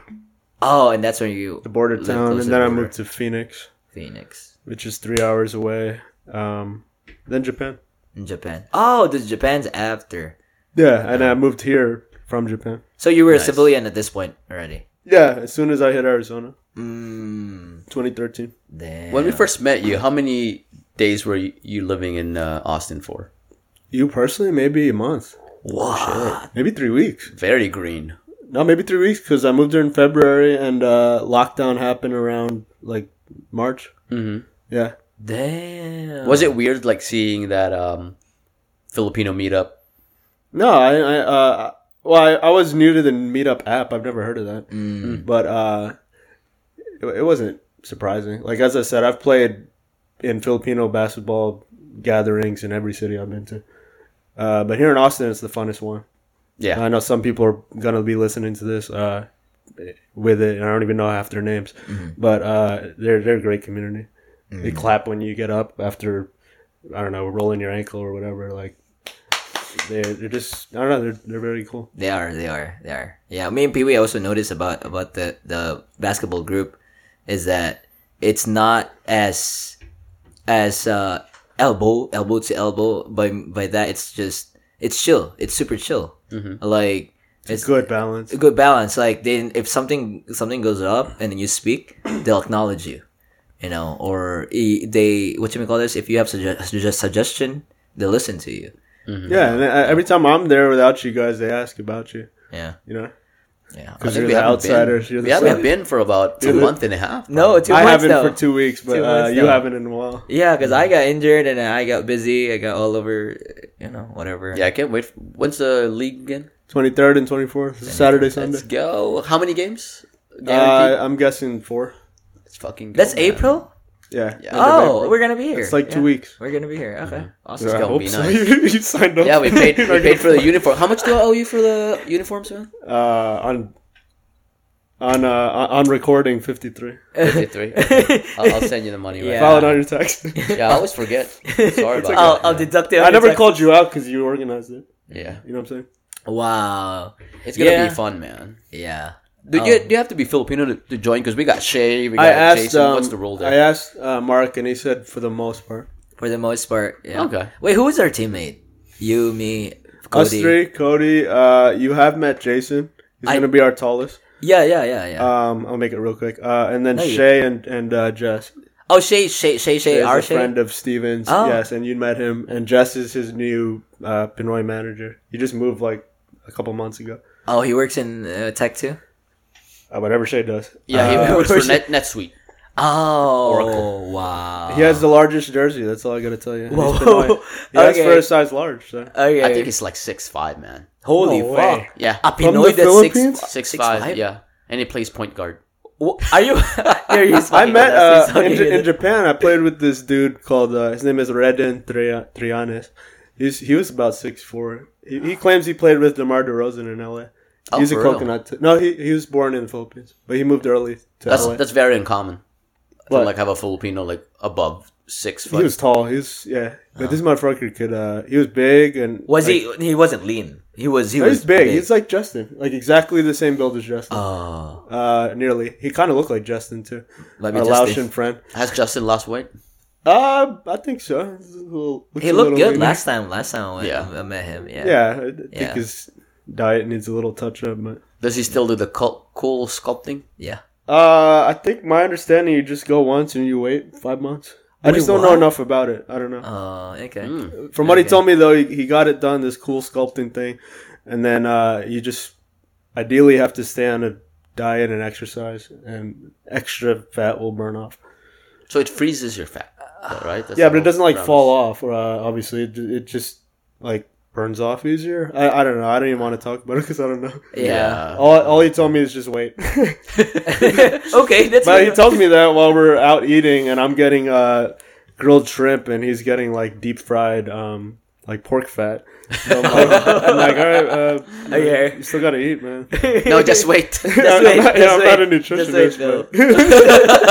[SPEAKER 1] oh, and that's when you
[SPEAKER 3] the border
[SPEAKER 1] lived
[SPEAKER 3] town,
[SPEAKER 1] close to
[SPEAKER 3] and
[SPEAKER 1] the
[SPEAKER 3] then I
[SPEAKER 1] border.
[SPEAKER 3] moved to Phoenix,
[SPEAKER 1] Phoenix,
[SPEAKER 3] which is three hours away. Um, then Japan.
[SPEAKER 1] in Japan. Oh, the Japan's after.
[SPEAKER 3] Yeah, and I moved here from Japan.
[SPEAKER 1] So you were a civilian at this point already.
[SPEAKER 3] Yeah, as soon as I hit Arizona,
[SPEAKER 1] Mm,
[SPEAKER 3] 2013.
[SPEAKER 1] damn.
[SPEAKER 2] When we first met you, how many days were you, you living in uh, Austin for?
[SPEAKER 3] You personally, maybe a month, Oh,
[SPEAKER 1] Wow.
[SPEAKER 3] maybe three weeks.
[SPEAKER 2] Very green.
[SPEAKER 3] No, maybe three weeks because I moved here in February and uh, lockdown happened around like March.
[SPEAKER 2] hmm
[SPEAKER 3] Yeah.
[SPEAKER 1] Damn.
[SPEAKER 2] Was it weird, like seeing that um, Filipino meetup?
[SPEAKER 3] No, I, I uh, well, I, I was new to the Meetup app. I've never heard of that, but uh, it, it wasn't surprising. Like as I said, I've played in Filipino basketball gatherings in every city I've been to. Uh, but here in Austin, it's the funnest one.
[SPEAKER 2] Yeah.
[SPEAKER 3] I know some people are gonna be listening to this uh, with it, and I don't even know half their names. But uh, they're they're a great community,
[SPEAKER 1] Mm-hmm.
[SPEAKER 3] They clap when you get up after, I don't know, rolling your ankle or whatever. Like, they're, they're just, I don't know, they're, they're very cool.
[SPEAKER 1] They are, they are, they are. Yeah, me and Pee Wee also noticed about about the the basketball group is that it's not as as uh elbow elbow to elbow. By by that, it's just it's chill. It's super chill.
[SPEAKER 3] Mm-hmm.
[SPEAKER 1] Like
[SPEAKER 3] It's good balance.
[SPEAKER 1] a good balance. Like they, if something something goes up and then you speak, (clears throat) they'll acknowledge you, you know. Or i- they, what you may call this, if you have suge- suge- suggestion, they'll listen to you.
[SPEAKER 3] Yeah, and I, every time I'm there without you guys, they ask about you,
[SPEAKER 1] Yeah,
[SPEAKER 3] you know?
[SPEAKER 1] yeah.
[SPEAKER 3] Because
[SPEAKER 2] I
[SPEAKER 3] you're
[SPEAKER 2] think we
[SPEAKER 3] the
[SPEAKER 2] haven't been.
[SPEAKER 3] outsiders. You're the
[SPEAKER 2] we haven't
[SPEAKER 3] side-
[SPEAKER 2] been for about a month and a half.
[SPEAKER 1] No, two
[SPEAKER 3] I
[SPEAKER 1] months
[SPEAKER 3] haven't
[SPEAKER 1] though.
[SPEAKER 3] for two weeks,
[SPEAKER 1] Two
[SPEAKER 3] but uh,
[SPEAKER 1] months
[SPEAKER 3] you
[SPEAKER 1] now.
[SPEAKER 3] haven't in a while.
[SPEAKER 1] yeah, because I got injured and I got busy. I got all over, you know, whatever.
[SPEAKER 2] Yeah, I can't wait. When's the league again?
[SPEAKER 3] 23rd and 24th, Saturday, Sunday.
[SPEAKER 2] Let's go. How many games?
[SPEAKER 3] Uh,
[SPEAKER 2] Guaranteed?
[SPEAKER 3] I'm guessing four.
[SPEAKER 2] Let's fucking go.
[SPEAKER 1] that's
[SPEAKER 2] man.
[SPEAKER 1] April.
[SPEAKER 3] Yeah. End of
[SPEAKER 2] Yeah.
[SPEAKER 1] Oh,
[SPEAKER 3] April.
[SPEAKER 1] we're gonna be here.
[SPEAKER 3] It's like two
[SPEAKER 1] Yeah.
[SPEAKER 3] weeks.
[SPEAKER 1] We're gonna be here. Okay.
[SPEAKER 2] Awesome.
[SPEAKER 3] Yeah,
[SPEAKER 2] It's
[SPEAKER 3] I
[SPEAKER 2] gonna
[SPEAKER 3] hope
[SPEAKER 2] be
[SPEAKER 3] so.
[SPEAKER 2] nice.
[SPEAKER 3] (laughs) you signed up.
[SPEAKER 2] Yeah, we paid
[SPEAKER 3] (laughs)
[SPEAKER 2] we
[SPEAKER 3] Like,
[SPEAKER 2] paid for the uniform. How much do I owe you for the uniforms, man?
[SPEAKER 3] uh, on on uh, on recording 53.
[SPEAKER 2] Fifty
[SPEAKER 1] (laughs)
[SPEAKER 2] three. I'll, I'll send you the money. Right
[SPEAKER 1] Yeah.
[SPEAKER 3] File it on your text.
[SPEAKER 2] Now. yeah. I
[SPEAKER 1] (laughs)
[SPEAKER 2] always
[SPEAKER 3] (laughs)
[SPEAKER 2] forget. Sorry about
[SPEAKER 1] I'll,
[SPEAKER 2] that.
[SPEAKER 1] I'll deduct it.
[SPEAKER 3] I
[SPEAKER 1] on your
[SPEAKER 3] never
[SPEAKER 1] tax-
[SPEAKER 3] called you out because you organized it.
[SPEAKER 2] yeah,
[SPEAKER 3] You know what I'm saying?
[SPEAKER 1] Wow.
[SPEAKER 2] it's
[SPEAKER 1] Yeah.
[SPEAKER 2] gonna be fun, man.
[SPEAKER 1] Yeah.
[SPEAKER 2] Do
[SPEAKER 1] Oh.
[SPEAKER 2] you, do you have to be Filipino to, to join? Because we got Shay, we
[SPEAKER 3] Um,
[SPEAKER 2] got
[SPEAKER 3] I asked.
[SPEAKER 2] Jason.
[SPEAKER 3] Um,
[SPEAKER 2] What's the rule
[SPEAKER 3] I
[SPEAKER 2] there?
[SPEAKER 3] asked uh, Mark, and he said for the most part,
[SPEAKER 1] For the most part, yeah.
[SPEAKER 2] Okay.
[SPEAKER 1] Wait, who was our teammate? You, me, Cody.
[SPEAKER 3] us three, Cody. Uh, you have met Jason. He's
[SPEAKER 1] I-
[SPEAKER 3] gonna be our tallest.
[SPEAKER 1] Yeah, yeah, yeah, yeah.
[SPEAKER 3] Um, I'll make it real quick. Uh, and
[SPEAKER 1] No,
[SPEAKER 3] then
[SPEAKER 1] you-
[SPEAKER 3] Shay and and uh, Jess.
[SPEAKER 1] oh, Shay, Shay, Shay, Shay,
[SPEAKER 3] is
[SPEAKER 1] our
[SPEAKER 3] a
[SPEAKER 1] Shay.
[SPEAKER 3] friend of Steven's.
[SPEAKER 1] Oh.
[SPEAKER 3] Yes, and you met him. And Jess is his new uh, Pinoy manager. He just moved like a couple months ago.
[SPEAKER 1] Oh, he works in uh, tech too.
[SPEAKER 3] Uh, whatever Shay does.
[SPEAKER 2] Yeah, he
[SPEAKER 1] Uh,
[SPEAKER 2] works
[SPEAKER 3] (laughs)
[SPEAKER 2] for
[SPEAKER 1] Shay-
[SPEAKER 2] Net, NetSuite.
[SPEAKER 1] Oh,
[SPEAKER 2] Oracle.
[SPEAKER 1] wow.
[SPEAKER 3] He has the largest jersey. That's all I gotta
[SPEAKER 2] (laughs)
[SPEAKER 3] tell you. And
[SPEAKER 1] Whoa.
[SPEAKER 3] he's Pinoy. He asked
[SPEAKER 1] Okay.
[SPEAKER 3] for a size large. So.
[SPEAKER 1] Okay.
[SPEAKER 2] I think it's like six five, man.
[SPEAKER 1] holy
[SPEAKER 3] No
[SPEAKER 1] fuck.
[SPEAKER 3] way.
[SPEAKER 2] Yeah,
[SPEAKER 1] A
[SPEAKER 3] From
[SPEAKER 1] Pinoy
[SPEAKER 3] the
[SPEAKER 1] that's six,
[SPEAKER 3] Philippines?
[SPEAKER 2] six,
[SPEAKER 1] six
[SPEAKER 2] five,
[SPEAKER 1] five?
[SPEAKER 2] Yeah, and he plays point guard.
[SPEAKER 1] Wha- Are you? (laughs) You're used
[SPEAKER 3] I
[SPEAKER 1] fucking
[SPEAKER 3] met
[SPEAKER 1] with us.
[SPEAKER 3] uh,
[SPEAKER 1] He's
[SPEAKER 3] in, J-
[SPEAKER 1] fucking
[SPEAKER 3] in Japan. I played with this dude called uh, his name is Reden Tria- Trianes. He's he was about six four. He, he claims he played with Demar Derozan in L.A.
[SPEAKER 2] Oh,
[SPEAKER 3] He's a
[SPEAKER 2] for real?
[SPEAKER 3] coconut. t- no, he, he was born in the Philippines, but he moved early to
[SPEAKER 2] That's
[SPEAKER 3] L.A.
[SPEAKER 2] that's very uncommon. To
[SPEAKER 3] Oh, What?
[SPEAKER 2] like have a Filipino like above six
[SPEAKER 3] he
[SPEAKER 2] foot.
[SPEAKER 3] was tall. He was yeah. But this motherfucker could. Uh, he was big and
[SPEAKER 1] Oh. Was
[SPEAKER 3] like,
[SPEAKER 1] he? He wasn't lean. He was. He was
[SPEAKER 3] He's big. He's like Justin, like exactly the same build as Justin.
[SPEAKER 1] oh,
[SPEAKER 3] Uh, nearly. He kind of looked like Justin too.
[SPEAKER 1] let me
[SPEAKER 3] Our
[SPEAKER 1] just.
[SPEAKER 3] Laotian
[SPEAKER 1] think.
[SPEAKER 3] friend.
[SPEAKER 2] Has Justin lost weight?
[SPEAKER 3] Uh, I think so. He's a little- looks
[SPEAKER 1] He
[SPEAKER 3] a
[SPEAKER 1] looked
[SPEAKER 3] little
[SPEAKER 1] good
[SPEAKER 3] leaner.
[SPEAKER 1] last time. Last time I,
[SPEAKER 2] Yeah.
[SPEAKER 1] I met him. Yeah.
[SPEAKER 3] Yeah, I think
[SPEAKER 1] Yeah.
[SPEAKER 3] his diet needs a little touch up, but
[SPEAKER 2] Does he still do the cul- cool sculpting?
[SPEAKER 1] Yeah.
[SPEAKER 3] uh, I think my understanding you just go once and you wait five months. I
[SPEAKER 1] Wait,
[SPEAKER 3] just don't
[SPEAKER 1] what?
[SPEAKER 3] know enough about it. I don't know.
[SPEAKER 1] Oh, okay.
[SPEAKER 2] Hmm.
[SPEAKER 3] From what he
[SPEAKER 1] okay.
[SPEAKER 3] told me though, he, he got it done this cool sculpting thing, and then uh, you just ideally have to stay on a diet and exercise, and extra fat will burn off.
[SPEAKER 2] So it freezes your fat, right? That's
[SPEAKER 3] yeah, but
[SPEAKER 2] the
[SPEAKER 3] it
[SPEAKER 2] whole
[SPEAKER 3] doesn't like
[SPEAKER 2] premise.
[SPEAKER 3] fall off. Uh, obviously, it, it just like burns off easier. I, I don't know. I don't even want to talk about it because I don't know.
[SPEAKER 1] Yeah.
[SPEAKER 3] All, all he told me is just
[SPEAKER 1] (laughs)
[SPEAKER 3] wait.
[SPEAKER 1] okay, that's.
[SPEAKER 3] But he
[SPEAKER 1] good.
[SPEAKER 3] tells me that while we're out eating, and I'm getting uh, grilled shrimp, and he's getting like deep fried, um, like pork fat. So I'm like, I'm like, all right, uh,
[SPEAKER 1] Okay.
[SPEAKER 3] you still gotta eat,
[SPEAKER 1] (laughs)
[SPEAKER 3] man.
[SPEAKER 2] No, just wait.
[SPEAKER 3] (laughs) I'm,
[SPEAKER 1] wait,
[SPEAKER 3] not, yeah,
[SPEAKER 1] just
[SPEAKER 3] I'm not a
[SPEAKER 1] wait, just
[SPEAKER 3] nutritionist,
[SPEAKER 1] wait,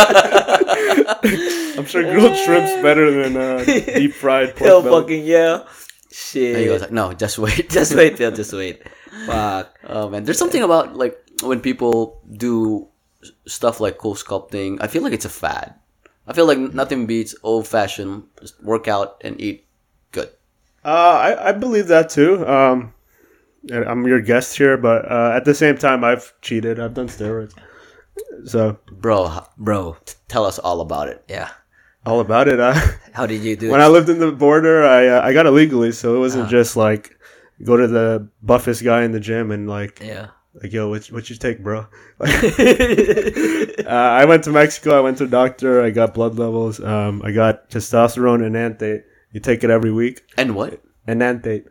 [SPEAKER 3] but- (laughs) I'm sure grilled shrimp's better than uh, deep fried pork.
[SPEAKER 1] Hell
[SPEAKER 3] belly.
[SPEAKER 1] fucking yeah. Shit.
[SPEAKER 2] he goes like, no, just wait. (laughs)
[SPEAKER 1] just wait, Phil. Just wait. Fuck.
[SPEAKER 2] Oh man, there's something about like when people do s- stuff like cool sculpting. I feel like it's a fad. I feel like nothing beats old fashioned just work out and eat good.
[SPEAKER 3] Uh, I, I believe that too. Um, and I'm your guest here, but uh, at the same time, I've cheated. I've done steroids. So
[SPEAKER 2] Bro, h-
[SPEAKER 1] Bro.
[SPEAKER 2] tell us all about it.
[SPEAKER 1] Yeah.
[SPEAKER 3] all about it. Uh,
[SPEAKER 1] How did you do
[SPEAKER 3] when
[SPEAKER 1] it?
[SPEAKER 3] I lived in the border, I uh, I got it legally, so it wasn't just like go to the buffest guy in the gym and like
[SPEAKER 1] yeah. (laughs)
[SPEAKER 3] like yo, what what you take, bro? (laughs) uh, I went to Mexico. I went to a doctor. I got blood levels. Um, I got testosterone enanthate. E. You take it every week.
[SPEAKER 2] And what?
[SPEAKER 3] Enanthate.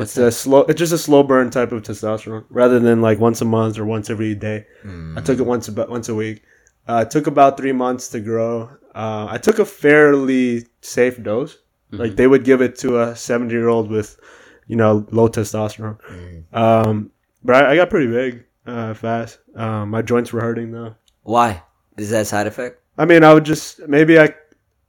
[SPEAKER 3] It's a slow. It's just a slow burn type of testosterone, rather than like once a month or once every day. I took it once about once a week. Uh, it took about three months to grow. Uh, I took a fairly safe dose. Like they would give it to a seventy year old with, you know, low testosterone. Um, but I, I got pretty big uh, fast. Um, my joints were hurting though.
[SPEAKER 1] Why? Is that a side effect?
[SPEAKER 3] I mean, I would just maybe I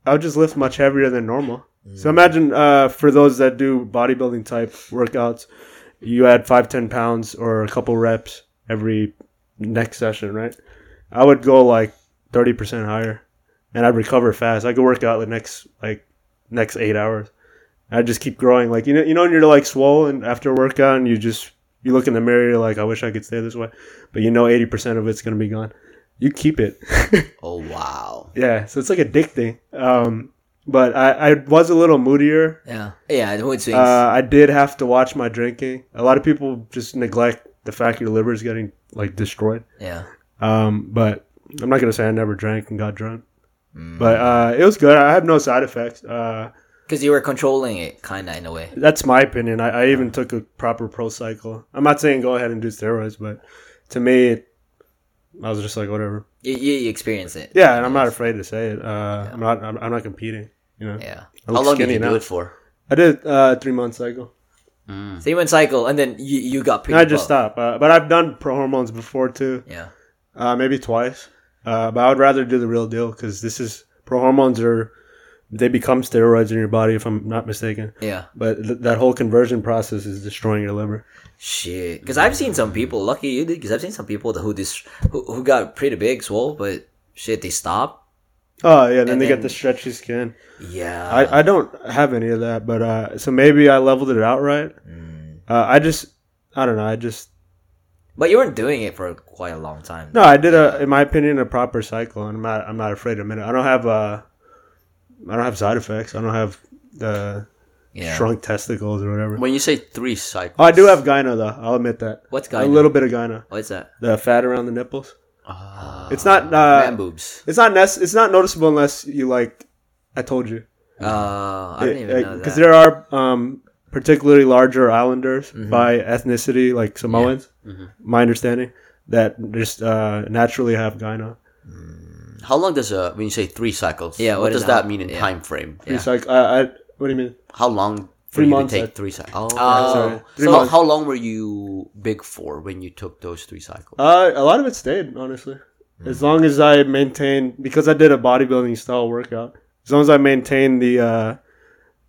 [SPEAKER 3] I would just lift much heavier than normal. So imagine uh, for those that do bodybuilding type workouts, you add five ten pounds or a couple reps every next session, right? I would go like thirty percent higher, and I'd recover fast. I could work out the next like next eight hours. I just keep growing. Like you know, you know, when you're like swollen after a workout, and you just you look in the mirror, you're like, I wish I could stay this way, but you know, eighty percent of it's gonna be gone. You keep it.
[SPEAKER 2] Oh wow.
[SPEAKER 3] Yeah, so it's like addicting. Um, but I, I was a little moodier.
[SPEAKER 1] Yeah, yeah, the mood swings.
[SPEAKER 3] Uh, I did have to watch my drinking. A lot of people just neglect the fact your liver is getting like destroyed.
[SPEAKER 1] yeah,
[SPEAKER 3] Um, but I'm not gonna say I never drank and got drunk.
[SPEAKER 2] Mm.
[SPEAKER 3] But uh, it was good. I have no side effects. Uh,
[SPEAKER 1] because you were controlling it, kinda in a way.
[SPEAKER 3] that's my opinion. I, I even took a proper pro cycle. I'm not saying go ahead and do steroids, but to me, it, I was just like whatever.
[SPEAKER 1] You you, you experience it.
[SPEAKER 3] Yeah, and I'm not afraid to say it. Uh, I'm not. I'm, I'm not competing. You know,
[SPEAKER 1] Yeah,
[SPEAKER 3] I
[SPEAKER 2] How
[SPEAKER 3] look
[SPEAKER 2] long did
[SPEAKER 3] skinny
[SPEAKER 2] you
[SPEAKER 3] now.
[SPEAKER 2] do it for?
[SPEAKER 3] I did uh, three month cycle.
[SPEAKER 1] so you went cycle, and then you you got pretty.
[SPEAKER 3] I just
[SPEAKER 1] buff.
[SPEAKER 3] stopped, uh, but I've done pro hormones before too,
[SPEAKER 1] Yeah,
[SPEAKER 3] uh, maybe twice. Uh, but I would rather do the real deal because this is pro hormones are they become steroids in your body if I'm not mistaken.
[SPEAKER 1] yeah.
[SPEAKER 3] But th- that whole conversion process is destroying your liver.
[SPEAKER 1] Shit, because I've seen some people. Lucky you did, because I've seen some people who dis- who, who got pretty big, swole, but shit, they stopped.
[SPEAKER 3] Oh yeah,
[SPEAKER 1] And
[SPEAKER 3] then they get
[SPEAKER 1] then-
[SPEAKER 3] the stretchy skin.
[SPEAKER 1] Yeah,
[SPEAKER 3] I, I don't have any of that, but uh, so maybe I leveled it out right. Uh, I just I don't know. I just
[SPEAKER 1] but you weren't doing it for quite a long time.
[SPEAKER 3] No, I did a, in my opinion, a proper cycle, and I'm not, I'm not afraid to admit it. I don't have, uh, I don't have side effects. I don't have uh,
[SPEAKER 1] yeah.
[SPEAKER 3] shrunk testicles or whatever.
[SPEAKER 2] When you say three cycles,
[SPEAKER 3] Oh, I do have gyno though. I'll admit that.
[SPEAKER 1] What's
[SPEAKER 3] A
[SPEAKER 1] gyno?
[SPEAKER 3] little bit of gyno.
[SPEAKER 1] What's that?
[SPEAKER 3] The fat around the nipples.
[SPEAKER 2] Ah,
[SPEAKER 3] It's not.
[SPEAKER 2] man
[SPEAKER 3] Uh,
[SPEAKER 2] boobs.
[SPEAKER 3] it's not. Nec- it's not noticeable unless you like. I told you.
[SPEAKER 1] Uh, I didn't even know that.
[SPEAKER 3] Because there are um, particularly larger islanders
[SPEAKER 1] Mm-hmm.
[SPEAKER 3] by ethnicity, like Samoans. My understanding that just uh, naturally have gyno.
[SPEAKER 2] How long does uh when you say three cycles?
[SPEAKER 1] Yeah,
[SPEAKER 2] what,
[SPEAKER 1] what is
[SPEAKER 2] does
[SPEAKER 1] that?
[SPEAKER 2] that mean in
[SPEAKER 1] Yeah.
[SPEAKER 2] time frame?
[SPEAKER 3] Three cyc- I, I, what do you mean?
[SPEAKER 2] How long for
[SPEAKER 3] Three
[SPEAKER 2] you to
[SPEAKER 3] months,
[SPEAKER 2] take
[SPEAKER 3] I-
[SPEAKER 2] three cycles? Oh,
[SPEAKER 1] sorry.
[SPEAKER 3] Three
[SPEAKER 2] so
[SPEAKER 3] months.
[SPEAKER 2] how long were you big for when you took those three cycles?
[SPEAKER 3] Uh, a lot of it stayed, honestly. As long as I maintained, because I did a bodybuilding style workout. As long as I maintained the, uh,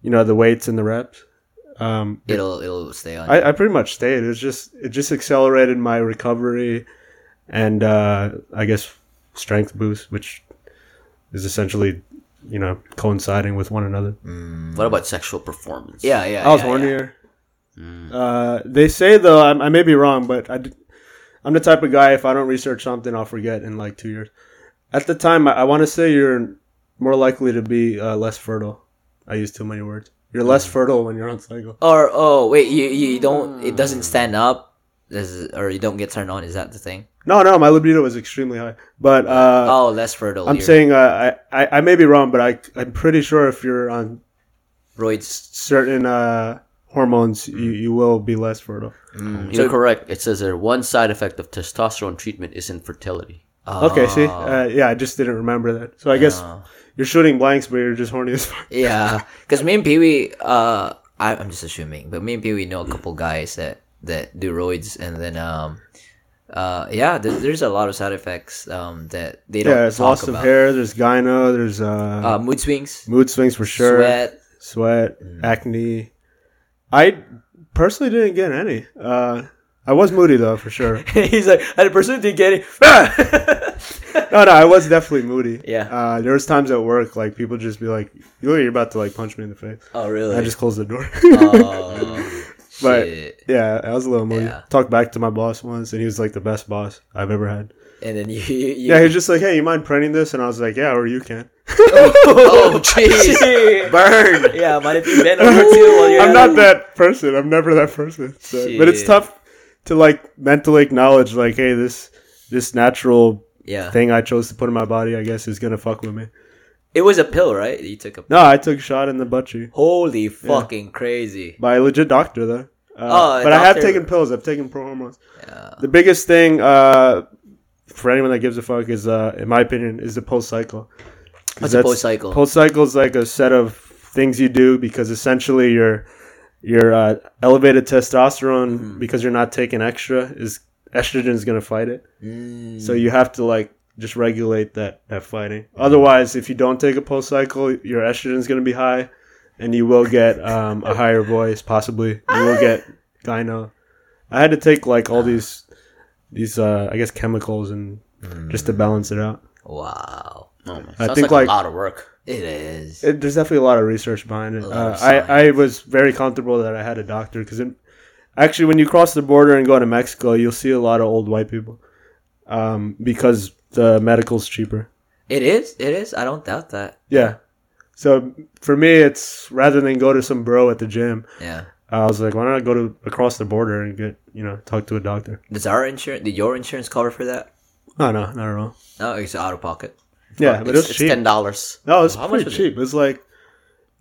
[SPEAKER 3] you know, the weights and the reps, um,
[SPEAKER 1] it'll it'll stay on.
[SPEAKER 3] I, I pretty much stayed. It was just it just accelerated my recovery, and uh, I guess strength boost, which is essentially, you know, coinciding with one another.
[SPEAKER 2] what about sexual performance?
[SPEAKER 1] yeah, yeah.
[SPEAKER 3] I
[SPEAKER 1] yeah,
[SPEAKER 3] was
[SPEAKER 1] yeah.
[SPEAKER 3] hornier. Uh, they say though, I, I may be wrong, but I d- I'm the type of guy if I don't research something, I'll forget in like two years. At the time, I, I want to say you're more likely to be uh, less fertile. I use too many words. You're less fertile when you're on cycle.
[SPEAKER 1] Or oh wait, you you don't it doesn't stand up, this is, or you don't get turned on. Is that the thing?
[SPEAKER 3] No, no, my libido is extremely high, but uh,
[SPEAKER 1] oh, less fertile.
[SPEAKER 3] I'm
[SPEAKER 1] you're
[SPEAKER 3] saying uh, I, I I may be wrong, but I I'm pretty sure if you're on
[SPEAKER 1] roids.
[SPEAKER 3] certain uh, hormones, you, you will be less fertile.
[SPEAKER 2] Mm, You're correct. It says there one side effect of testosterone treatment is infertility.
[SPEAKER 3] Okay, see,
[SPEAKER 1] Oh.
[SPEAKER 3] uh, yeah, I just didn't remember that. So I guess you're shooting blanks, but you're just horny as fuck.
[SPEAKER 1] Yeah, because me and Pee Wee, uh, I, I'm just assuming, but me and Pee Wee know a couple guys that that do roids, and then um, uh, yeah, there, there's a lot of side effects um that they don't
[SPEAKER 3] Yeah, it's
[SPEAKER 1] talk
[SPEAKER 3] loss
[SPEAKER 1] about.
[SPEAKER 3] of hair. There's gyno. There's uh,
[SPEAKER 1] Uh, mood swings,
[SPEAKER 3] mood swings for sure. (laughs)
[SPEAKER 1] sweat. Mm.
[SPEAKER 3] sweat, acne. I personally didn't get any. Uh, I was moody though, for
[SPEAKER 1] (laughs)
[SPEAKER 3] sure.
[SPEAKER 1] He's like, and a person did get it. (laughs)
[SPEAKER 3] no, no, I was definitely moody.
[SPEAKER 1] Yeah.
[SPEAKER 3] Uh, there was times at work like people just be like, "You look, like you're about to like punch me in the face."
[SPEAKER 1] oh really?
[SPEAKER 3] I just closed the door. (laughs) but
[SPEAKER 1] Shit.
[SPEAKER 3] yeah, I was a little moody.
[SPEAKER 1] Yeah.
[SPEAKER 3] Talked back to my boss once, and he was like the best boss I've ever had.
[SPEAKER 1] And then you,
[SPEAKER 3] (laughs)
[SPEAKER 1] you, you
[SPEAKER 3] Yeah, he was just like, "Hey, you mind printing this?" And I was like, "Yeah, or you can."
[SPEAKER 1] oh jeez,
[SPEAKER 3] (laughs)
[SPEAKER 1] burn. Yeah, might have been bent over too. While you're
[SPEAKER 3] I'm not that person. I'm never that person. So, but
[SPEAKER 1] Shit.
[SPEAKER 3] it's tough to like mentally acknowledge, like, "Hey, this this natural
[SPEAKER 1] Yeah,
[SPEAKER 3] thing I chose to put in my body, I guess, is gonna fuck with me."
[SPEAKER 1] it was a pill, right? You took a
[SPEAKER 3] No, I took a shot in the butt cheek
[SPEAKER 1] holy fucking crazy.
[SPEAKER 3] by a legit doctor though. Uh,
[SPEAKER 1] Oh, a
[SPEAKER 3] but I have
[SPEAKER 1] doctor.
[SPEAKER 3] taken pills. I've taken pro hormones.
[SPEAKER 1] Yeah.
[SPEAKER 3] The biggest thing uh, for anyone that gives a fuck is, uh, in my opinion, is the post cycle.
[SPEAKER 1] What's a post cycle?
[SPEAKER 3] Post cycle is like a set of things you do because essentially your your uh, elevated testosterone
[SPEAKER 1] Hmm. Hmm.
[SPEAKER 3] because you're not taking extra is estrogen is going to fight it. So you have to like just regulate that that fighting. Otherwise, if you don't take a post cycle, your estrogen is going to be high, and you will get um, a higher voice. Possibly, you will get gyno. I had to take
[SPEAKER 1] Ah.
[SPEAKER 3] like all these these uh, I guess chemicals and just to balance it out.
[SPEAKER 1] Wow.
[SPEAKER 2] Oh my.
[SPEAKER 3] I
[SPEAKER 2] Sounds
[SPEAKER 3] think,
[SPEAKER 2] like,
[SPEAKER 3] like-
[SPEAKER 2] a lot of work.
[SPEAKER 1] It is.
[SPEAKER 3] It, there's definitely a lot of research behind it.
[SPEAKER 1] lot
[SPEAKER 3] Uh,
[SPEAKER 1] of
[SPEAKER 3] I I was very comfortable that I had a doctor because actually, when you cross the border and go to Mexico, you'll see a lot of old white people um, because the medical's cheaper.
[SPEAKER 1] It is. It is. I don't doubt that.
[SPEAKER 3] Yeah. So for me, it's rather than go to some bro at the gym,
[SPEAKER 1] Yeah.
[SPEAKER 3] I was like, why don't I go to across the border and get you know talk to a doctor?
[SPEAKER 1] Does our insurance? Did your insurance cover for that?
[SPEAKER 3] Oh no, not at all.
[SPEAKER 1] No, it's out of pocket.
[SPEAKER 3] Yeah, but
[SPEAKER 2] it's,
[SPEAKER 3] it's,
[SPEAKER 2] it's
[SPEAKER 3] cheap.
[SPEAKER 2] ten dollars.
[SPEAKER 3] no, it's
[SPEAKER 2] How much
[SPEAKER 3] pretty
[SPEAKER 2] was it?
[SPEAKER 3] cheap. It's like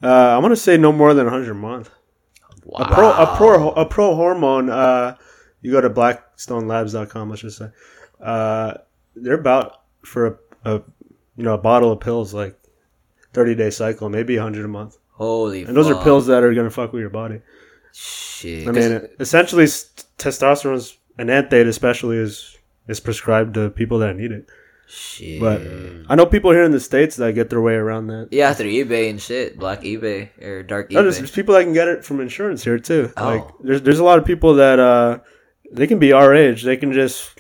[SPEAKER 3] uh, I want to say no more than hundred a month.
[SPEAKER 2] Wow.
[SPEAKER 3] Pro a pro a pro hormone. Uh, you go to blackstonelabs.com. Let's just say uh, they're about for a, a you know a bottle of pills like thirty day cycle, maybe hundred a month.
[SPEAKER 1] Holy.
[SPEAKER 3] And those are
[SPEAKER 1] fuck.
[SPEAKER 3] pills that are gonna fuck with your body.
[SPEAKER 1] Shit.
[SPEAKER 3] I mean, essentially, s- testosterone's enanthate, especially, is is prescribed to people that need it.
[SPEAKER 1] Shit.
[SPEAKER 3] But I know people here in the states that get their way around that.
[SPEAKER 1] yeah, through eBay and shit, black eBay or dark
[SPEAKER 3] No,
[SPEAKER 1] eBay.
[SPEAKER 3] there's, there's people that can get it from insurance here too.
[SPEAKER 1] Oh.
[SPEAKER 3] Like, there's there's a lot of people that uh, they can be our age. They can just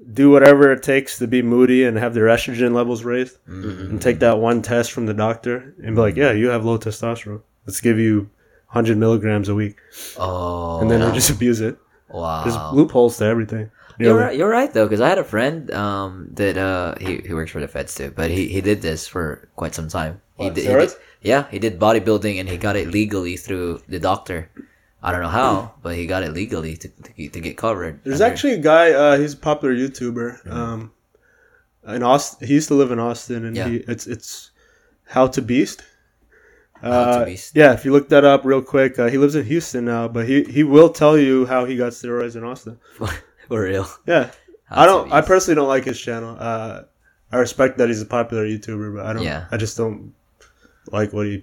[SPEAKER 3] do whatever it takes to be moody and have their estrogen levels raised,
[SPEAKER 1] Mm-hmm.
[SPEAKER 3] and take that one test from the doctor and be like, "Yeah, you have low testosterone. Let's give you 100 milligrams a week,"
[SPEAKER 1] oh.
[SPEAKER 3] and then they just (laughs) abuse it.
[SPEAKER 1] wow.
[SPEAKER 3] There's loopholes to everything.
[SPEAKER 1] You're
[SPEAKER 3] Nearly.
[SPEAKER 1] right, you're right though, because I had a friend um, that uh, he he works for the feds too, but he, he did this for quite some time. He
[SPEAKER 3] What,
[SPEAKER 1] did, he
[SPEAKER 3] steroids?
[SPEAKER 1] did- yeah, he did bodybuilding and he got it legally through the doctor. I don't know how, but he got it legally to to, get- to get covered.
[SPEAKER 3] There's
[SPEAKER 1] under-
[SPEAKER 3] actually a guy. Uh, he's a popular YouTuber. Um, in Austin, he used to live in Austin, and
[SPEAKER 1] Yeah.
[SPEAKER 3] he, it's it's how to beast.
[SPEAKER 1] How to
[SPEAKER 3] Uh,
[SPEAKER 1] Beast.
[SPEAKER 3] Yeah, if you look that up real quick, uh, he lives in Houston now, but he, he will tell you how he got steroids in Austin.
[SPEAKER 1] for real.
[SPEAKER 3] Yeah,
[SPEAKER 1] How
[SPEAKER 3] I
[SPEAKER 1] to
[SPEAKER 3] don't. I
[SPEAKER 1] Beast.
[SPEAKER 3] personally don't like his channel. Uh, I respect that he's a popular YouTuber, but I don't.
[SPEAKER 1] Yeah.
[SPEAKER 3] I just don't like what he.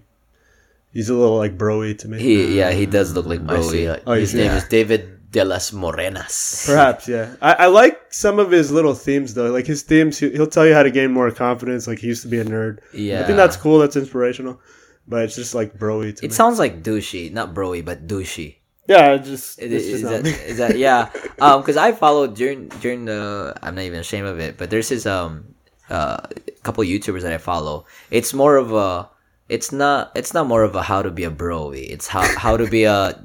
[SPEAKER 3] He's a little like broy to me.
[SPEAKER 1] He yeah, he does look like
[SPEAKER 2] I
[SPEAKER 1] Bowie.
[SPEAKER 2] see. Like,
[SPEAKER 3] Oh, you
[SPEAKER 2] his
[SPEAKER 3] see.
[SPEAKER 2] name is David de las Morenas.
[SPEAKER 3] Perhaps, yeah. I, I like some of his little themes though. Like his themes, he, he'll tell you how to gain more confidence. Like he used to be a nerd.
[SPEAKER 1] Yeah.
[SPEAKER 3] I think that's cool. That's inspirational, but it's just like broy to
[SPEAKER 1] It
[SPEAKER 3] me.
[SPEAKER 1] sounds like douchey, not broy, but douchey.
[SPEAKER 3] yeah, it just
[SPEAKER 1] It-
[SPEAKER 3] it's
[SPEAKER 1] is
[SPEAKER 3] just
[SPEAKER 1] that
[SPEAKER 3] not me.
[SPEAKER 1] is that
[SPEAKER 3] (laughs)
[SPEAKER 1] yeah? Um, because I followed during during the I'm not even ashamed of it, but there's this um uh couple YouTubers that I follow. It's more of a it's not it's not more of a how to be a broy. It's how how to be a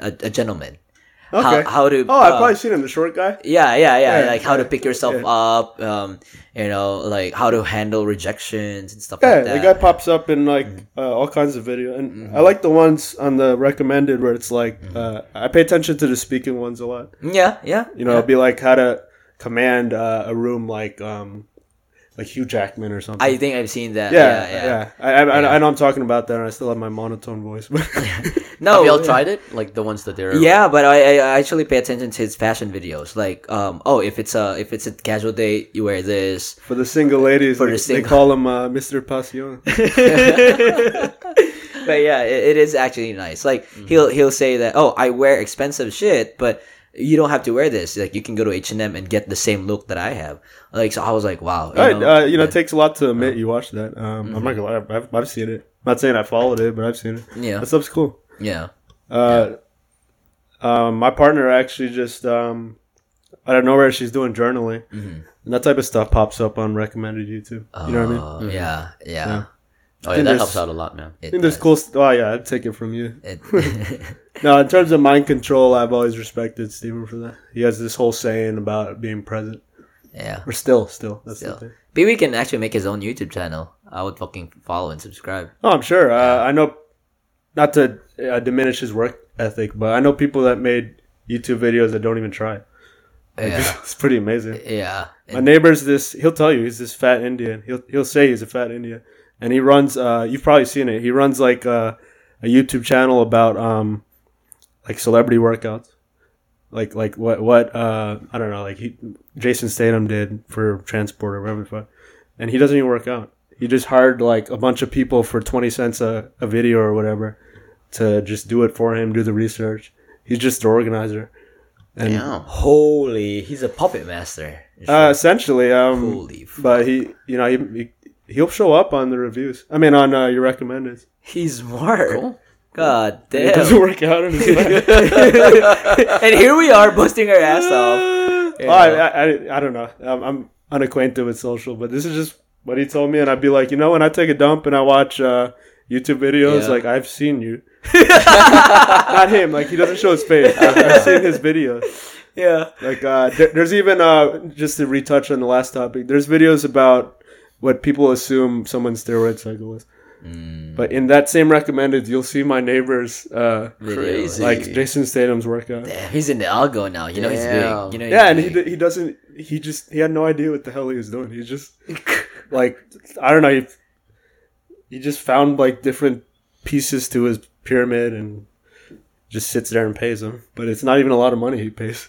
[SPEAKER 1] a, a gentleman. (laughs)
[SPEAKER 3] Okay.
[SPEAKER 1] How, how to
[SPEAKER 3] Oh,
[SPEAKER 1] uh,
[SPEAKER 3] I've probably seen him, the short guy.
[SPEAKER 1] yeah, yeah, yeah.
[SPEAKER 3] Yeah,
[SPEAKER 1] like how to
[SPEAKER 3] yeah,
[SPEAKER 1] pick yourself
[SPEAKER 3] yeah.
[SPEAKER 1] up, um, you know, like how to handle rejections and stuff
[SPEAKER 3] Yeah,
[SPEAKER 1] like that. Mm.
[SPEAKER 3] the
[SPEAKER 1] Mm-hmm.
[SPEAKER 3] guy pops up in like uh, all kinds of video, and I like the ones on the recommended where it's like uh, I pay attention to the speaking ones a lot.
[SPEAKER 1] yeah, yeah.
[SPEAKER 3] You know, it'll be like how to command uh, a room like um like Hugh Jackman or something.
[SPEAKER 1] I think I've seen that.
[SPEAKER 3] yeah, yeah.
[SPEAKER 1] yeah.
[SPEAKER 3] I, I, I know I'm talking about that, and I still have my monotone voice. (laughs)
[SPEAKER 1] (laughs)
[SPEAKER 3] But
[SPEAKER 1] No,
[SPEAKER 2] Have y'all
[SPEAKER 1] Oh, yeah.
[SPEAKER 2] tried it? Like the ones that they're
[SPEAKER 1] Yeah, but I, I actually pay attention to his fashion videos. Like, um, oh, if it's a if it's a casual date, you wear
[SPEAKER 3] (laughs)
[SPEAKER 1] this.
[SPEAKER 3] for the single ladies,
[SPEAKER 1] For
[SPEAKER 3] they,
[SPEAKER 1] the
[SPEAKER 3] they
[SPEAKER 1] single-
[SPEAKER 3] call him uh,
[SPEAKER 1] (laughs)
[SPEAKER 3] Mr. Passion.
[SPEAKER 1] But yeah, it, it is actually nice. Like
[SPEAKER 3] Mm-hmm.
[SPEAKER 1] he'll he'll say that, oh, I wear expensive shit, but you don't have to wear this. Like you can go to H and M and get the same look that I have. Like so, I was like, wow. You
[SPEAKER 3] All right,
[SPEAKER 1] know?
[SPEAKER 3] uh, you know, it takes a lot to admit you watched that. Um, I'm not gonna lie, I've, I've seen it. I'm not saying I followed it, but I've seen it.
[SPEAKER 1] Yeah.
[SPEAKER 3] that stuff's cool.
[SPEAKER 1] yeah.
[SPEAKER 3] Uh, um, my partner actually just um, out of nowhere, she's doing journaling,
[SPEAKER 1] Mm-hmm.
[SPEAKER 3] and that type of stuff pops up on recommended YouTube. You know what I mean?
[SPEAKER 1] Uh,
[SPEAKER 2] Mm-hmm.
[SPEAKER 1] yeah, yeah.
[SPEAKER 2] Oh yeah, that
[SPEAKER 3] There's-
[SPEAKER 2] helps out a lot, man.
[SPEAKER 3] I think there's cool. St- oh yeah, I'd take it from you. (laughs)
[SPEAKER 1] It- (laughs)
[SPEAKER 3] No, in terms of mind control, I've always respected Steven for that. He has this whole saying about being present,
[SPEAKER 1] yeah.
[SPEAKER 3] or still, still. That's
[SPEAKER 1] So,
[SPEAKER 3] the thing.
[SPEAKER 1] BB can actually make his own YouTube channel. I would fucking follow and subscribe.
[SPEAKER 3] Oh, I'm sure. Uh, I know, not to uh, diminish his work ethic, but I know people that made YouTube videos that don't even try.
[SPEAKER 1] Yeah,
[SPEAKER 3] (laughs) it's pretty amazing.
[SPEAKER 1] yeah.
[SPEAKER 3] My neighbor's this. He'll tell you he's this fat Indian. He'll he'll say he's a fat Indian, and he runs. Uh, you've probably seen it. He runs like uh, a YouTube channel about um, like celebrity workouts, like like what what uh, I don't know, like he, Jason Statham did for Transport or whatever the fuck, and he doesn't even work out. He just hired like a bunch of people for twenty cents a, a video or whatever to just do it for him, do the research. He's just the organizer. And
[SPEAKER 2] Yeah.
[SPEAKER 1] Holy, he's a puppet master.
[SPEAKER 3] uh, essentially, um,
[SPEAKER 1] Holy fuck.
[SPEAKER 3] but he, you know, he, he he'll show up on the reviews. I mean, on uh, your recommended.
[SPEAKER 1] He's smart.
[SPEAKER 2] Cool.
[SPEAKER 1] God damn.
[SPEAKER 3] It (laughs) doesn't
[SPEAKER 1] (laughs)
[SPEAKER 3] work out. and it's like-
[SPEAKER 1] and here we are busting our ass off.
[SPEAKER 3] Well, I, I, I, I don't know. I'm, I'm unacquainted with social, but this is just what he told me, and I'd be like, you know, when I take a dump and I watch uh, YouTube videos,
[SPEAKER 2] Yeah.
[SPEAKER 3] like I've seen
[SPEAKER 1] (laughs)
[SPEAKER 3] you. (laughs) Not him. Like he doesn't show his face. Like, I've seen his videos.
[SPEAKER 1] Yeah.
[SPEAKER 3] Like uh, there, there's even uh, just to retouch on the last topic. There's videos about what people assume someone's steroid cycle is. But in that same recommended, you'll see my neighbor's uh,
[SPEAKER 1] Crazy.
[SPEAKER 3] like Jason Statham's workout.
[SPEAKER 1] Damn, he's in the algo now. You know he's
[SPEAKER 2] Damn.
[SPEAKER 1] big. You know
[SPEAKER 3] Yeah, and he
[SPEAKER 1] he's big.
[SPEAKER 3] d- he doesn't. He just he had no idea what the hell he was doing. He just like I don't know. He, he just found like different pieces to his pyramid and just sits there and pays them. But it's not even a lot of money he pays.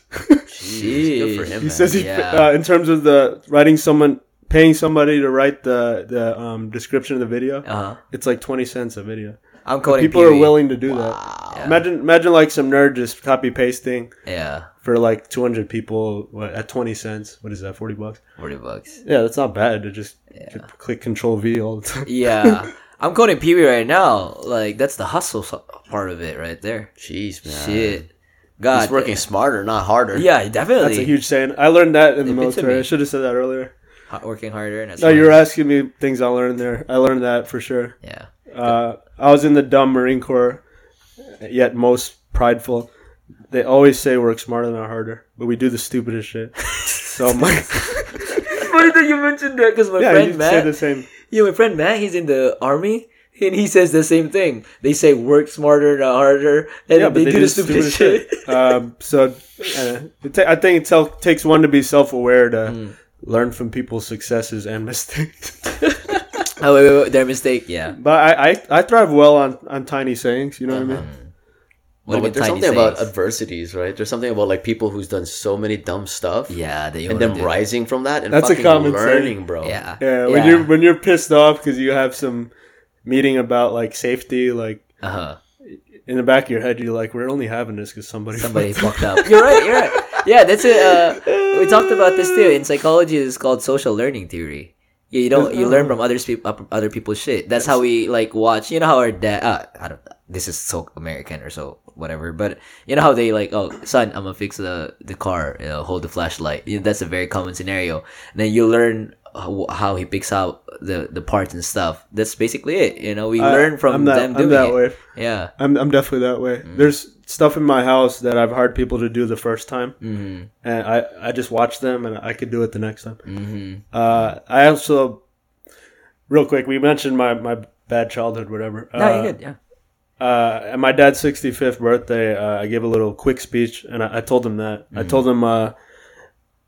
[SPEAKER 2] Jeez, good for
[SPEAKER 1] Jeez.
[SPEAKER 2] him.
[SPEAKER 3] he
[SPEAKER 2] man.
[SPEAKER 3] says he
[SPEAKER 1] yeah.
[SPEAKER 3] uh, in terms of the writing someone paying somebody to write the the um, description of the video.
[SPEAKER 1] Uh-huh.
[SPEAKER 3] It's like twenty cents a video.
[SPEAKER 1] I'm quoting
[SPEAKER 3] People are
[SPEAKER 1] Pee-wee.
[SPEAKER 3] willing to do that.
[SPEAKER 1] Yeah.
[SPEAKER 3] Imagine imagine like some nerd just copy pasting
[SPEAKER 1] Yeah.
[SPEAKER 3] for like 200 people what, at 20 cents. What is that? 40 bucks.
[SPEAKER 1] 40 bucks.
[SPEAKER 3] Yeah, that's not bad to just c- click Control V all the time. (laughs)
[SPEAKER 1] Yeah. I'm quoting Pee Wee right now. Like, that's the hustle so- part of it right there.
[SPEAKER 2] Jeez, man.
[SPEAKER 1] Shit. God.
[SPEAKER 2] He's working smarter, not harder.
[SPEAKER 1] Yeah, definitely.
[SPEAKER 3] That's a huge saying. I learned that in the
[SPEAKER 1] They've been to me.
[SPEAKER 3] military. I should have said that earlier.
[SPEAKER 1] Ho- working harder. And that's
[SPEAKER 3] No, you're asking me things I learned there. I learned that for sure.
[SPEAKER 1] Yeah.
[SPEAKER 3] Uh, I was in the dumb Marine Corps, yet most prideful. They always say work smarter, not harder, but we do the stupidest
[SPEAKER 1] (laughs)
[SPEAKER 3] shit. So my
[SPEAKER 1] (laughs) Funny that you mentioned that because my
[SPEAKER 3] yeah,
[SPEAKER 1] friend
[SPEAKER 3] you
[SPEAKER 1] Matt.
[SPEAKER 3] say the same.
[SPEAKER 1] Yeah, my friend Matt, he's in the army, and he says the same thing. They say work smarter, not harder, and
[SPEAKER 3] Yeah, but
[SPEAKER 1] they, do the stupid
[SPEAKER 3] stupidest
[SPEAKER 1] shit.
[SPEAKER 3] um, so uh, it ta- I think it tel- takes one to be self-aware to
[SPEAKER 1] Hmm.
[SPEAKER 3] learn from people's successes and mistakes. (laughs)
[SPEAKER 1] (laughs) oh, wait, wait, wait, their mistake. Yeah.
[SPEAKER 3] but I, I, I thrive well on, on tiny sayings. You know what I
[SPEAKER 1] Uh-huh.
[SPEAKER 3] mean?
[SPEAKER 2] No,
[SPEAKER 1] What
[SPEAKER 2] but
[SPEAKER 1] about
[SPEAKER 2] there's
[SPEAKER 1] tiny
[SPEAKER 2] something about
[SPEAKER 1] sayings?
[SPEAKER 2] adversities, right? There's something about like people who's done so many dumb stuff,
[SPEAKER 1] yeah, that you
[SPEAKER 2] and
[SPEAKER 1] wanna
[SPEAKER 2] them
[SPEAKER 1] do.
[SPEAKER 2] rising from that and
[SPEAKER 3] That's a
[SPEAKER 2] fucking
[SPEAKER 3] common
[SPEAKER 2] learning, bro.
[SPEAKER 1] Yeah.
[SPEAKER 3] Yeah. When you're when you're pissed off because you have some meeting about like safety, like
[SPEAKER 1] uh huh.
[SPEAKER 3] in the back of your head, you're like, we're only having this because somebody.
[SPEAKER 1] (laughs) Somebody fucked up. You're right. You're right. Yeah, that's it. Uh, we talked about this too in psychology. It's called social learning theory. Yeah, you don't you learn from others people other people's shit. That's how we like watch. You know how our dad. Uh, I don't. This is so American or so whatever. But you know how they like. Oh, son, I'm gonna fix the the car. You know, hold the flashlight. You know, that's a very common scenario. And then you learn how, how he picks out the the parts and stuff. That's basically it. You know, we
[SPEAKER 3] (laughs) I-
[SPEAKER 1] learn from
[SPEAKER 3] I'm that,
[SPEAKER 1] them
[SPEAKER 3] I'm
[SPEAKER 1] doing
[SPEAKER 3] that
[SPEAKER 1] it. Mm.
[SPEAKER 3] way.
[SPEAKER 1] Yeah.
[SPEAKER 3] I'm, I'm definitely that way. There's stuff in my house that I've hired people to do the first time,
[SPEAKER 1] Mhm.
[SPEAKER 3] and I, I just watch them and I could do it the next time.
[SPEAKER 1] Mhm.
[SPEAKER 3] Uh, I also, real quick, we mentioned my, my bad childhood, whatever.
[SPEAKER 1] No,
[SPEAKER 3] uh,
[SPEAKER 1] you're good. Yeah.
[SPEAKER 3] uh, at my dad's 65th birthday, uh, I gave a little quick speech and I, I told him that.
[SPEAKER 1] Mm-hmm.
[SPEAKER 3] I told him, uh,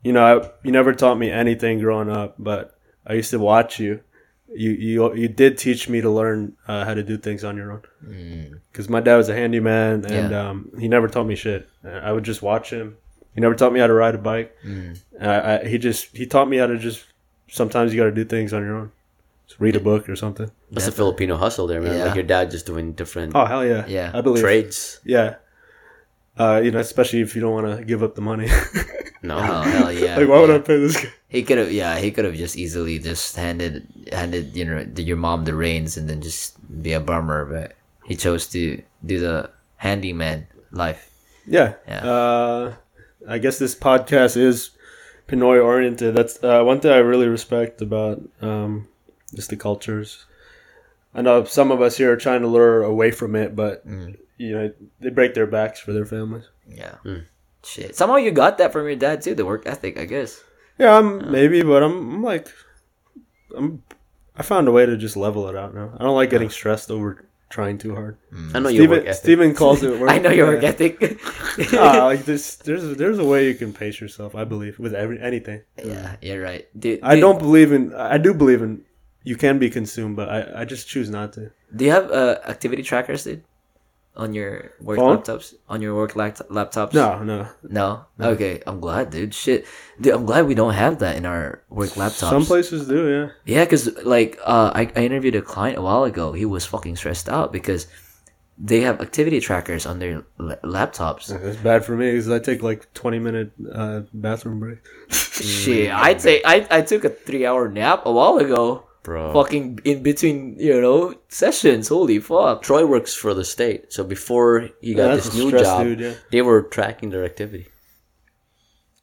[SPEAKER 3] you know, I, you never taught me anything growing up, but I used to watch you. You, you, you did teach me to learn uh, how to do things on your own. Because my dad was a handyman and
[SPEAKER 1] Mm. Yeah.
[SPEAKER 3] um, he never taught me shit. I would just watch him. He never taught me how to ride a bike.
[SPEAKER 1] Mm.
[SPEAKER 3] And I, I, he just he taught me how to just sometimes you got to do things on your own. Just read a book or something.
[SPEAKER 2] That's a Filipino hustle there, man.
[SPEAKER 1] Yeah.
[SPEAKER 2] Like your dad just doing different
[SPEAKER 3] Oh hell yeah!
[SPEAKER 1] Yeah.
[SPEAKER 3] I believe
[SPEAKER 2] trades.
[SPEAKER 3] Yeah. Uh, you know, especially if you don't want to give up the money. (laughs)
[SPEAKER 2] No.
[SPEAKER 1] Oh hell yeah.
[SPEAKER 3] like, why would I pay this guy?
[SPEAKER 1] He could have, yeah, he could have just easily just handed handed you know the, your mom the reins and then just be a bummer, but he chose to do the handyman life.
[SPEAKER 3] Yeah.
[SPEAKER 1] Yeah.
[SPEAKER 3] Uh, I guess this podcast is Pinoy oriented. That's uh, one thing I really respect about um, just the cultures. I know some of us here are trying to lure away from it, but
[SPEAKER 1] Mm.
[SPEAKER 3] you know they break their backs for their families.
[SPEAKER 1] Yeah,
[SPEAKER 3] Hmm.
[SPEAKER 1] shit. Somehow you got that from your dad too, the work ethic, I guess.
[SPEAKER 3] Yeah, I'm maybe, but I'm, I'm like, I'm. I found a way to just level it out now. I don't like getting stressed over trying too hard.
[SPEAKER 2] I know you work
[SPEAKER 3] Steven,
[SPEAKER 2] ethic.
[SPEAKER 3] Steven calls
[SPEAKER 1] (laughs)
[SPEAKER 3] it. Work,
[SPEAKER 1] I know your
[SPEAKER 3] yeah.
[SPEAKER 1] work
[SPEAKER 3] (laughs)
[SPEAKER 1] ethic.
[SPEAKER 3] Ah, like there's there's there's a way you can pace yourself. I believe with every anything.
[SPEAKER 1] yeah, you're right. Do,
[SPEAKER 3] I
[SPEAKER 1] do-
[SPEAKER 3] don't believe in. I do believe in. You can be consumed, but I, I just choose not to.
[SPEAKER 1] Do you have uh, activity trackers, dude? On your work
[SPEAKER 3] Phone?
[SPEAKER 1] laptops? On your work lapt- laptops?
[SPEAKER 3] No, no.
[SPEAKER 1] No? Okay, I'm glad, dude. Shit. Dude, I'm glad we don't have that in our work laptops.
[SPEAKER 3] Some places do, yeah.
[SPEAKER 1] Yeah, because like uh, I, I interviewed a client a while ago. He was fucking stressed out because they have activity trackers on their la- laptops.
[SPEAKER 3] That's bad for me because I take like 20 minute uh, bathroom break.
[SPEAKER 1] (laughs) Shit, I'd say I I took a three hour nap a while ago.
[SPEAKER 3] Oh.
[SPEAKER 2] Bro.
[SPEAKER 1] Fucking in between, you know, sessions. Holy fuck.
[SPEAKER 2] Troy works for the state, so before he got
[SPEAKER 3] that's
[SPEAKER 2] this
[SPEAKER 3] a
[SPEAKER 2] new
[SPEAKER 3] stress
[SPEAKER 2] job,
[SPEAKER 3] dude, yeah.
[SPEAKER 2] they were tracking their activity.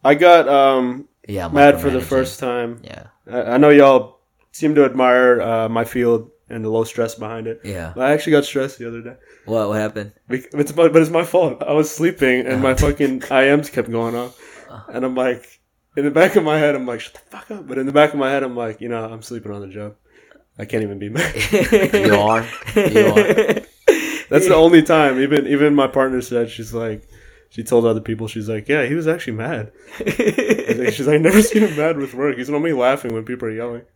[SPEAKER 3] I got um,
[SPEAKER 1] Yeah,
[SPEAKER 3] mad for the
[SPEAKER 1] micromanaging.
[SPEAKER 3] first time.
[SPEAKER 1] Yeah,
[SPEAKER 3] I, I know y'all seem to admire uh, my field and the low stress behind it.
[SPEAKER 1] yeah.
[SPEAKER 3] But I actually got stressed the other day.
[SPEAKER 1] What what happened?
[SPEAKER 3] (laughs) Bec- It's my, but it's my fault. I was sleeping (laughs) and my fucking IMs kept going off, and I'm like, in the back of my head, I'm like, shut the fuck up. But in the back of my head, I'm like, you know, I'm sleeping on the job. I can't even be (laughs) mad.
[SPEAKER 1] (laughs)
[SPEAKER 2] You are. You are.
[SPEAKER 3] That's the only time. Even even my partner said she's like, she told other people she's like, yeah, he was actually mad. she's like, I never (laughs) seen him mad with work. He's normally laughing when people are yelling.
[SPEAKER 1] (laughs)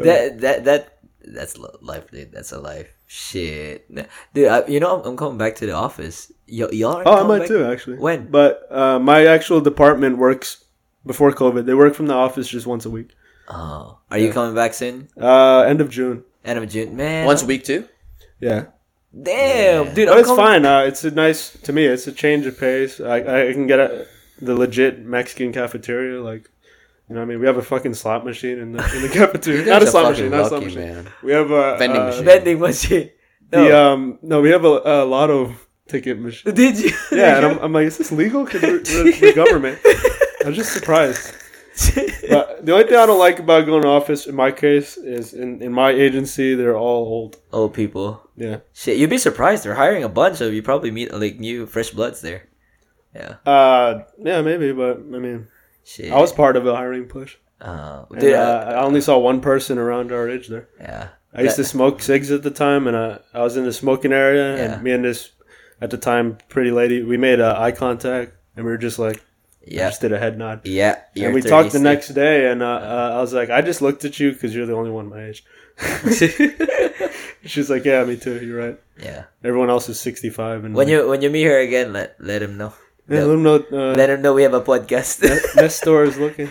[SPEAKER 1] that that that that's li- life, dude. That's a life. Shit, dude. I, you know, I'm, I'm coming back to the office. Y- y'all are
[SPEAKER 3] Oh, I
[SPEAKER 1] coming
[SPEAKER 3] might
[SPEAKER 1] back?
[SPEAKER 3] too, actually.
[SPEAKER 1] When?
[SPEAKER 3] But uh, my actual department works before COVID. They work from the office just once a week.
[SPEAKER 1] Oh, are you coming back soon?
[SPEAKER 3] Uh, end of June.
[SPEAKER 1] End of June, (laughs) man.
[SPEAKER 2] Once a week too.
[SPEAKER 3] Yeah.
[SPEAKER 1] damn, dude.
[SPEAKER 3] But
[SPEAKER 1] I'm
[SPEAKER 3] it's
[SPEAKER 1] coming-
[SPEAKER 3] fine. Uh, it's a nice to me. It's a change of pace. I, I can get a, the legit Mexican cafeteria. Like, you know, what I mean, we have a fucking slot machine in the in the (laughs) cafeteria. not a
[SPEAKER 2] guys are
[SPEAKER 3] slot machine.
[SPEAKER 2] fucking
[SPEAKER 3] Not a slot
[SPEAKER 2] lucky,
[SPEAKER 3] machine.
[SPEAKER 2] man.
[SPEAKER 3] We have a
[SPEAKER 2] Vending
[SPEAKER 3] uh,
[SPEAKER 2] machine.
[SPEAKER 1] Vending machine. No,
[SPEAKER 3] The um no, we have a, a lotto ticket machine.
[SPEAKER 1] did you? (laughs)
[SPEAKER 3] Yeah, and I'm, I'm like, is this legal? Because we're, (laughs) we're the government. I'm just surprised. But the only thing I don't like about going to office, in my case, is in, in my agency, they're all old.
[SPEAKER 1] oh, people.
[SPEAKER 3] Yeah.
[SPEAKER 1] Shit, you'd be surprised. They're hiring a bunch of. You probably meet like new fresh bloods there. Yeah.
[SPEAKER 3] Uh, yeah, maybe, but I mean,
[SPEAKER 1] Shit.
[SPEAKER 3] I was part of a hiring push.
[SPEAKER 1] Uh,
[SPEAKER 3] Oh, And,
[SPEAKER 1] dude, uh,
[SPEAKER 3] uh, I only saw one person around our age there.
[SPEAKER 1] yeah.
[SPEAKER 3] I used to smoke cigs at the time, and I, I was in the smoking area,
[SPEAKER 1] Yeah.
[SPEAKER 3] and me and this, at the time, pretty lady, we made uh, eye contact, and we were just like,
[SPEAKER 1] Yeah.
[SPEAKER 3] just did a head nod.
[SPEAKER 1] Yeah.
[SPEAKER 3] and we talked the next day, and uh, uh, I was like, I just looked at you because you're the only one my
[SPEAKER 1] (laughs)
[SPEAKER 3] age. She's like, Yeah, me too. You're right.
[SPEAKER 1] Yeah.
[SPEAKER 3] Everyone else is 65. And
[SPEAKER 1] When you when you meet her again, let let him know.
[SPEAKER 3] yeah, let 'em know. Uh,
[SPEAKER 1] Let him know we have a podcast. (laughs)
[SPEAKER 3] Nest store is looking.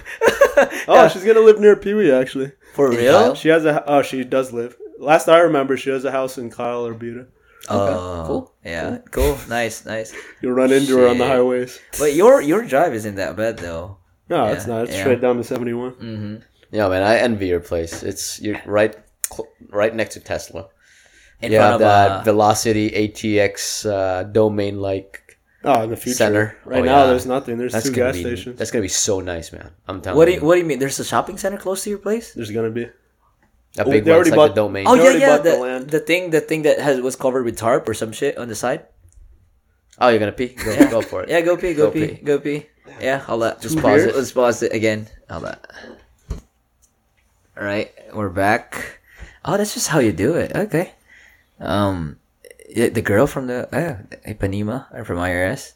[SPEAKER 3] Oh, she's gonna live near Pee Wee actually.
[SPEAKER 1] For
[SPEAKER 2] In
[SPEAKER 1] real?
[SPEAKER 2] Kyle?
[SPEAKER 3] She has a. Oh, she does live. Last I remember, she has a house in Kyle or Buda.
[SPEAKER 1] Oh,
[SPEAKER 2] Cool.
[SPEAKER 1] Yeah, cool. Nice, nice.
[SPEAKER 3] You'll run into her on the
[SPEAKER 1] Shit.
[SPEAKER 3] highways.
[SPEAKER 1] But your your drive isn't that bad though.
[SPEAKER 3] No,
[SPEAKER 1] Yeah,
[SPEAKER 3] it's not. It's
[SPEAKER 1] yeah.
[SPEAKER 3] straight down to seventy one.
[SPEAKER 2] Mm. Yeah, man. I envy your place. It's you're right, cl- right next to Tesla.
[SPEAKER 1] In
[SPEAKER 2] You have
[SPEAKER 1] front of
[SPEAKER 2] that
[SPEAKER 1] uh,
[SPEAKER 2] Velocity ATX uh, domain like.
[SPEAKER 3] Oh, in the future.
[SPEAKER 2] Center.
[SPEAKER 3] Right
[SPEAKER 2] Oh,
[SPEAKER 3] now,
[SPEAKER 2] yeah.
[SPEAKER 3] there's nothing. There's
[SPEAKER 2] That's
[SPEAKER 3] two
[SPEAKER 2] gonna
[SPEAKER 3] gas
[SPEAKER 2] be
[SPEAKER 3] stations.
[SPEAKER 2] that's gonna be so nice, man. I'm telling
[SPEAKER 1] What do you,
[SPEAKER 2] you,
[SPEAKER 1] what do you mean? There's a shopping center close to your place?
[SPEAKER 3] There's gonna be.
[SPEAKER 2] a big
[SPEAKER 3] they
[SPEAKER 2] one,
[SPEAKER 3] already
[SPEAKER 2] it's like
[SPEAKER 3] bought-
[SPEAKER 2] the domain.
[SPEAKER 1] Oh yeah,
[SPEAKER 3] They already
[SPEAKER 1] yeah.
[SPEAKER 3] bought the
[SPEAKER 1] The,
[SPEAKER 3] land.
[SPEAKER 1] the thing the thing that has was covered with tarp or some shit on the side.
[SPEAKER 2] Oh, you're gonna pee? Go, go for
[SPEAKER 1] (laughs)
[SPEAKER 2] it.
[SPEAKER 1] Yeah, go pee, go,
[SPEAKER 2] Go
[SPEAKER 1] pee, go pee. Yeah, all that. Just
[SPEAKER 3] Two
[SPEAKER 1] pause it.
[SPEAKER 3] beers?
[SPEAKER 1] Let's pause it again. All that. All right, we're back. Oh, that's just how you do it. Okay. Um, the the girl from the uh, Ipanema or from IRS.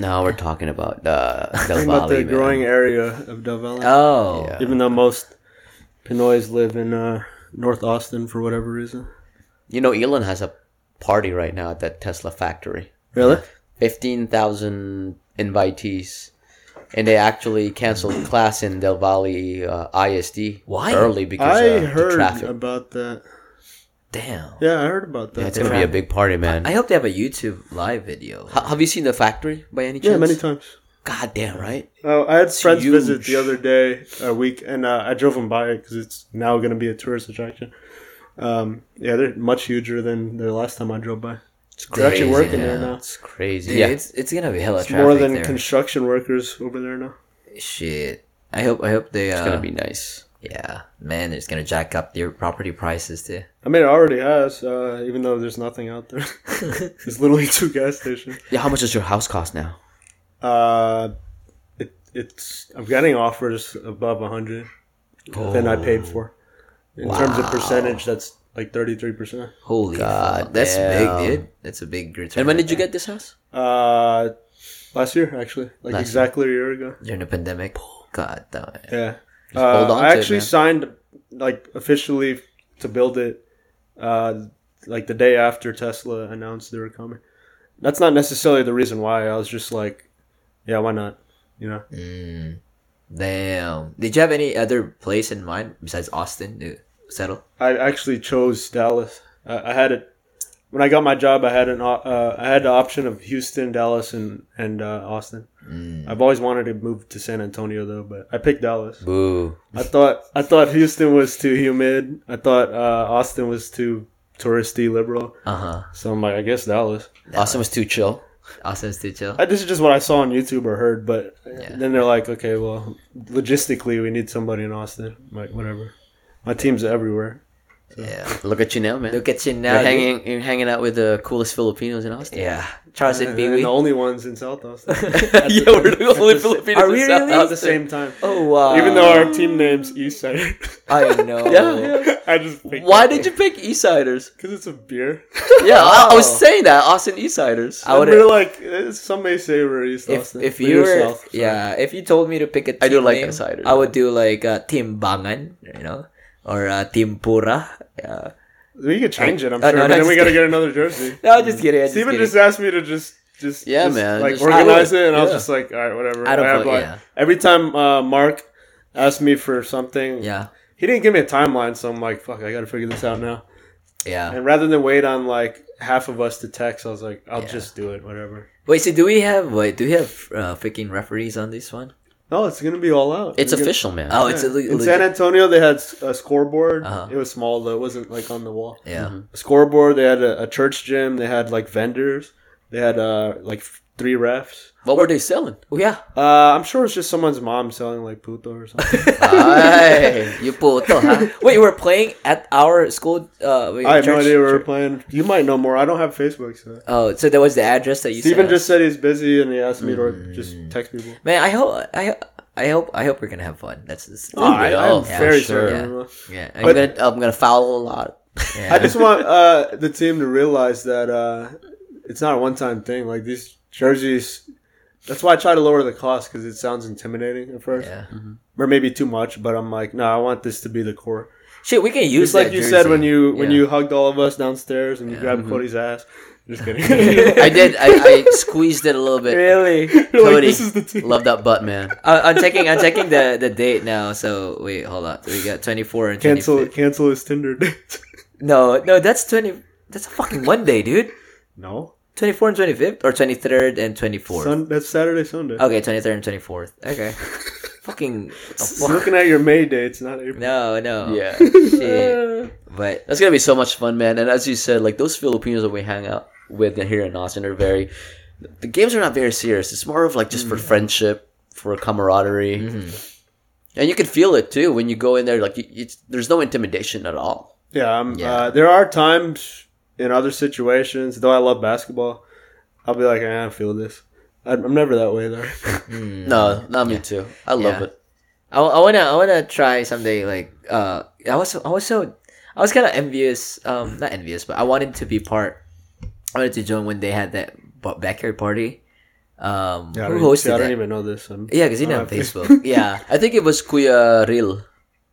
[SPEAKER 2] Now we're talking about uh, Del
[SPEAKER 3] Talking about
[SPEAKER 2] Valle,
[SPEAKER 3] the
[SPEAKER 2] man.
[SPEAKER 3] growing area of Del Valle.
[SPEAKER 1] Oh,
[SPEAKER 2] Yeah.
[SPEAKER 3] Even though most Pinoys live in uh, North Austin for whatever reason.
[SPEAKER 2] You know, Elon has a party right now at that Tesla factory.
[SPEAKER 3] Really?
[SPEAKER 2] Fifteen thousand invitees, and they actually canceled (clears throat) class in Del Valle uh, ISD
[SPEAKER 1] Why?
[SPEAKER 2] early because
[SPEAKER 3] I
[SPEAKER 2] uh, the
[SPEAKER 3] heard
[SPEAKER 2] traffic.
[SPEAKER 3] about that.
[SPEAKER 1] damn.
[SPEAKER 3] Yeah, I heard about
[SPEAKER 2] Yeah, it's
[SPEAKER 3] that.
[SPEAKER 2] gonna be a big party, man.
[SPEAKER 1] I hope they have a YouTube live video.
[SPEAKER 2] Ha- have you seen the factory by any
[SPEAKER 3] yeah,
[SPEAKER 2] chance?
[SPEAKER 3] many times.
[SPEAKER 2] God damn right.
[SPEAKER 3] Oh, I had friends
[SPEAKER 2] huge.
[SPEAKER 3] visit the other day, a week, and uh, I drove them by it because it's now going to be a tourist attraction. Um, yeah, they're much huger than the last time I drove by.
[SPEAKER 2] It's
[SPEAKER 3] They're actually
[SPEAKER 2] crazy.
[SPEAKER 3] working there now.
[SPEAKER 2] It's crazy.
[SPEAKER 1] Dude,
[SPEAKER 2] yeah,
[SPEAKER 1] it's it's gonna be hella traffic
[SPEAKER 3] More than
[SPEAKER 1] there.
[SPEAKER 3] construction workers over there now.
[SPEAKER 1] Shit. I hope I hope they. Uh,
[SPEAKER 2] it's gonna be nice.
[SPEAKER 1] Yeah, man, it's gonna jack up your property prices too.
[SPEAKER 3] I mean, it already has, uh, even though there's nothing out
[SPEAKER 2] (laughs)
[SPEAKER 3] there. (laughs) there's literally two gas stations.
[SPEAKER 2] Yeah, how much does your house cost now?
[SPEAKER 3] Uh, it, it's I'm getting offers above 100 than I
[SPEAKER 2] Oh.
[SPEAKER 3] paid for. In terms of percentage, that's like 33 percent.
[SPEAKER 1] Holy fuck.
[SPEAKER 2] God
[SPEAKER 1] That's big,
[SPEAKER 2] damn.
[SPEAKER 1] dude. That's a big return.
[SPEAKER 2] And when did you get this house?
[SPEAKER 3] Uh, last year actually, like
[SPEAKER 2] Last
[SPEAKER 3] exactly a year ago.
[SPEAKER 1] During the pandemic. God damn it.
[SPEAKER 3] Yeah,
[SPEAKER 2] hold
[SPEAKER 3] uh,
[SPEAKER 2] on
[SPEAKER 3] I
[SPEAKER 2] to it,
[SPEAKER 3] actually
[SPEAKER 2] man.
[SPEAKER 3] signed like officially to build it. Uh, like the day after Tesla announced they were coming. That's not necessarily the reason why. I was just like, yeah, why not? You know.
[SPEAKER 1] Mm. Damn. Did you have any other place in mind besides Austin to settle?
[SPEAKER 3] I actually chose Dallas. I, I had it when I got my job, I had an op- uh, I had the option of Houston, Dallas, and and uh, Austin.
[SPEAKER 2] Mm.
[SPEAKER 3] I've always wanted to move to San Antonio though, but I picked Dallas.
[SPEAKER 2] Boo.
[SPEAKER 3] I thought I thought Houston was too humid. I thought uh, Austin was too touristy liberal.
[SPEAKER 1] Uh huh.
[SPEAKER 3] So I'm like, I guess Dallas.
[SPEAKER 2] Austin was too chill.
[SPEAKER 1] Austin's too chill.
[SPEAKER 3] I, this is just what I saw on YouTube or heard, but then they're like, okay, well, logistically, we need somebody in Austin. I'm like, whatever. My team's everywhere.
[SPEAKER 1] Yeah.
[SPEAKER 2] Look at you now, man.
[SPEAKER 1] Look at you now. dude.
[SPEAKER 2] you're hanging, you're hanging out with the coolest Filipinos in Austin. (laughs)
[SPEAKER 1] Yeah. Charles and
[SPEAKER 3] And, and
[SPEAKER 1] Biwi.
[SPEAKER 3] the only ones in South Austin
[SPEAKER 2] yeah, we're the only Filipinos.
[SPEAKER 1] Are we
[SPEAKER 2] in South
[SPEAKER 1] really?
[SPEAKER 3] at
[SPEAKER 2] Austin.
[SPEAKER 3] the same time.
[SPEAKER 1] Oh wow.
[SPEAKER 3] Even though our team name's Eastside.
[SPEAKER 1] I know.
[SPEAKER 3] (laughs) I just picked
[SPEAKER 2] Why did you pick
[SPEAKER 1] (laughs)
[SPEAKER 2] Eastsiders?
[SPEAKER 3] Because it's a beer.
[SPEAKER 2] Yeah, I, I was
[SPEAKER 1] Wow.
[SPEAKER 2] saying that Austin
[SPEAKER 1] I
[SPEAKER 2] Eastsiders.
[SPEAKER 3] (laughs) And
[SPEAKER 1] would
[SPEAKER 3] we're
[SPEAKER 1] have
[SPEAKER 3] like, eh, some may say we're East
[SPEAKER 1] if
[SPEAKER 3] Austin.
[SPEAKER 1] if
[SPEAKER 3] but
[SPEAKER 1] you
[SPEAKER 3] you're
[SPEAKER 1] were
[SPEAKER 3] South, so-
[SPEAKER 1] yeah if you told me to pick a team
[SPEAKER 2] I do like
[SPEAKER 1] name,
[SPEAKER 2] the cider,
[SPEAKER 1] I would do like uh, timbangan, you know, or uh, timpura. Yeah.
[SPEAKER 3] We could change it, I'm
[SPEAKER 1] Uh, no,
[SPEAKER 3] sure. but then
[SPEAKER 1] no, just
[SPEAKER 3] we got to get another jersey.
[SPEAKER 1] (laughs) No, just kidding. I Just
[SPEAKER 3] Steven
[SPEAKER 1] kidding.
[SPEAKER 3] just asked me to just just
[SPEAKER 2] Yeah,
[SPEAKER 3] just,
[SPEAKER 2] man,
[SPEAKER 3] like
[SPEAKER 2] just-
[SPEAKER 3] organize it, and I was
[SPEAKER 2] Yeah.
[SPEAKER 3] just like, all right, whatever.
[SPEAKER 1] I don't
[SPEAKER 3] have,
[SPEAKER 1] know,
[SPEAKER 3] like-
[SPEAKER 1] yeah.
[SPEAKER 3] Every time uh, Mark asked me for something,
[SPEAKER 1] yeah,
[SPEAKER 3] he didn't give me a timeline, so I'm like, fuck, I got to figure this out now.
[SPEAKER 1] yeah.
[SPEAKER 3] And rather than wait on like half of us to text, I was like, I'll just do it, whatever.
[SPEAKER 1] Wait, so do we have wait? Do we have uh, freaking referees on this one?
[SPEAKER 3] No, it's gonna be all out.
[SPEAKER 2] it's
[SPEAKER 3] We're gonna-
[SPEAKER 2] official, man.
[SPEAKER 1] Oh, it's a le-
[SPEAKER 3] In
[SPEAKER 1] legit-
[SPEAKER 3] San Antonio, they had s- a scoreboard.
[SPEAKER 1] Uh-huh.
[SPEAKER 3] It was small though; it wasn't like on the wall.
[SPEAKER 1] yeah.
[SPEAKER 3] A scoreboard. They had a, a church gym. They had like vendors. They had uh, like f- three refs.
[SPEAKER 2] what were they selling?
[SPEAKER 1] Oh
[SPEAKER 3] (laughs)
[SPEAKER 1] yeah.
[SPEAKER 3] Uh, I'm sure it's just someone's mom selling like puto or something.
[SPEAKER 1] (laughs)
[SPEAKER 2] Ay, you puto, huh?
[SPEAKER 1] Wait, we're playing at our school. Uh, wait,
[SPEAKER 3] I have no
[SPEAKER 1] church-
[SPEAKER 3] idea where we're
[SPEAKER 1] church-
[SPEAKER 3] playing. You might know more. I don't have Facebook. So.
[SPEAKER 1] Oh, so that was the address that you. sent
[SPEAKER 3] Steven
[SPEAKER 1] us.
[SPEAKER 3] just said he's busy and he asked me to
[SPEAKER 1] Mm.
[SPEAKER 3] just text people.
[SPEAKER 1] man. I hope I I hope I hope we're gonna have fun. That's, that's
[SPEAKER 3] Oh, I,
[SPEAKER 2] will,
[SPEAKER 3] am
[SPEAKER 2] yeah,
[SPEAKER 3] very
[SPEAKER 2] sure.
[SPEAKER 3] certain. of that.
[SPEAKER 1] Oh, yeah.
[SPEAKER 2] I'm gonna, I'm gonna foul a lot.
[SPEAKER 1] yeah.
[SPEAKER 3] I just want uh, the team to realize that uh, it's not a one-time thing. Like these jerseys, that's why I try to lower the cost because it sounds intimidating at first,
[SPEAKER 1] yeah.
[SPEAKER 3] or maybe too much. But I'm like, no, I want this to be the core.
[SPEAKER 1] Shit, we can use
[SPEAKER 3] Just like
[SPEAKER 1] that
[SPEAKER 3] you
[SPEAKER 1] jersey.
[SPEAKER 3] said
[SPEAKER 1] (laughs)
[SPEAKER 3] when you when
[SPEAKER 1] Yeah.
[SPEAKER 3] you hugged all of us downstairs and you grabbed
[SPEAKER 1] Mm-hmm.
[SPEAKER 3] Cody's ass. Just kidding.
[SPEAKER 1] (laughs)
[SPEAKER 3] (laughs)
[SPEAKER 2] I did. I, I squeezed it a little bit.
[SPEAKER 1] really.
[SPEAKER 3] You're (laughs) like,
[SPEAKER 2] Cody,
[SPEAKER 3] this is the team.
[SPEAKER 2] love that butt,
[SPEAKER 3] (laughs)
[SPEAKER 2] man.
[SPEAKER 1] I, Uh, I'm checking. I'm checking the the date now. So wait, hold on. We got 24 and
[SPEAKER 3] Cancel
[SPEAKER 1] 25th.
[SPEAKER 3] cancel his Tinder date.
[SPEAKER 1] No, no, that's 20. That's a fucking Monday, dude.
[SPEAKER 3] (laughs) no,
[SPEAKER 1] 24 and 25th, or 23rd and 24th.
[SPEAKER 3] Sun, that's Saturday, Sunday.
[SPEAKER 1] okay, 23rd and 24th. Okay.
[SPEAKER 3] (laughs)
[SPEAKER 1] fucking. the
[SPEAKER 3] I'm
[SPEAKER 1] fuck?
[SPEAKER 3] looking at your May dates, not April.
[SPEAKER 1] No, no.
[SPEAKER 2] Yeah,
[SPEAKER 3] (laughs)
[SPEAKER 1] Shit. But
[SPEAKER 2] that's gonna be so much fun, man. And as you said, like those Filipinos that we hang out with here in Austin are very. The games are not very serious. It's more of like just
[SPEAKER 1] Mm-hmm.
[SPEAKER 2] for friendship, for camaraderie, and you can feel it too when you go in there. Like you, it's, there's no intimidation at all.
[SPEAKER 3] Yeah, I'm,
[SPEAKER 1] Yeah.
[SPEAKER 3] Uh, there are times in other situations, though I love basketball, I'll be like, eh, I don't feel this. I- I'm never that way though.
[SPEAKER 1] hmm.
[SPEAKER 2] No, not me too. I love
[SPEAKER 1] Mm-hmm. Yeah.
[SPEAKER 2] it.
[SPEAKER 1] I, I wanna I wanna try someday. Like uh, I was I was so I was kind of envious. Um, not envious, but I wanted to be part. I wanted to join when they had that ba- backyard party. Um,
[SPEAKER 3] (laughs) Yeah, I
[SPEAKER 1] who
[SPEAKER 3] don't-
[SPEAKER 1] hosted
[SPEAKER 3] yeah, I
[SPEAKER 1] that?
[SPEAKER 3] don't even know this. I'm,
[SPEAKER 1] Yeah, because you know
[SPEAKER 3] I don't have
[SPEAKER 1] Facebook. yeah,
[SPEAKER 2] (laughs) I think it was Kuya Ril.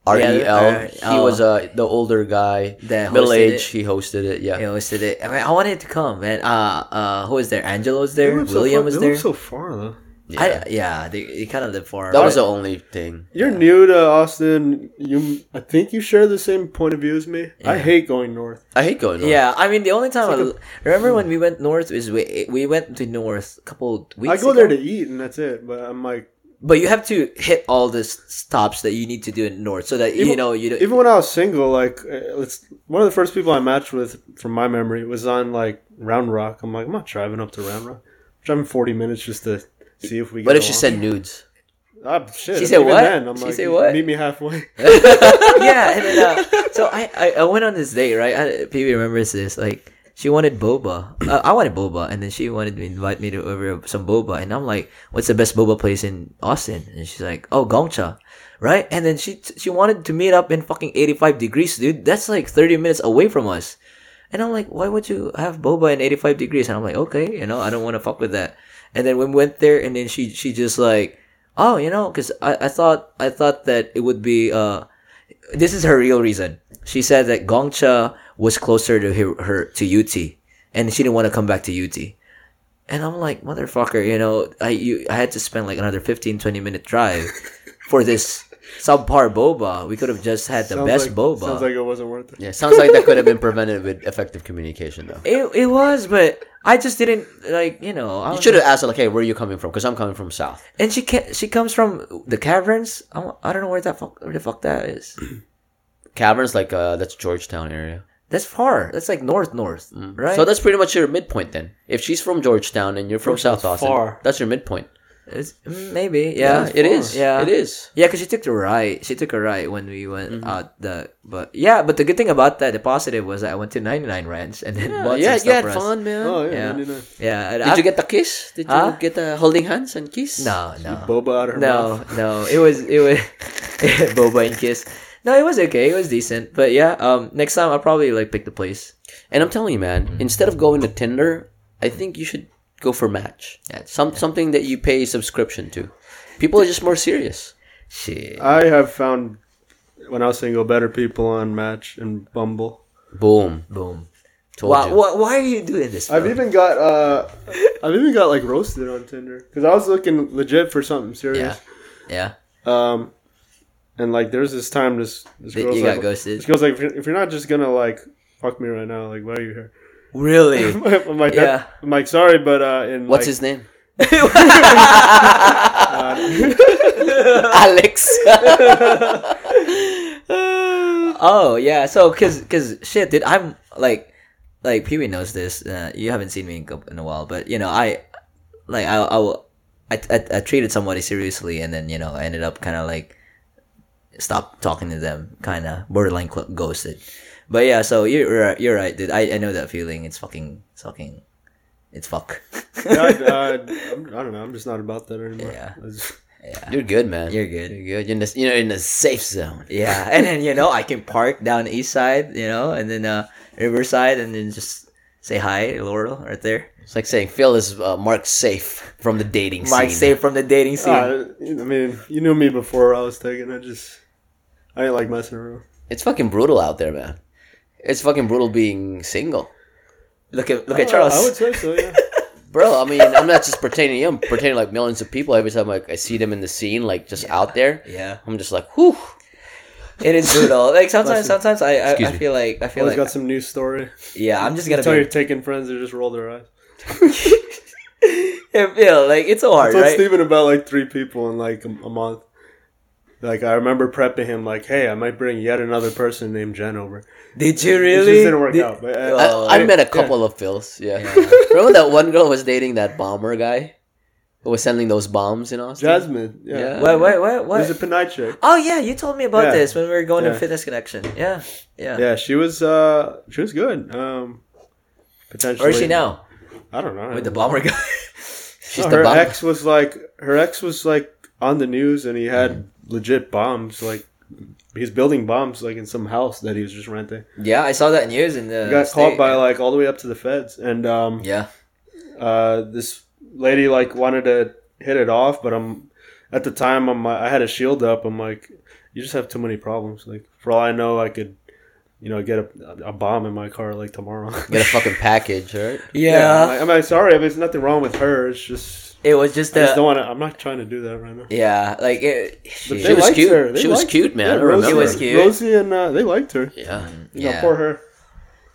[SPEAKER 2] R E L.
[SPEAKER 1] Yeah,
[SPEAKER 2] He
[SPEAKER 1] oh.
[SPEAKER 2] was uh, the older guy,
[SPEAKER 1] That
[SPEAKER 2] middle
[SPEAKER 1] hosted it.
[SPEAKER 2] age. He hosted it. Yeah.
[SPEAKER 1] they hosted it. I, mean, I wanted to come, man. Uh, uh, who was there? Angelo was
[SPEAKER 3] They
[SPEAKER 1] there.
[SPEAKER 3] live so
[SPEAKER 1] William
[SPEAKER 3] far-
[SPEAKER 1] was
[SPEAKER 3] they
[SPEAKER 1] there.
[SPEAKER 3] live so far though.
[SPEAKER 1] I, yeah, they, they kind of live far.
[SPEAKER 2] That was
[SPEAKER 1] but-
[SPEAKER 2] the only thing.
[SPEAKER 3] You're new to Austin. You, I think you share the same point of view as me. I hate going north.
[SPEAKER 2] I hate going. North.
[SPEAKER 1] yeah. I mean, the only time I l- remember
[SPEAKER 3] Hmm.
[SPEAKER 1] when we went north is we we went to north a couple weeks.
[SPEAKER 3] I go there
[SPEAKER 1] ago.
[SPEAKER 3] to eat, and that's it. But I'm like,
[SPEAKER 1] But you have to hit all the s- stops that you need to do in North, so that you
[SPEAKER 3] Even-
[SPEAKER 1] know you don't.
[SPEAKER 3] even when I was single, like, uh, it's one of the first people I matched with from my memory was on like Round Rock. I'm like, I'm not driving up to Round Rock. I'm driving 40 minutes just to see if we.
[SPEAKER 2] What
[SPEAKER 3] get
[SPEAKER 2] if she
[SPEAKER 3] along.
[SPEAKER 2] said nudes?
[SPEAKER 3] Ah, shit.
[SPEAKER 1] She said
[SPEAKER 3] even
[SPEAKER 1] what?
[SPEAKER 3] Then, I'm
[SPEAKER 1] She
[SPEAKER 3] like,
[SPEAKER 1] said what?
[SPEAKER 3] Meet me halfway.
[SPEAKER 1] (laughs) (laughs) yeah, and then, uh, so I, I I went on this date, right? I, Phoebe remembers this. Like she wanted boba, uh, I wanted boba, and then she wanted to invite me to over some boba, and I'm like, "What's the best boba place in Austin?" And she's like, "Oh, Gongcha." Right, and then she she wanted to meet up in fucking eighty five degrees, dude. That's like thirty minutes away from us, and I'm like, why would you have boba in eighty five degrees? And I'm like, okay, you know, I don't want to fuck with that. And then when we went there, and then she she just like, oh, you know, because I, I thought I thought that it would be uh this is her real reason. She said that Gongcha was closer to her, her to UT, and she didn't want to come back to UT. And I'm like,
[SPEAKER 3] (laughs)
[SPEAKER 1] motherfucker, you know, I you I had to spend like another 15, 20 minute drive for this subpar boba. We could have just had the
[SPEAKER 3] Sounds
[SPEAKER 1] best
[SPEAKER 3] like-
[SPEAKER 1] boba.
[SPEAKER 3] Sounds like it wasn't worth it.
[SPEAKER 2] Yeah, sounds like that could have been prevented with effective communication, though.
[SPEAKER 1] it, it was, but I just didn't like you know. I
[SPEAKER 2] You
[SPEAKER 1] was
[SPEAKER 2] should have asked, like, hey, where are you coming from? Because I'm coming from South.
[SPEAKER 1] like- And she can She comes from the caverns. I'm, I don't know where that fuck, where the fuck that is.
[SPEAKER 2] Caverns, like, uh, that's Georgetown area.
[SPEAKER 1] That's far. That's like north north, right?
[SPEAKER 2] Mm. So that's pretty much your midpoint then. If she's from Georgetown and you're from South Austin,
[SPEAKER 3] far.
[SPEAKER 2] that's your midpoint.
[SPEAKER 1] It's, mm, maybe. Yeah,
[SPEAKER 2] it is.
[SPEAKER 1] Yeah,
[SPEAKER 2] it is. Mm-hmm.
[SPEAKER 1] Yeah, because she took the right. She took a right when we went out the. But yeah, but the good thing about that, the positive was that I went to 99 Ranch and then bought
[SPEAKER 2] yeah,
[SPEAKER 1] some
[SPEAKER 2] you
[SPEAKER 1] stuff
[SPEAKER 2] had
[SPEAKER 1] for us.
[SPEAKER 2] fun, man.
[SPEAKER 3] Oh
[SPEAKER 1] Yeah.
[SPEAKER 3] yeah, 99.
[SPEAKER 1] Yeah, and
[SPEAKER 2] Did
[SPEAKER 1] I-
[SPEAKER 2] you get the kiss? Did
[SPEAKER 1] Huh?
[SPEAKER 2] you get the holding hands and kiss?
[SPEAKER 1] No, no,
[SPEAKER 3] Boba out of her mouth.
[SPEAKER 1] no, no. It was it was (laughs) boba and kiss. No, it was okay. It was decent. But yeah, um, next time I'll probably like pick the place.
[SPEAKER 2] And I'm telling you, man, instead of going to Tinder, I think you should go for Match.
[SPEAKER 1] Match,
[SPEAKER 2] Some something that you pay subscription to. People are just more serious.
[SPEAKER 1] Shit.
[SPEAKER 3] I have found when I was single better people on Match and Bumble.
[SPEAKER 2] Boom.
[SPEAKER 1] Boom.
[SPEAKER 2] Told
[SPEAKER 1] Why,
[SPEAKER 2] you.
[SPEAKER 1] why, why are you doing this?
[SPEAKER 3] I've
[SPEAKER 1] bro?
[SPEAKER 3] even got uh, I've even got like roasted on Tinder because I was looking legit for something serious.
[SPEAKER 1] yeah.
[SPEAKER 3] Um, and like there's this time this this
[SPEAKER 1] That
[SPEAKER 3] girl's
[SPEAKER 1] you
[SPEAKER 3] like,
[SPEAKER 1] got ghosted?
[SPEAKER 3] This girl's like if you're, if you're not just gonna like fuck me right now, like why are you here? (laughs)
[SPEAKER 1] (laughs) Really?
[SPEAKER 3] I'm like
[SPEAKER 1] Yeah.
[SPEAKER 3] I'm like sorry, but uh, in
[SPEAKER 2] What's
[SPEAKER 3] like,
[SPEAKER 2] his name?
[SPEAKER 1] (laughs)
[SPEAKER 3] uh,
[SPEAKER 2] Alex.
[SPEAKER 1] oh yeah. So cause cause shit, dude. I'm like like Pee Wee knows this. Uh, you haven't seen me in, co- in a while, but you know I like I I will- I, I, I treated somebody seriously, and then you know I ended up kind of like stopped talking to them, kind of borderline cl- ghosted. But yeah, so you're right- you're right, dude. I, I know that feeling. It's fucking it's fucking it's fuck. (laughs)
[SPEAKER 3] God, uh, I'm, I don't know. I'm just not about that anymore.
[SPEAKER 1] Yeah.
[SPEAKER 3] I
[SPEAKER 1] (laughs)
[SPEAKER 3] just-
[SPEAKER 2] You're good, man.
[SPEAKER 1] You're good.
[SPEAKER 2] You're good. You're in the, you know, in the safe zone.
[SPEAKER 1] Yeah, (laughs) and then you know I can park down the east side, you know, and then uh, Riverside, and then just say hi, Laurel, right there.
[SPEAKER 2] It's like saying Phil is uh, Mark safe from the dating
[SPEAKER 1] Mike safe
[SPEAKER 2] scene.
[SPEAKER 1] from the dating scene.
[SPEAKER 3] Uh, I mean, you knew me before I was taken. I just I didn't like messing around.
[SPEAKER 2] It's fucking brutal out there, man. It's fucking brutal being single.
[SPEAKER 1] look at look at
[SPEAKER 3] Uh, I
[SPEAKER 1] Charles.
[SPEAKER 3] would say
[SPEAKER 1] (laughs)
[SPEAKER 3] so. Yeah.
[SPEAKER 2] Bro, I mean, I'm not just pertaining to you. I'm pertaining to like millions of people. Every time like I see them in the scene, like just out there,
[SPEAKER 1] Yeah.
[SPEAKER 2] I'm just like, whew.
[SPEAKER 1] It is brutal. Like sometimes, sometimes I I, I
[SPEAKER 2] Excuse me.
[SPEAKER 1] feel like I feel
[SPEAKER 3] Always
[SPEAKER 1] like
[SPEAKER 3] got some new story.
[SPEAKER 1] yeah, I'm just gonna
[SPEAKER 3] Tell your
[SPEAKER 1] be
[SPEAKER 3] taken friends they just roll their eyes.
[SPEAKER 1] (laughs) I feel like it's so hard,
[SPEAKER 3] I told
[SPEAKER 1] right?
[SPEAKER 3] Steven about like three people in like a, a month. Like I remember prepping him like, "Hey, I might bring yet another person named Jen over."
[SPEAKER 1] Did you
[SPEAKER 3] It
[SPEAKER 1] really?
[SPEAKER 3] just didn't work
[SPEAKER 1] Did-
[SPEAKER 3] out. But, uh,
[SPEAKER 2] I,
[SPEAKER 1] Oh,
[SPEAKER 2] I met a couple of Phils. Yeah. (laughs) Remember that one girl was dating that bomber guy who was sending those bombs in Austin?
[SPEAKER 3] Jasmine, yeah,
[SPEAKER 2] Yeah.
[SPEAKER 1] Wait, wait, wait, what?
[SPEAKER 3] there's a Panay chick.
[SPEAKER 1] Oh yeah, you told me about
[SPEAKER 3] Yeah.
[SPEAKER 1] this when we were going to
[SPEAKER 3] Yeah.
[SPEAKER 1] Fitness Connection. Yeah, yeah.
[SPEAKER 3] Yeah, she was uh she was good. Um, potentially.
[SPEAKER 1] Where is she now?
[SPEAKER 3] I don't know.
[SPEAKER 1] With the bomber guy.
[SPEAKER 2] She's
[SPEAKER 3] No, Oh, her
[SPEAKER 2] the bomb.
[SPEAKER 3] ex was like her ex was like on the news, and he had legit bombs. Like he's building bombs like in some house that he was just renting.
[SPEAKER 1] yeah, I saw that news in the.
[SPEAKER 3] He got
[SPEAKER 1] state.
[SPEAKER 3] caught by like all the way up to the feds, and um
[SPEAKER 1] Yeah.
[SPEAKER 3] uh, this lady like wanted to hit it off, but I'm at the time I'm I had a shield up. I'm like, you just have too many problems. Like for all I know, I could, you know, get a, a bomb in my car like tomorrow. (laughs)
[SPEAKER 2] Get a fucking package, right?
[SPEAKER 1] (laughs) Yeah.
[SPEAKER 3] I'm like, I'm like, sorry. I mean, there's nothing wrong with her. It's just.
[SPEAKER 1] It was just
[SPEAKER 3] I just
[SPEAKER 1] the
[SPEAKER 3] don't want to. I'm not trying to do that right now.
[SPEAKER 1] yeah, like it.
[SPEAKER 3] But
[SPEAKER 1] She,
[SPEAKER 3] they
[SPEAKER 2] was
[SPEAKER 3] liked
[SPEAKER 2] cute.
[SPEAKER 3] her. They
[SPEAKER 2] She was
[SPEAKER 3] liked-
[SPEAKER 2] cute, man. I
[SPEAKER 3] Rosie,
[SPEAKER 1] remember. She was cute.
[SPEAKER 3] Rosie and uh, they liked her. Yeah.
[SPEAKER 2] Yeah.
[SPEAKER 1] Mm, yeah,
[SPEAKER 3] poor her.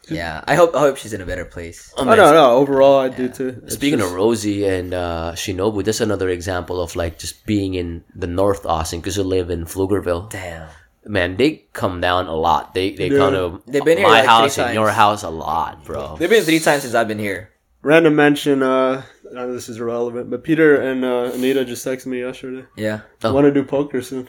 [SPEAKER 1] yeah. I hope I hope she's in a better place.
[SPEAKER 3] I
[SPEAKER 2] I mean,
[SPEAKER 3] don't know. Overall, I do too. It's
[SPEAKER 2] Speaking
[SPEAKER 3] just-
[SPEAKER 2] of Rosie and uh, Shinobu, that's another example of like just being in the North Austin because you live in Pflugerville.
[SPEAKER 1] Damn.
[SPEAKER 2] Man, they come down a lot. They they
[SPEAKER 3] Yeah.
[SPEAKER 2] come to
[SPEAKER 1] They've been here,
[SPEAKER 2] my
[SPEAKER 1] like,
[SPEAKER 2] house
[SPEAKER 1] three
[SPEAKER 2] and your
[SPEAKER 1] times.
[SPEAKER 2] house a lot, bro.
[SPEAKER 1] They've been three times since I've been here.
[SPEAKER 3] random mention, uh, I know this is irrelevant, but Peter and uh, Anita just texted me yesterday.
[SPEAKER 1] Yeah.
[SPEAKER 2] Oh.
[SPEAKER 3] Want to do poker soon?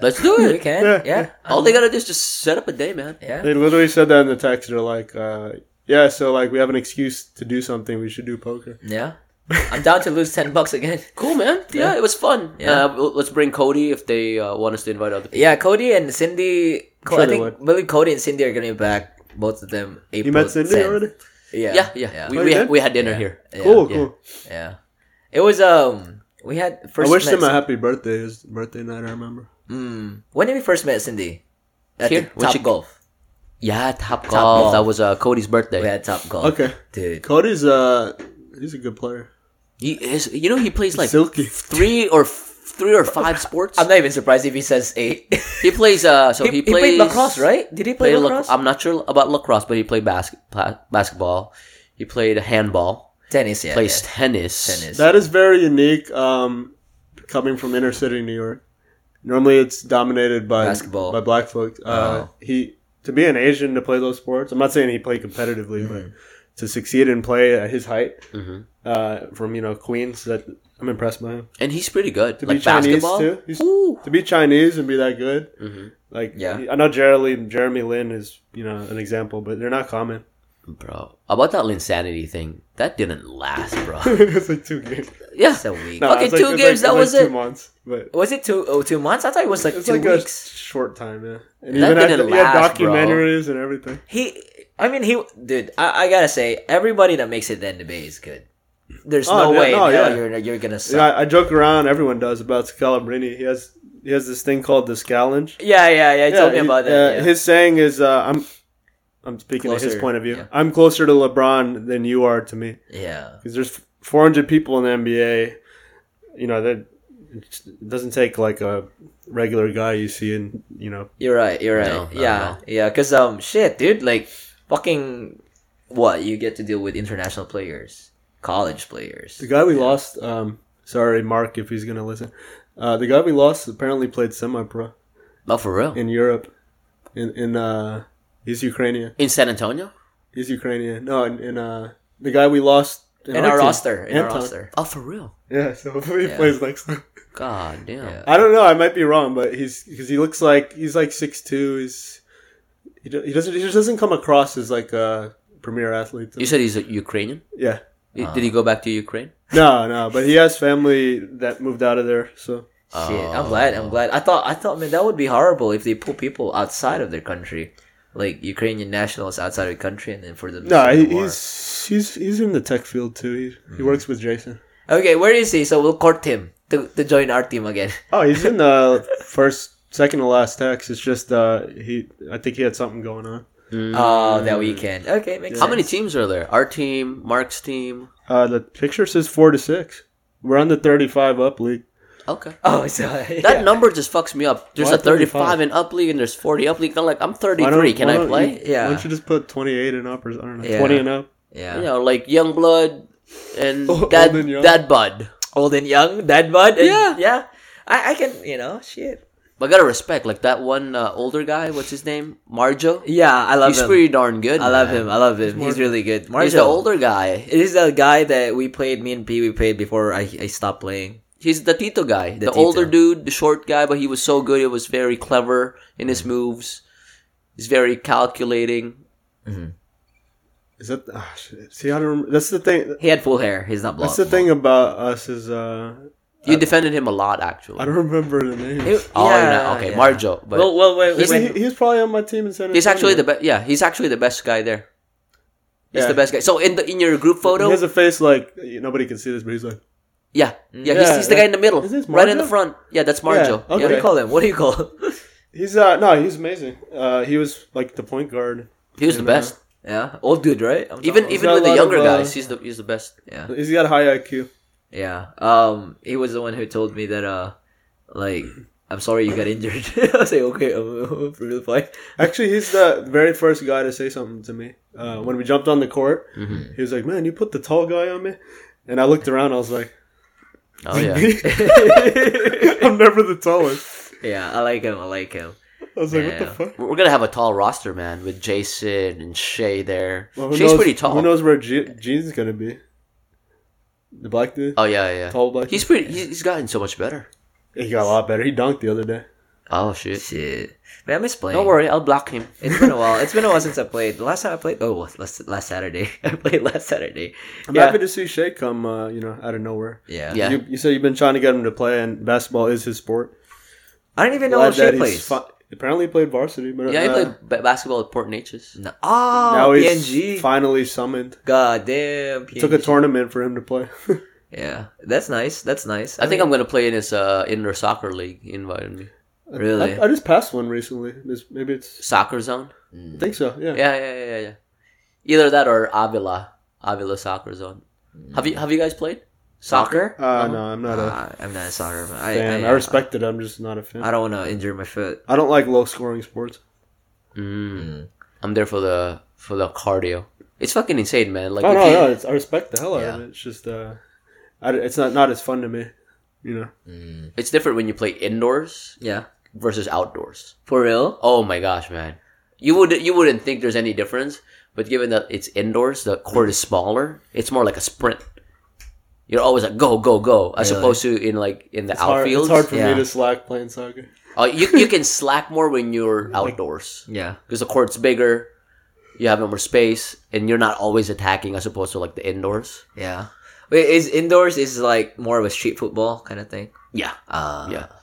[SPEAKER 2] Let's do
[SPEAKER 1] We (laughs)
[SPEAKER 2] it.
[SPEAKER 1] can. Yeah.
[SPEAKER 2] All they gotta do is just set up a day, man.
[SPEAKER 1] Yeah.
[SPEAKER 3] They literally said that in the text. They're like, uh, yeah, so like we have an excuse to do something. We should do poker.
[SPEAKER 1] Yeah. I'm down to lose ten bucks again. (laughs)
[SPEAKER 2] Cool, man. Yeah, it was fun.
[SPEAKER 1] Yeah.
[SPEAKER 2] Uh, well, let's bring Cody if they uh, want us to invite other people.
[SPEAKER 1] Yeah, Cody and Cindy. Co- I
[SPEAKER 3] Sure they
[SPEAKER 1] think
[SPEAKER 3] would.
[SPEAKER 1] believe Cody and Cindy are gonna be back. Both of them.
[SPEAKER 3] You
[SPEAKER 1] April
[SPEAKER 3] met Cindy
[SPEAKER 1] 10th.
[SPEAKER 3] already?
[SPEAKER 1] Yeah.
[SPEAKER 2] Yeah, yeah.
[SPEAKER 3] Oh,
[SPEAKER 2] We, we,
[SPEAKER 3] you
[SPEAKER 2] had,
[SPEAKER 3] did?
[SPEAKER 2] we had dinner here.
[SPEAKER 1] Yeah.
[SPEAKER 3] Cool,
[SPEAKER 2] yeah.
[SPEAKER 3] cool.
[SPEAKER 1] Yeah. It was um. We had first.
[SPEAKER 3] I wish
[SPEAKER 1] met
[SPEAKER 3] them a happy birthday. It was birthday night. I remember.
[SPEAKER 1] Mm. When did we first met Cindy? At the
[SPEAKER 2] Here, when
[SPEAKER 1] Top
[SPEAKER 2] she-
[SPEAKER 1] Golf.
[SPEAKER 2] Yeah, Top
[SPEAKER 1] Golf.
[SPEAKER 2] Golf. That was uh, Cody's birthday.
[SPEAKER 1] We had Top Golf.
[SPEAKER 3] Okay,
[SPEAKER 1] Dude.
[SPEAKER 3] Cody's uh, he's a good player.
[SPEAKER 2] He is, you know, he plays like
[SPEAKER 3] Silky.
[SPEAKER 2] three or f- three or
[SPEAKER 1] (laughs)
[SPEAKER 2] five sports.
[SPEAKER 1] I'm not even surprised if he says eight.
[SPEAKER 2] he plays. Uh, so
[SPEAKER 1] (laughs) he,
[SPEAKER 2] he, plays
[SPEAKER 1] played lacrosse, right? Did he play
[SPEAKER 2] played lac-
[SPEAKER 1] lacrosse?
[SPEAKER 2] I'm not sure about lacrosse, but he played bas- pla- basketball. He played handball.
[SPEAKER 1] tennis, yeah.
[SPEAKER 2] Plays
[SPEAKER 1] yeah.
[SPEAKER 2] tennis.
[SPEAKER 1] tennis.
[SPEAKER 3] That is very unique. Um, coming from inner city New York, normally it's dominated by
[SPEAKER 1] Basketball.
[SPEAKER 3] by black folks.
[SPEAKER 2] Oh.
[SPEAKER 3] Uh, He to be an Asian to play those sports. I'm not saying he played competitively, but
[SPEAKER 2] Mm-hmm.
[SPEAKER 3] to succeed and play at his height
[SPEAKER 2] Mhm.
[SPEAKER 3] uh, from you know Queens, that I'm impressed by him.
[SPEAKER 2] And he's pretty good.
[SPEAKER 3] To be
[SPEAKER 2] like
[SPEAKER 3] Chinese
[SPEAKER 2] basketball.
[SPEAKER 3] too, He's-
[SPEAKER 2] Ooh.
[SPEAKER 3] to be Chinese and be that good.
[SPEAKER 2] Mhm.
[SPEAKER 3] Like
[SPEAKER 1] Yeah.
[SPEAKER 3] I know Jeremy Jeremy Lin is you know an example, but they're not common. (laughs)
[SPEAKER 2] Bro, about that Linsanity thing, that didn't last,
[SPEAKER 3] (laughs)
[SPEAKER 2] bro.
[SPEAKER 3] it's like two games.
[SPEAKER 2] yeah.
[SPEAKER 1] So weak.
[SPEAKER 3] No,
[SPEAKER 2] Fucking
[SPEAKER 3] it's like-
[SPEAKER 2] two
[SPEAKER 3] it's
[SPEAKER 2] games,
[SPEAKER 3] like-
[SPEAKER 2] that
[SPEAKER 3] it's
[SPEAKER 2] was
[SPEAKER 3] like
[SPEAKER 2] it.
[SPEAKER 3] Two months, but
[SPEAKER 1] Was it two oh two months? I thought it was like
[SPEAKER 3] It's
[SPEAKER 1] two
[SPEAKER 3] like
[SPEAKER 1] weeks.
[SPEAKER 3] a short time, yeah. And
[SPEAKER 2] That
[SPEAKER 3] even had,
[SPEAKER 2] didn't
[SPEAKER 3] he had
[SPEAKER 2] last, bro.
[SPEAKER 3] documentaries and everything.
[SPEAKER 1] He, I mean, he, dude, I, I gotta say, everybody that makes it to the NBA is good. There's
[SPEAKER 3] Oh,
[SPEAKER 1] no
[SPEAKER 3] yeah,
[SPEAKER 1] way in hell
[SPEAKER 3] no, yeah.
[SPEAKER 1] you're you're gonna suck.
[SPEAKER 3] And I, I joke around, everyone does about Scalabrini. He has he has this thing called the scallenge.
[SPEAKER 1] Yeah, yeah, yeah. You told me
[SPEAKER 3] he-
[SPEAKER 1] about that.
[SPEAKER 3] uh,
[SPEAKER 1] yeah.
[SPEAKER 3] His saying is, uh, "I'm." I'm speaking to his
[SPEAKER 1] Closer,
[SPEAKER 3] point of view.
[SPEAKER 1] yeah.
[SPEAKER 3] I'm closer to LeBron than you are to me
[SPEAKER 1] yeah.
[SPEAKER 3] because there's 400 people in the NBA. You know that it doesn't take like a regular guy you see in you know
[SPEAKER 1] You're right. You're right.
[SPEAKER 2] No, not
[SPEAKER 1] yeah, yeah. Cause um, shit, dude. Like, fucking, what you get to deal with international players, college players.
[SPEAKER 3] The guy we lost, um, sorry, Mark, if he's gonna listen. Uh, the guy we lost apparently played semi-pro
[SPEAKER 2] Not Oh, for real.
[SPEAKER 3] in Europe. In in uh, he's Ukrainian.
[SPEAKER 2] In San Antonio?
[SPEAKER 3] He's Ukrainian. No, in, in uh, the guy we lost
[SPEAKER 1] In our
[SPEAKER 3] team,
[SPEAKER 1] roster, in our
[SPEAKER 3] Anton.
[SPEAKER 1] roster.
[SPEAKER 2] Oh, for real?
[SPEAKER 3] Yeah, so (laughs) hopefully he
[SPEAKER 1] Yeah.
[SPEAKER 3] plays next time.
[SPEAKER 2] God damn.
[SPEAKER 3] I don't know. I might be wrong, but he's because he looks like he's like six two. He's he, do- he doesn't he just doesn't come across as like a premier athlete.
[SPEAKER 2] You said he's a Ukrainian?
[SPEAKER 3] yeah.
[SPEAKER 2] Did
[SPEAKER 3] Uh,
[SPEAKER 2] he go back to Ukraine?
[SPEAKER 3] No, no, but he has family that moved out of there. So
[SPEAKER 1] Shit,
[SPEAKER 2] Um,
[SPEAKER 1] I'm glad. I'm glad. I thought. I thought, man, that would be horrible if they pull people outside of their country, like Ukrainian nationals outside of the country, and then for them. to
[SPEAKER 3] No,
[SPEAKER 1] start
[SPEAKER 3] he,
[SPEAKER 1] the war. Mm.
[SPEAKER 3] he's he's he's in the tech field too. He, he works with Jason.
[SPEAKER 1] okay. Where is he? So we'll court him to, to join our team again.
[SPEAKER 3] Oh, he's in the first, second to last text. It's just uh, he. I think he had something going on.
[SPEAKER 1] Oh, that weekend. Okay, makes
[SPEAKER 2] (laughs) How
[SPEAKER 1] sense.
[SPEAKER 2] many teams are there? Our team, Mark's team.
[SPEAKER 3] Uh, the picture says four to six. We're on the thirty-five up league.
[SPEAKER 2] Okay.
[SPEAKER 1] (laughs) Oh, so
[SPEAKER 2] That number just fucks me up. There's
[SPEAKER 3] Why
[SPEAKER 2] a
[SPEAKER 3] 35?
[SPEAKER 2] 35 and up league and there's 40 up league. I'm like, I'm
[SPEAKER 3] Why don't-
[SPEAKER 2] 33.
[SPEAKER 3] why
[SPEAKER 2] Can I
[SPEAKER 3] don't
[SPEAKER 2] play?
[SPEAKER 3] you-
[SPEAKER 1] Yeah.
[SPEAKER 3] Why don't you just put twenty-eight and up or I don't know,
[SPEAKER 1] Yeah.
[SPEAKER 3] twenty and up?
[SPEAKER 1] yeah.
[SPEAKER 2] You know, like young blood and
[SPEAKER 3] Oh, (laughs)
[SPEAKER 2] dad,
[SPEAKER 3] old and young.
[SPEAKER 2] dad bud.
[SPEAKER 1] Old and young, dead bud. and-
[SPEAKER 2] Yeah.
[SPEAKER 1] yeah. I, I can, you know, shit.
[SPEAKER 2] But gotta respect, like that one uh, older guy, what's his name? Marjo?
[SPEAKER 1] Yeah, I love
[SPEAKER 2] He's
[SPEAKER 1] him.
[SPEAKER 2] pretty darn good.
[SPEAKER 1] I love
[SPEAKER 2] man.
[SPEAKER 1] him. I love him. He's really good. Marjo.
[SPEAKER 2] He's the older guy.
[SPEAKER 1] It is the guy that we played. Me and P. We played before I, I stopped playing.
[SPEAKER 2] He's the Tito guy, the,
[SPEAKER 1] The
[SPEAKER 2] older
[SPEAKER 1] Tito.
[SPEAKER 2] dude, the short guy, but he was so good. He was very clever in his
[SPEAKER 3] Mm-hmm.
[SPEAKER 2] moves. He's very calculating.
[SPEAKER 3] Is that ah, shit. see? I don't. Remember. That's the thing.
[SPEAKER 1] He had full hair. He's not
[SPEAKER 3] That's
[SPEAKER 1] blonde.
[SPEAKER 3] the thing about us is uh,
[SPEAKER 2] You defended him a lot, actually.
[SPEAKER 3] I don't (laughs) remember the name.
[SPEAKER 1] It-
[SPEAKER 2] oh,
[SPEAKER 1] yeah,
[SPEAKER 2] you're not- okay,
[SPEAKER 1] yeah.
[SPEAKER 2] Marjo. But
[SPEAKER 1] well, well, wait,
[SPEAKER 3] He's,
[SPEAKER 1] wait,
[SPEAKER 3] he, he's probably on my team in San Antonio.
[SPEAKER 2] he's actually the best. Yeah, he's actually the best guy there. He's
[SPEAKER 3] Yeah.
[SPEAKER 2] the best guy. So in the in your group
[SPEAKER 3] He
[SPEAKER 2] photo,
[SPEAKER 3] has a face like nobody can see this, but he's like.
[SPEAKER 2] yeah,
[SPEAKER 3] Yeah,
[SPEAKER 2] yeah, he's, he's the guy in the middle,
[SPEAKER 3] is this
[SPEAKER 2] right in the
[SPEAKER 3] Marjo?
[SPEAKER 2] front. Yeah, that's Marjo.
[SPEAKER 3] Yeah,
[SPEAKER 1] what do you
[SPEAKER 3] okay.
[SPEAKER 2] Yeah.
[SPEAKER 1] call him? What do you call him?
[SPEAKER 3] He's uh no, he's amazing. Uh, he was like the point guard.
[SPEAKER 2] (laughs) He was the
[SPEAKER 3] Yeah.
[SPEAKER 2] best.
[SPEAKER 1] yeah, old (laughs) dude, right? I'm
[SPEAKER 2] Even
[SPEAKER 1] talking-
[SPEAKER 2] even
[SPEAKER 3] got a
[SPEAKER 2] with the
[SPEAKER 3] lot of,
[SPEAKER 2] younger
[SPEAKER 3] uh,
[SPEAKER 2] guys, he's the he's the best.
[SPEAKER 1] yeah,
[SPEAKER 3] He's got high IQ.
[SPEAKER 1] yeah. Um, he was the one who told me that uh, like. I'm sorry you got injured. (laughs) I was like, okay, I'm, I'm really fine.
[SPEAKER 3] Actually, he's the very first guy to say something to me uh, when we jumped on the court.
[SPEAKER 2] Mm-hmm.
[SPEAKER 3] He was like, "Man, you put the tall guy on me," and I looked around. I was like,
[SPEAKER 2] Oh yeah.
[SPEAKER 3] (laughs) "I'm never the tallest."
[SPEAKER 1] Yeah, I like him. I like him.
[SPEAKER 3] I was like, "What
[SPEAKER 1] Yeah.
[SPEAKER 3] the fuck?"
[SPEAKER 2] We're gonna have a tall roster, man, with Jason and Shay there.
[SPEAKER 3] Well,
[SPEAKER 2] Shay's
[SPEAKER 3] knows,
[SPEAKER 2] pretty tall.
[SPEAKER 3] Who knows where Je- Gene's gonna be? The black dude,
[SPEAKER 2] Oh yeah, yeah.
[SPEAKER 3] tall black.
[SPEAKER 2] He's pretty. He's, he's gotten so much better.
[SPEAKER 3] dude? He got a lot better. He dunked the other day.
[SPEAKER 2] Oh shit!
[SPEAKER 1] Shit, man, I miss playing.
[SPEAKER 2] Don't worry, I'll block him.
[SPEAKER 3] Uh,
[SPEAKER 1] It's been a while. It's been a while since I played. The last time I played, oh, was last last Saturday. (laughs) I played last Saturday.
[SPEAKER 3] I'm
[SPEAKER 1] yeah.
[SPEAKER 3] happy to see Shea come, uh, you know, out of nowhere.
[SPEAKER 1] yeah,
[SPEAKER 2] Yeah.
[SPEAKER 3] You, you said you've been trying to get him to play, and basketball is his sport.
[SPEAKER 1] I don't even know
[SPEAKER 3] Glad
[SPEAKER 1] how she
[SPEAKER 3] that
[SPEAKER 1] plays.
[SPEAKER 3] he's fi- apparently he played varsity, but
[SPEAKER 2] Yeah, he
[SPEAKER 3] uh,
[SPEAKER 2] played ba- basketball at Port Neches.
[SPEAKER 1] No. Oh,
[SPEAKER 3] now
[SPEAKER 1] PNG.
[SPEAKER 3] he's finally summoned.
[SPEAKER 1] God damn. PNG.
[SPEAKER 3] Took a tournament for him to play.
[SPEAKER 1] yeah, that's nice. That's nice.
[SPEAKER 2] I think I'm gonna play in his uh, indoor soccer league. He invited me.
[SPEAKER 1] really.
[SPEAKER 3] (laughs) I, I just passed one recently. This- maybe it's.
[SPEAKER 2] Soccer zone.
[SPEAKER 3] I think so. Yeah.
[SPEAKER 2] Yeah, yeah, yeah, yeah,
[SPEAKER 3] Mm.
[SPEAKER 2] yeah. Either that or Avila, Avila Soccer Zone. Have you Have you guys played
[SPEAKER 1] Soccer?
[SPEAKER 3] Uh, no, I'm not a
[SPEAKER 1] Uh, I'm not a soccer fan. I,
[SPEAKER 3] fan. I,
[SPEAKER 1] I, uh,
[SPEAKER 3] respect it. I'm just not a fan.
[SPEAKER 1] I don't want to injure my foot.
[SPEAKER 3] I don't like low scoring sports.
[SPEAKER 2] Mm. I'm there for the for the cardio. It's fucking insane, man. Like
[SPEAKER 3] Oh
[SPEAKER 2] if
[SPEAKER 3] no,
[SPEAKER 2] you-
[SPEAKER 3] no, it's, I respect the hell out of it. It's just, uh, I, it's not not as fun to me, you know.
[SPEAKER 2] it's different when you play indoors
[SPEAKER 1] Yeah.
[SPEAKER 2] versus outdoors.
[SPEAKER 1] For real?
[SPEAKER 2] Oh my gosh, man. You would you wouldn't think there's any difference, but given that it's indoors, the court is smaller. It's more like a sprint. You're always like go go go, as
[SPEAKER 1] Really?
[SPEAKER 2] opposed to in like in the
[SPEAKER 3] It's hard,
[SPEAKER 2] outfield.
[SPEAKER 3] it's hard for
[SPEAKER 1] Yeah.
[SPEAKER 3] me to slack playing soccer.
[SPEAKER 2] Uh, you you
[SPEAKER 1] (laughs)
[SPEAKER 2] can slack more when you're outdoors
[SPEAKER 1] Yeah.
[SPEAKER 2] because the court's bigger. You have more space, and you're not always attacking, as opposed to like the indoors.
[SPEAKER 1] Yeah. Wait, is indoors is like more of a street football kind of thing?
[SPEAKER 2] Yeah,
[SPEAKER 1] Uh,
[SPEAKER 2] yeah.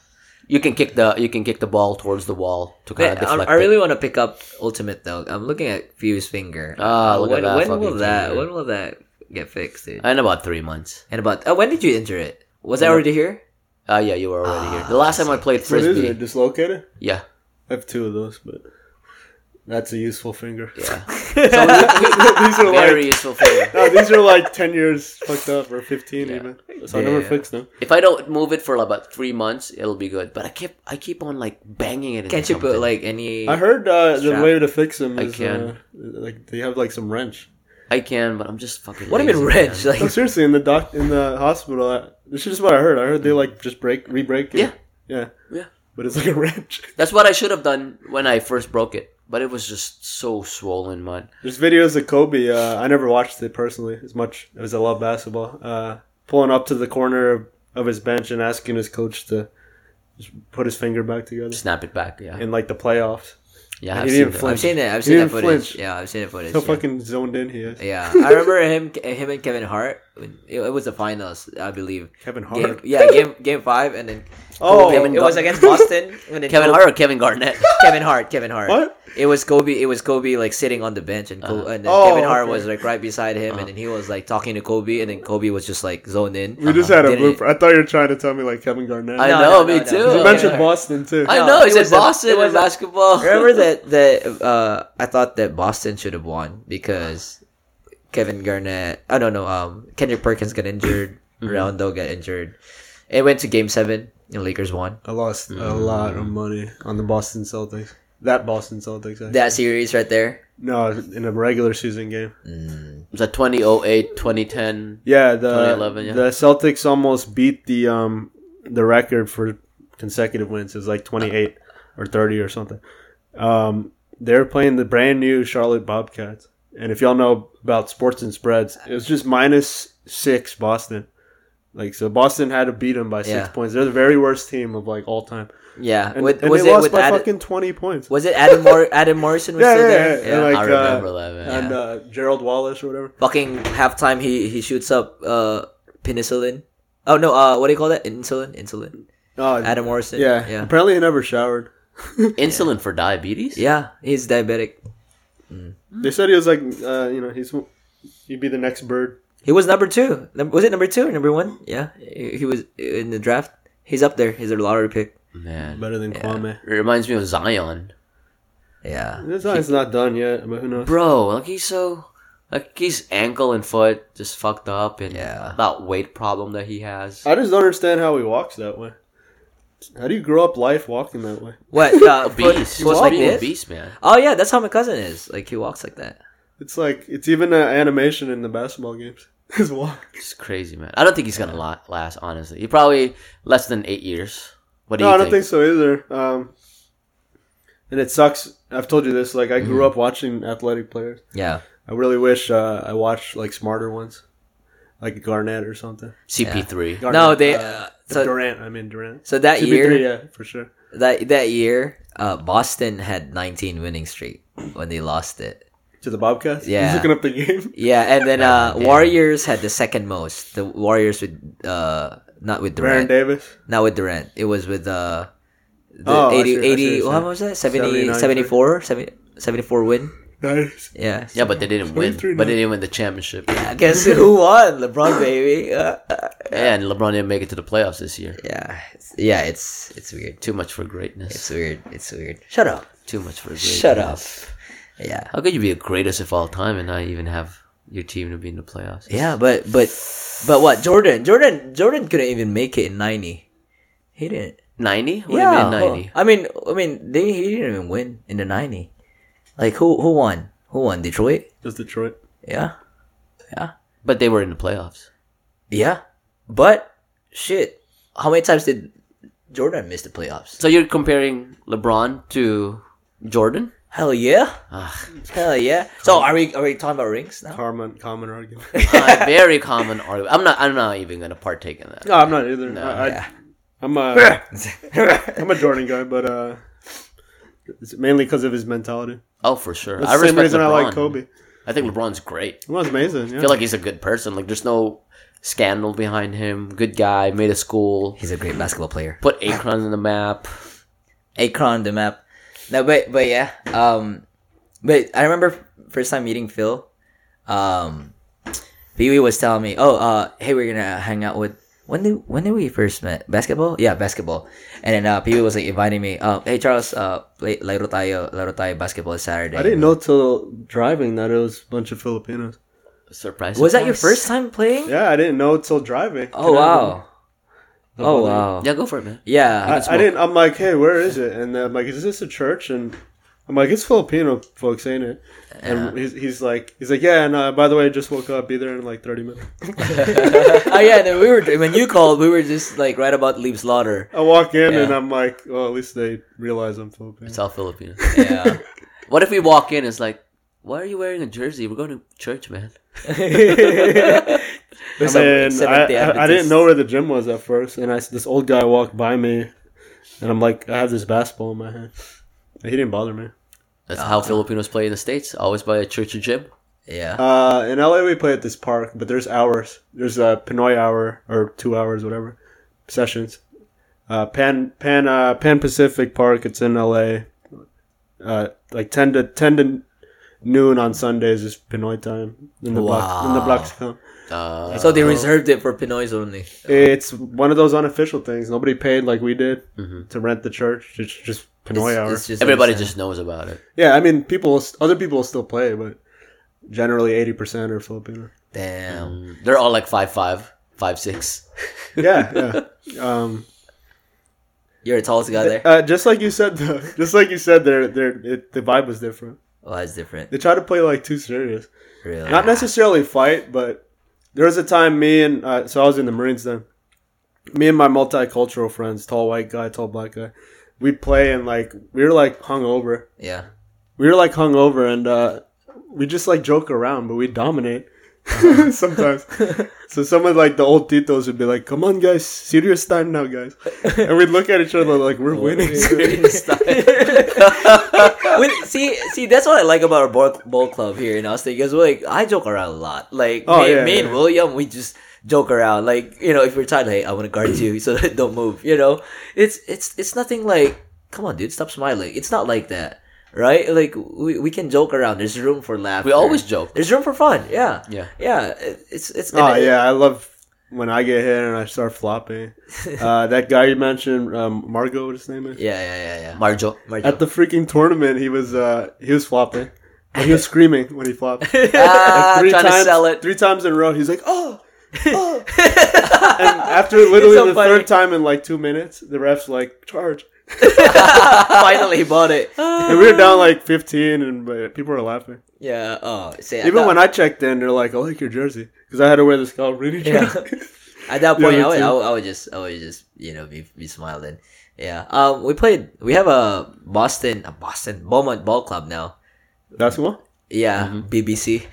[SPEAKER 2] You can kick the you can kick the ball towards the wall to kind
[SPEAKER 1] Man,
[SPEAKER 2] of
[SPEAKER 1] I,
[SPEAKER 2] deflect
[SPEAKER 1] I
[SPEAKER 2] it.
[SPEAKER 1] really want to pick up Ultimate though. I'm looking at Fuse Finger.
[SPEAKER 2] Ah, look
[SPEAKER 1] Uh, when,
[SPEAKER 2] at that
[SPEAKER 1] when will
[SPEAKER 2] fucking
[SPEAKER 1] Oh, that?
[SPEAKER 2] finger.
[SPEAKER 1] When will that get fixed, dude?
[SPEAKER 2] In about three months.
[SPEAKER 1] and about oh, when did you injure it? Was I already here?
[SPEAKER 2] Uh, yeah, you were already here. The last
[SPEAKER 1] Ah,
[SPEAKER 2] time I played
[SPEAKER 3] What is
[SPEAKER 2] frisbee.
[SPEAKER 3] it? Dislocated?
[SPEAKER 2] Yeah,
[SPEAKER 3] I have two of those, but that's a useful finger.
[SPEAKER 1] (laughs)
[SPEAKER 2] yeah.
[SPEAKER 3] these are
[SPEAKER 2] Very
[SPEAKER 3] like
[SPEAKER 2] useful finger.
[SPEAKER 3] (laughs) no, these are like ten years fucked up or fifteen even. So I never
[SPEAKER 1] Yeah.
[SPEAKER 3] fixed them.
[SPEAKER 2] If I don't move it for about three months, it'll be good. But I keep I keep on like banging it. into
[SPEAKER 1] Can't you put
[SPEAKER 2] something.
[SPEAKER 1] like any?
[SPEAKER 3] I heard uh, the
[SPEAKER 1] Strap.
[SPEAKER 3] way to fix them
[SPEAKER 2] I
[SPEAKER 3] is uh, like they have like some wrench.
[SPEAKER 2] I can, but I'm just fucking.
[SPEAKER 1] what do you mean
[SPEAKER 2] lazy,
[SPEAKER 1] wrench?
[SPEAKER 2] man.
[SPEAKER 1] Like
[SPEAKER 3] No, seriously, in the doc in the hospital, I, this is just what I heard. I heard they like just break, re-break. It.
[SPEAKER 2] Yeah.
[SPEAKER 3] yeah,
[SPEAKER 2] Yeah.
[SPEAKER 3] But it's like a (laughs) wrench.
[SPEAKER 2] That's what I should have done when I first broke it. But it was just so swollen, man.
[SPEAKER 3] There's videos of Kobe. Uh, I never watched it personally as much as I love basketball. Uh, pulling up to the corner of, of his bench and asking his coach to just put his finger back together
[SPEAKER 2] Snap it back. Yeah,
[SPEAKER 3] in like the playoffs.
[SPEAKER 2] yeah. I've
[SPEAKER 3] he
[SPEAKER 2] seen
[SPEAKER 3] didn't
[SPEAKER 2] that.
[SPEAKER 3] flinch.
[SPEAKER 1] I've seen it. I've
[SPEAKER 3] He
[SPEAKER 1] seen that
[SPEAKER 3] didn't
[SPEAKER 1] footage.
[SPEAKER 3] flinch.
[SPEAKER 1] Yeah, I've seen that footage.
[SPEAKER 3] How
[SPEAKER 1] yeah.
[SPEAKER 3] fucking zoned in he is.
[SPEAKER 1] Yeah, I remember him, him and Kevin Hart. It it was the finals, I believe.
[SPEAKER 3] Kevin
[SPEAKER 1] Game,
[SPEAKER 3] Hart.
[SPEAKER 1] yeah, game game five, and then
[SPEAKER 3] Oh,
[SPEAKER 1] Kobe-
[SPEAKER 2] Kevin
[SPEAKER 1] it was
[SPEAKER 2] Gar-
[SPEAKER 1] against (laughs) Boston. and then
[SPEAKER 2] (laughs) Kevin
[SPEAKER 1] Kobe-
[SPEAKER 2] Hart or Kevin
[SPEAKER 1] (laughs)
[SPEAKER 2] Garnett?
[SPEAKER 1] Kevin Hart, Kevin Hart.
[SPEAKER 3] What?
[SPEAKER 1] It was Kobe. It was Kobe like sitting on the bench, and, Ko- and then
[SPEAKER 3] Oh,
[SPEAKER 1] Kevin Hart
[SPEAKER 3] okay.
[SPEAKER 1] was like right beside him, and then he was like talking to Kobe, and then Kobe was just like zoned in. Uh-huh.
[SPEAKER 3] We just had a
[SPEAKER 1] Didn't-
[SPEAKER 3] blooper. I thought you were trying to tell me like Kevin Garnett.
[SPEAKER 2] I
[SPEAKER 1] No,
[SPEAKER 2] know,
[SPEAKER 1] no, no,
[SPEAKER 2] me
[SPEAKER 1] no.
[SPEAKER 2] too.
[SPEAKER 1] You
[SPEAKER 3] you
[SPEAKER 1] Yeah.
[SPEAKER 3] mentioned Boston too.
[SPEAKER 1] No,
[SPEAKER 2] I know.
[SPEAKER 1] it
[SPEAKER 2] It's
[SPEAKER 1] was
[SPEAKER 2] in
[SPEAKER 1] a- it
[SPEAKER 2] Boston
[SPEAKER 1] was
[SPEAKER 2] in
[SPEAKER 1] a-
[SPEAKER 2] basketball.
[SPEAKER 1] Remember that that uh, I thought that Boston should have won because Kevin Garnett. I don't know. Um, Kendrick Perkins got injured. Rondo got injured. It went to Game Seven, and Lakers won
[SPEAKER 3] I lost a lot of money on the Boston Celtics. That Boston Celtics. Actually.
[SPEAKER 1] that series right there.
[SPEAKER 3] No, in a regular season game.
[SPEAKER 2] It was oh a
[SPEAKER 1] (laughs)
[SPEAKER 2] 2008, 2010.
[SPEAKER 3] Yeah, the
[SPEAKER 2] 2011, yeah.
[SPEAKER 3] the Celtics almost beat the um the record for consecutive wins. It was like 28 or 30 or something. Um, they're playing the brand new Charlotte Bobcats, and if y'all know about sports and spreads, it was just minus six Boston. Like so, Boston had to beat them by six
[SPEAKER 1] Yeah.
[SPEAKER 3] points. They're the very worst team of like all time,
[SPEAKER 1] Yeah,
[SPEAKER 3] and,
[SPEAKER 1] with,
[SPEAKER 3] and
[SPEAKER 1] was
[SPEAKER 3] they
[SPEAKER 1] it
[SPEAKER 3] lost
[SPEAKER 1] with
[SPEAKER 3] by
[SPEAKER 1] Adam?
[SPEAKER 3] fucking 20 points.
[SPEAKER 1] Was it Adam? Mor- Adam Morrison was
[SPEAKER 3] (laughs) Yeah,
[SPEAKER 1] still
[SPEAKER 3] yeah,
[SPEAKER 1] there.
[SPEAKER 3] yeah. And, like,
[SPEAKER 2] I
[SPEAKER 3] uh,
[SPEAKER 2] remember that, man.
[SPEAKER 3] and uh, Gerald Wallace or whatever.
[SPEAKER 1] fucking halftime he he shoots up uh penicillin oh no uh what do you call that insulin insulin
[SPEAKER 3] Oh,
[SPEAKER 1] adam morrison
[SPEAKER 3] yeah.
[SPEAKER 1] yeah
[SPEAKER 3] Apparently, he never showered.
[SPEAKER 2] Insulin for diabetes?
[SPEAKER 1] yeah he's diabetic
[SPEAKER 3] They said he was like, uh, you know, he's he'd be the next bird.
[SPEAKER 1] he was number two Num- was it number two or number one yeah he he was in the draft he's up there he's a lottery pick
[SPEAKER 2] Man.
[SPEAKER 3] Better than Kwame.
[SPEAKER 2] It reminds me of Zion.
[SPEAKER 1] yeah
[SPEAKER 3] This line's not done yet, but who knows?
[SPEAKER 2] Bro, like he's so like his ankle and foot just fucked up and
[SPEAKER 1] Yeah.
[SPEAKER 2] that weight problem that he has.
[SPEAKER 3] I just don't understand how he walks that way. How do you grow up life walking that way? (laughs)
[SPEAKER 1] what uh, foot-
[SPEAKER 2] Beast. He
[SPEAKER 1] foot
[SPEAKER 2] was
[SPEAKER 1] like this?
[SPEAKER 2] like a beast, man.
[SPEAKER 1] oh yeah that's how my cousin is like he walks like that
[SPEAKER 3] It's like it's even an animation in the basketball games. (laughs) His walk.
[SPEAKER 2] It's crazy, man. I don't think he's gonna la- last, honestly. He probably less than eight years. What do
[SPEAKER 3] No,
[SPEAKER 2] you
[SPEAKER 3] I don't think
[SPEAKER 2] think?
[SPEAKER 3] so either. Um, and it sucks. I've told you this. Like I
[SPEAKER 2] Mm.
[SPEAKER 3] grew up watching athletic players.
[SPEAKER 1] yeah
[SPEAKER 3] I really wish uh, I watched like smarter ones, like Garnett or something.
[SPEAKER 2] CP3.
[SPEAKER 3] Garnett,
[SPEAKER 1] no they uh,
[SPEAKER 3] uh,
[SPEAKER 1] so
[SPEAKER 3] Durant. I mean Durant.
[SPEAKER 1] so that year
[SPEAKER 3] CP3, yeah, for sure.
[SPEAKER 1] that that year uh boston had 19 winning streak when they lost it
[SPEAKER 3] To the Bobcats?
[SPEAKER 1] Yeah.
[SPEAKER 3] He's looking up the
[SPEAKER 1] (laughs)
[SPEAKER 3] game. (laughs)
[SPEAKER 1] Yeah, and then uh,
[SPEAKER 2] damn.
[SPEAKER 1] Warriors had the second most. The Warriors with uh, not with Durant,
[SPEAKER 3] Baron Davis.
[SPEAKER 1] not with Durant. It was with uh, the
[SPEAKER 3] Oh,
[SPEAKER 1] 80,
[SPEAKER 3] I see- I
[SPEAKER 1] 80
[SPEAKER 3] see what you're
[SPEAKER 1] what was that? 70,
[SPEAKER 3] 79,
[SPEAKER 1] 74, 70, 74 win.
[SPEAKER 3] Nice.
[SPEAKER 1] Yeah.
[SPEAKER 2] Yeah, but they didn't win.
[SPEAKER 3] 23, no.
[SPEAKER 2] But they didn't win the championship.
[SPEAKER 1] I guess who won? LeBron, baby. Uh,
[SPEAKER 2] And LeBron didn't make it to the playoffs this year.
[SPEAKER 1] (laughs) yeah, it's, yeah. It's it's weird.
[SPEAKER 2] Too much for greatness.
[SPEAKER 1] It's weird. It's weird. Shut up.
[SPEAKER 2] Too much for greatness.
[SPEAKER 1] Shut up. Yeah.
[SPEAKER 2] How could you be the greatest of all time and not even have your team to be in the playoffs.
[SPEAKER 1] Yeah, but but but what Jordan? Jordan Jordan couldn't even make it in ninety. He didn't.
[SPEAKER 2] ninety.
[SPEAKER 1] yeah,
[SPEAKER 2] What do you mean ninety?
[SPEAKER 1] I mean, I mean, they he didn't even win in the ninety. Like who who won? Who won? Detroit.
[SPEAKER 3] Just Detroit.
[SPEAKER 1] Yeah, yeah,
[SPEAKER 2] But they were in the playoffs.
[SPEAKER 1] yeah. But shit, how many times did Jordan miss the playoffs?
[SPEAKER 2] So you're comparing LeBron to Jordan?
[SPEAKER 1] Hell yeah,
[SPEAKER 2] Ah,
[SPEAKER 1] hell yeah. So are we are we talking about rings now?
[SPEAKER 3] Common common argument.
[SPEAKER 2] (laughs) a very common argument. I'm not. I'm not even gonna partake in
[SPEAKER 3] (laughs)
[SPEAKER 2] that.
[SPEAKER 3] no, I'm not either. I, I, I'm
[SPEAKER 1] (laughs)
[SPEAKER 3] a I'm a Jordan guy, but uh, it's mainly because of his mentality.
[SPEAKER 2] Oh, for sure.
[SPEAKER 3] That's the same reason I like Kobe.
[SPEAKER 2] I think LeBron's great.
[SPEAKER 3] It was amazing. Yeah.
[SPEAKER 2] I feel like he's a good person. Like there's no scandal behind him. Good guy. Made a (laughs) school.
[SPEAKER 1] He's a great basketball player.
[SPEAKER 2] Put Akron in the map.
[SPEAKER 1] Akron on the map. No, but but yeah. Um, but I remember first time meeting Phil. Um, Pee Wee was telling me, "Oh, uh, hey, we're gonna hang out with." When did when did we first met? Basketball? Yeah, basketball. And then uh, Pee Wee was like inviting me. Uh, hey Charles, uh, play laro tayo, laro tayo basketball Saturday.
[SPEAKER 3] I didn't know till driving that it was a bunch of Filipinos.
[SPEAKER 2] Surprise.
[SPEAKER 1] Was that your
[SPEAKER 2] surprise.
[SPEAKER 1] first time playing?
[SPEAKER 3] Yeah, I didn't know till driving.
[SPEAKER 1] Oh wow! Oh wow!
[SPEAKER 2] Yeah, go for it, man.
[SPEAKER 1] Yeah,
[SPEAKER 3] I, I didn't. I'm like, hey, where is it? And then I'm like, is this a church? And I'm like, it's Filipino folks, ain't it? And he's, he's like, he's like, yeah. And uh, by the way, I just woke up. Be there in like 30 minutes.
[SPEAKER 1] (laughs) oh yeah. Then we were when you called, we were just like right about Leaf Slaughter.
[SPEAKER 3] I walk in
[SPEAKER 1] Yeah.
[SPEAKER 3] and I'm like, well, at least they realize I'm Filipino.
[SPEAKER 2] It's all Filipino. (laughs)
[SPEAKER 1] Yeah.
[SPEAKER 2] what if we walk in? It's like, why are you wearing a jersey? We're going to church, man.
[SPEAKER 3] I mean, I, I, I didn't know where the gym was at first, and I s- this old guy walked by me, and I'm like, I have this basketball in my hand. He didn't bother me.
[SPEAKER 2] That's how Filipinos play in the states. Always by a church or gym.
[SPEAKER 1] Yeah.
[SPEAKER 3] Uh, in LA, we play at this park, but there's hours. There's a Pinoy hour or two hours, whatever, sessions. Uh, Pan Pan uh, Pan Pacific Park. It's in LA. Uh, like ten to ten to noon on Sundays is Pinoy time in the block in the
[SPEAKER 1] Wow.
[SPEAKER 3] blocks come.
[SPEAKER 2] Uh,
[SPEAKER 1] So they reserved it for Pinoys only.
[SPEAKER 3] It's one of those unofficial things. Nobody paid like we did to rent the church. It's just Pinoy hour.
[SPEAKER 1] Mm-hmm. It's uh, just
[SPEAKER 2] everybody
[SPEAKER 1] understand.
[SPEAKER 2] just knows about it.
[SPEAKER 3] yeah, I mean, people, will st- other people will still play, but generally eighty percent are Filipino.
[SPEAKER 1] (laughs) damn.
[SPEAKER 2] They're all like five five, five
[SPEAKER 1] (laughs)
[SPEAKER 2] six.
[SPEAKER 3] Yeah, yeah. Um,
[SPEAKER 1] You're a tallest guy
[SPEAKER 3] (laughs)
[SPEAKER 1] there.
[SPEAKER 3] uh, just like you said, though, just like you said, there, there, it, the vibe was different.
[SPEAKER 1] Well, that's different.
[SPEAKER 3] They try to play like too serious,
[SPEAKER 1] Really.
[SPEAKER 3] not necessarily fight, but there was a time me and uh, so I was in the Marines then. Me and my multicultural friends, tall white guy, tall black guy, we play and like we were like hungover.
[SPEAKER 1] yeah.
[SPEAKER 3] we were like hungover and uh, we just like joke around, but we dominate (laughs) Uh-huh. sometimes. so someone like the old titos would be like, "Come on, guys, serious time now, guys," and we'd look at each other (laughs) like we're winning.
[SPEAKER 1] (laughs) When, see, see, that's what I like about our ball, ball club here in Austin because we're like, I joke around a lot. Like,
[SPEAKER 3] Oh,
[SPEAKER 1] me,
[SPEAKER 3] yeah,
[SPEAKER 1] me and
[SPEAKER 3] yeah.
[SPEAKER 1] William, we just joke around. Like, you know, if we're tired, hey, I want to guard you, so (laughs) don't move. You know, it's it's it's nothing like, come on, dude, stop smiling. It's not like that, right? Like, we, we can joke around. There's room for laughter.
[SPEAKER 2] We always joke.
[SPEAKER 1] There's room for fun. Yeah.
[SPEAKER 2] Yeah.
[SPEAKER 1] Yeah. it- It's it's.
[SPEAKER 3] oh
[SPEAKER 1] and-
[SPEAKER 3] yeah, I love when I get hit and I start
[SPEAKER 1] (laughs)
[SPEAKER 3] flopping. Uh, that guy you mentioned, um, Margo, what his name is.
[SPEAKER 1] Yeah. Yeah. Yeah. Yeah.
[SPEAKER 2] Marjo.
[SPEAKER 1] Marjo. (laughs)
[SPEAKER 3] At the freaking tournament, he was uh, he was flopping. But he was screaming when he
[SPEAKER 1] (laughs)
[SPEAKER 3] flopped.
[SPEAKER 1] ah,
[SPEAKER 3] Three
[SPEAKER 1] trying to
[SPEAKER 3] times,
[SPEAKER 1] sell it.
[SPEAKER 3] three times in a row. He's like, oh,
[SPEAKER 1] (laughs)
[SPEAKER 3] oh. and after literally
[SPEAKER 1] so
[SPEAKER 3] the
[SPEAKER 1] funny.
[SPEAKER 3] third time in like two minutes, the refs like charge,
[SPEAKER 1] Finally bought it.
[SPEAKER 3] and we were down like fifteen, and but people were laughing.
[SPEAKER 1] Yeah. Oh, see,
[SPEAKER 3] Even when I checked in, they're like, I like your jersey because I had to wear this Calabrini
[SPEAKER 1] Yeah.
[SPEAKER 3] jersey. (laughs)
[SPEAKER 1] At that point,
[SPEAKER 3] me
[SPEAKER 1] I would,
[SPEAKER 3] too.
[SPEAKER 1] I, would, I would just, I would just, you know, be, be smiling. Yeah. Um, we played. We have a Boston, a Boston Beaumont Ball Club now.
[SPEAKER 3] That's what.
[SPEAKER 1] Yeah, BBC,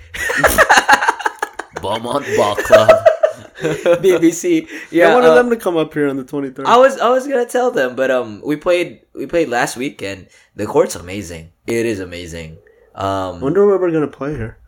[SPEAKER 2] Beaumont Ball
[SPEAKER 1] (laughs)
[SPEAKER 2] Club.
[SPEAKER 1] BBC.
[SPEAKER 3] Yeah, I
[SPEAKER 1] Yeah.
[SPEAKER 3] wanted
[SPEAKER 1] uh,
[SPEAKER 3] them to come up here on the twenty third.
[SPEAKER 1] I was, I was gonna tell them, but um, we played, we played last weekend. The court's amazing. It is amazing. Um,
[SPEAKER 3] Wonder where we're gonna play here.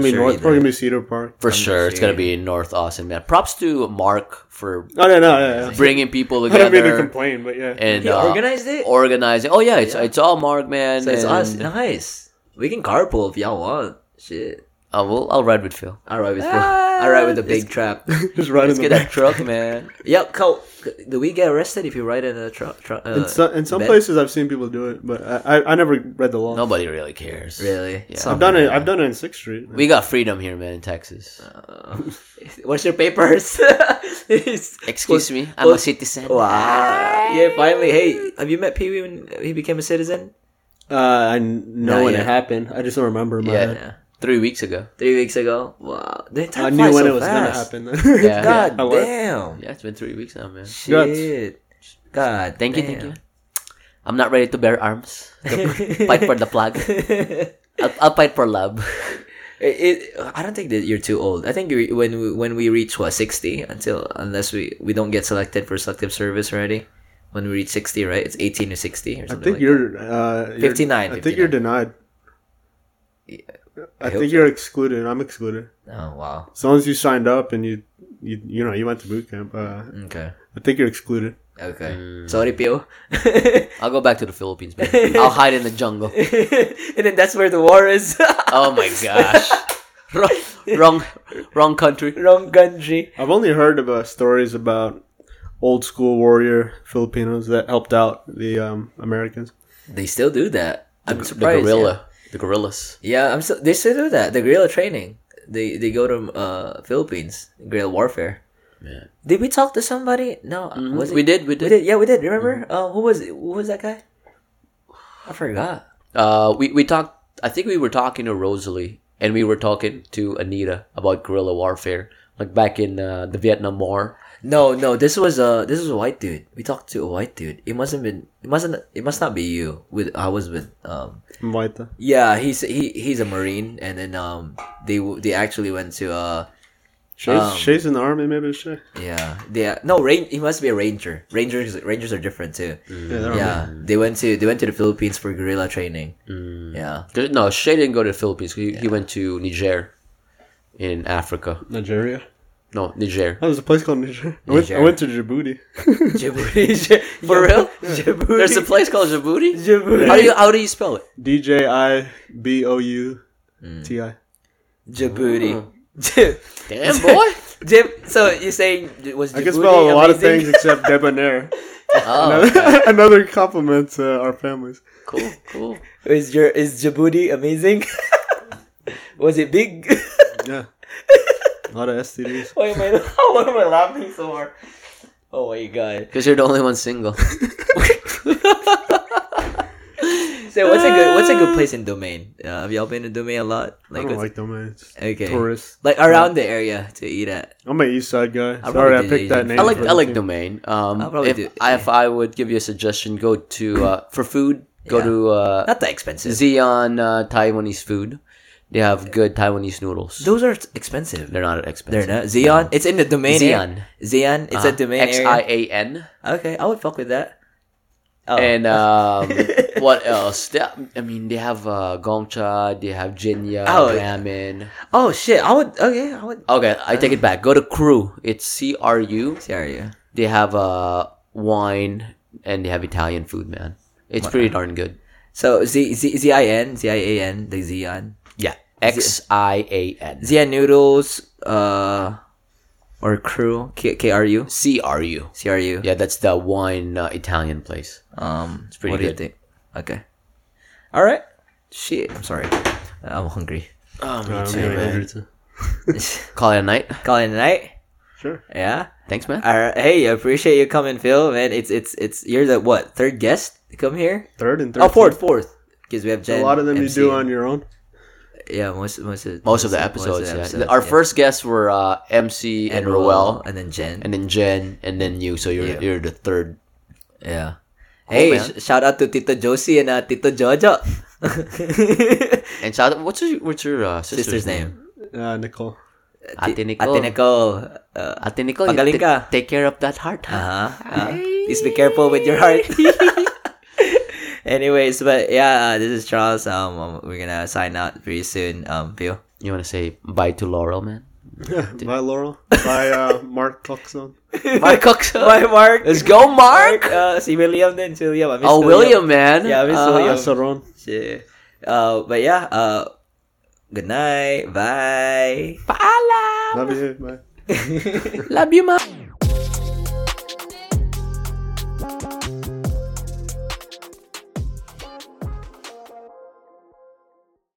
[SPEAKER 1] not
[SPEAKER 3] gonna be
[SPEAKER 1] sure
[SPEAKER 3] North.
[SPEAKER 1] either.
[SPEAKER 3] Probably gonna be Cedar Park.
[SPEAKER 2] For sure, it's gonna be in North Austin, man. Props to Mark for
[SPEAKER 1] (laughs)
[SPEAKER 3] Oh, No, no, no. no, no.
[SPEAKER 2] bringing
[SPEAKER 3] (laughs)
[SPEAKER 2] people
[SPEAKER 3] I don't mean to
[SPEAKER 2] together
[SPEAKER 3] complain, but yeah.
[SPEAKER 2] and
[SPEAKER 1] He
[SPEAKER 2] uh,
[SPEAKER 1] organized it?
[SPEAKER 2] Organizing. Oh yeah, it's it's all Mark, man.
[SPEAKER 1] so it's us.
[SPEAKER 2] and-
[SPEAKER 1] Nice. We can carpool if y'all want. Shit.
[SPEAKER 2] Uh, well, I'll ride with Phil.
[SPEAKER 1] All right with Phil. All right with the big trap.
[SPEAKER 3] Just riding
[SPEAKER 2] Let's
[SPEAKER 3] the
[SPEAKER 2] get that
[SPEAKER 1] (laughs)
[SPEAKER 2] truck, man.
[SPEAKER 1] yeah, Cole. Do we get arrested if you ride in a truck? Tr- uh,
[SPEAKER 3] In, so, in
[SPEAKER 1] bed?
[SPEAKER 3] some places, I've seen people do it, but I, I, I never read the law.
[SPEAKER 2] Nobody really cares.
[SPEAKER 1] Really?
[SPEAKER 2] Yeah.
[SPEAKER 1] Some-
[SPEAKER 3] I've done it. I've done it in Sixth Street.
[SPEAKER 2] We got freedom here, man, in
[SPEAKER 1] (laughs)
[SPEAKER 2] Texas.
[SPEAKER 1] Uh, What's your papers? (laughs) It's-
[SPEAKER 2] Excuse
[SPEAKER 1] Well,
[SPEAKER 2] me, I'm a
[SPEAKER 1] well-
[SPEAKER 2] citizen.
[SPEAKER 1] Wow. Yeah, finally. Hey, have you met Pee Wee when he became a citizen?
[SPEAKER 3] Uh, I kn- know
[SPEAKER 1] Not
[SPEAKER 3] when
[SPEAKER 1] yet.
[SPEAKER 3] it happened. I just don't remember. in My
[SPEAKER 2] Yeah.
[SPEAKER 3] head.
[SPEAKER 2] Three weeks ago.
[SPEAKER 1] Three weeks ago. Wow. The time flies
[SPEAKER 3] I knew when
[SPEAKER 1] so
[SPEAKER 3] it was
[SPEAKER 1] fast.
[SPEAKER 3] gonna happen. (laughs)
[SPEAKER 2] Yeah.
[SPEAKER 1] God
[SPEAKER 3] I was.
[SPEAKER 1] damn.
[SPEAKER 2] Yeah, it's been three weeks now, man.
[SPEAKER 1] Shit. God.
[SPEAKER 2] Thank you, thank you. I'm not ready to
[SPEAKER 1] (laughs)
[SPEAKER 2] bear arms. fight for the flag. I'll, I'll fight for love.
[SPEAKER 1] It, it, I don't think that you're too old. I think you- when we, when we reach what sixty until unless we we don't get selected for selective service already, when we reach sixty, right? It's eighteen to sixty or
[SPEAKER 3] I
[SPEAKER 1] something. like
[SPEAKER 3] think you're, uh, you're
[SPEAKER 1] 59,
[SPEAKER 3] I think you're denied. I,
[SPEAKER 1] hope
[SPEAKER 3] think you're excluded. I'm excluded.
[SPEAKER 1] that. Oh wow.
[SPEAKER 3] As long as you signed up and you, you, you know, you went to boot camp. Uh,
[SPEAKER 1] Okay.
[SPEAKER 3] I think you're excluded.
[SPEAKER 1] Okay.
[SPEAKER 2] Hmm.
[SPEAKER 1] Sorry, Pio. (laughs)
[SPEAKER 2] I'll go back to the Philippines, man. I'll hide in the jungle.
[SPEAKER 1] and then that's where the war is. (laughs)
[SPEAKER 2] Oh my gosh. wrong, wrong, wrong country.
[SPEAKER 1] Wrong country.
[SPEAKER 3] I've only heard about stories about old school warrior Filipinos that helped out the um, Americans.
[SPEAKER 1] They still do that. I'm
[SPEAKER 2] The
[SPEAKER 1] surprised.
[SPEAKER 2] gorilla. The gorillas.
[SPEAKER 1] Yeah, I'm still. They still do that. The guerrilla training. They they go to uh Philippines guerrilla warfare.
[SPEAKER 2] Yeah. Mm-hmm.
[SPEAKER 1] Did we talk to somebody? No, was it?
[SPEAKER 2] We did, we
[SPEAKER 1] We
[SPEAKER 2] did.
[SPEAKER 1] did. Yeah, we did. Remember? Uh, who was who was that guy? I forgot.
[SPEAKER 2] Uh, we we talked. I think we were talking to Rosalie and we were talking to Anita about guerrilla warfare, like back in uh, the Vietnam War.
[SPEAKER 1] No, no. This was uh this was a white dude. We talked to a white dude. It mustn't been. It mustn't. It must not be you. With I was with um.
[SPEAKER 3] Maita.
[SPEAKER 1] Yeah, he's he he's a marine, and then um they w- they actually went to uh
[SPEAKER 3] Shay's,
[SPEAKER 1] Um,
[SPEAKER 3] Shay's in the army, maybe it's Shay.
[SPEAKER 1] yeah they no rain he must be a ranger. Rangers rangers are different too.
[SPEAKER 3] Yeah, they're
[SPEAKER 1] Yeah, they went to they went to the Philippines for guerrilla training. (laughs) Yeah,
[SPEAKER 2] 'Cause- No, Shay didn't go to the Philippines. He, he went to Niger, in Africa.
[SPEAKER 3] Nigeria.
[SPEAKER 2] No, Niger.
[SPEAKER 3] Oh, there's a place called Nigeria. I went, I
[SPEAKER 1] Niger.
[SPEAKER 3] went to Djibouti.
[SPEAKER 1] Djibouti (laughs) for (laughs) real. Djibouti.
[SPEAKER 2] There's a place called Djibouti.
[SPEAKER 1] Djibouti.
[SPEAKER 2] How do you how do you spell it?
[SPEAKER 3] (laughs) D J I B O U T I.
[SPEAKER 1] Djibouti. (laughs) Djib.
[SPEAKER 2] Mm. Damn
[SPEAKER 1] (laughs)
[SPEAKER 2] boy.
[SPEAKER 1] Jib. So you're saying it was
[SPEAKER 3] I
[SPEAKER 1] Djibouti
[SPEAKER 3] can spell a lot of things
[SPEAKER 1] amazing?
[SPEAKER 3] except debonair.
[SPEAKER 2] Oh,
[SPEAKER 3] (laughs) Another compliment to our families.
[SPEAKER 2] cool, cool.
[SPEAKER 1] Is your is Djibouti amazing? (laughs) was it big? (laughs)
[SPEAKER 3] Yeah. A lot of STDs.
[SPEAKER 1] Why am I (laughs) why am I laughing so hard? Oh my god.
[SPEAKER 2] Because you're the only one single.
[SPEAKER 1] So what's a good what's a
[SPEAKER 2] Ah.
[SPEAKER 1] good place in Domain? Uh, have y'all been to Domain a lot? Like
[SPEAKER 3] I don't
[SPEAKER 1] what's-
[SPEAKER 3] like domains.
[SPEAKER 1] okay,
[SPEAKER 3] Tourists.
[SPEAKER 1] like around the area to eat at.
[SPEAKER 3] I'm an East Side guy.
[SPEAKER 1] I
[SPEAKER 3] Sorry, I
[SPEAKER 1] probably did
[SPEAKER 3] picked that
[SPEAKER 1] Asian.
[SPEAKER 3] name.
[SPEAKER 2] I like
[SPEAKER 3] for
[SPEAKER 2] I
[SPEAKER 3] the
[SPEAKER 2] like
[SPEAKER 3] team.
[SPEAKER 2] domain. Um,
[SPEAKER 1] I'll probably
[SPEAKER 2] if
[SPEAKER 1] do it.
[SPEAKER 2] I, if I would give you a suggestion, go to uh, for food. Go
[SPEAKER 1] Yeah.
[SPEAKER 2] to uh,
[SPEAKER 1] Not that expensive.
[SPEAKER 2] Xeon uh, Taiwanese food. They have good Taiwanese noodles.
[SPEAKER 1] Those are expensive.
[SPEAKER 2] They're not
[SPEAKER 1] They're
[SPEAKER 2] expensive. Uh-huh.
[SPEAKER 1] not Xeon. It's in the Domain. area. Xeon. It's a Domain
[SPEAKER 2] X
[SPEAKER 1] area.
[SPEAKER 2] I A N.
[SPEAKER 1] Okay, I would fuck with that. Oh.
[SPEAKER 2] And
[SPEAKER 1] (laughs)
[SPEAKER 2] um, what else? They, I mean, they have uh, Gongcha. They have Jinya
[SPEAKER 1] Oh.
[SPEAKER 2] ramen.
[SPEAKER 1] oh shit, I would. Okay, I would.
[SPEAKER 2] Okay, I take it back. Go to Crew. It's C R U.
[SPEAKER 1] Sorry. yeah.
[SPEAKER 2] They have uh, wine and they have Italian food, man. It's pretty darn good.
[SPEAKER 1] So Z Z Z I N Z I A N the Xeon.
[SPEAKER 2] Yeah. X I A N.
[SPEAKER 1] Xeon noodles, uh, or crew K K R U
[SPEAKER 2] C R U.
[SPEAKER 1] C R U.
[SPEAKER 2] Yeah, that's the wine uh, Italian place.
[SPEAKER 1] Um, it's what
[SPEAKER 2] pretty
[SPEAKER 1] do you
[SPEAKER 2] good.
[SPEAKER 1] think? Okay. All right. Shit. I'm sorry. I'm hungry. (laughs)
[SPEAKER 2] Oh,
[SPEAKER 3] Yeah, I'm getting hungry too.
[SPEAKER 2] Call it a night.
[SPEAKER 1] Call it a night.
[SPEAKER 3] Sure.
[SPEAKER 1] Yeah.
[SPEAKER 2] Thanks, man.
[SPEAKER 1] All right. Hey, I appreciate you coming, Phil. Man, it's it's it's you're the what third guest to come here?
[SPEAKER 3] Third and third.
[SPEAKER 1] Oh, fourth, fourth. Because we have Jen.
[SPEAKER 3] A lot of them you
[SPEAKER 1] MC.
[SPEAKER 3] do on your own.
[SPEAKER 1] yeah most most of
[SPEAKER 2] most of the
[SPEAKER 1] most
[SPEAKER 2] episodes. yeah.
[SPEAKER 1] episodes,
[SPEAKER 2] Our
[SPEAKER 1] yeah.
[SPEAKER 2] first guests were uh, MC and, Roel,
[SPEAKER 1] and then Jen.
[SPEAKER 2] and then Jen, and then you. So you're
[SPEAKER 1] Yeah.
[SPEAKER 2] you're the third.
[SPEAKER 1] Yeah. Hey,
[SPEAKER 2] man.
[SPEAKER 1] sh- shout out to Tito Josie and uh, Tito Jojo.
[SPEAKER 2] And shout out, what's your what's your uh, (laughs) sister's,
[SPEAKER 1] Sister's name.
[SPEAKER 3] Uh, Nicole. (laughs)
[SPEAKER 2] Ate Nicole.
[SPEAKER 1] Ate Nicole. Uh
[SPEAKER 2] Ate Nicole, you
[SPEAKER 1] Pagaling ka.
[SPEAKER 2] ta- take care of that heart. Huh?
[SPEAKER 1] huh. Uh, please be careful with your heart. (laughs) Anyways, but yeah, uh, this is Charles. Um, um, we're gonna sign out pretty soon. Um, Bill.
[SPEAKER 2] (laughs) You want to say bye to Laurel, man?
[SPEAKER 3] By Laurel. By uh,
[SPEAKER 1] (laughs)
[SPEAKER 3] Mark Coxon.
[SPEAKER 2] (laughs) Mark Cox.
[SPEAKER 1] Bye, Mark.
[SPEAKER 2] Let's go, Mark.
[SPEAKER 1] Uh, si William then si William. I miss
[SPEAKER 2] Oh, William, man.
[SPEAKER 1] Yeah, I miss
[SPEAKER 2] Uh,
[SPEAKER 1] William.
[SPEAKER 3] Asaron.
[SPEAKER 1] Shit. Uh, but yeah, uh, Good night. Bye.
[SPEAKER 2] Paalam!
[SPEAKER 3] Love you.
[SPEAKER 1] (laughs)
[SPEAKER 3] Bye.
[SPEAKER 2] Love you, mom.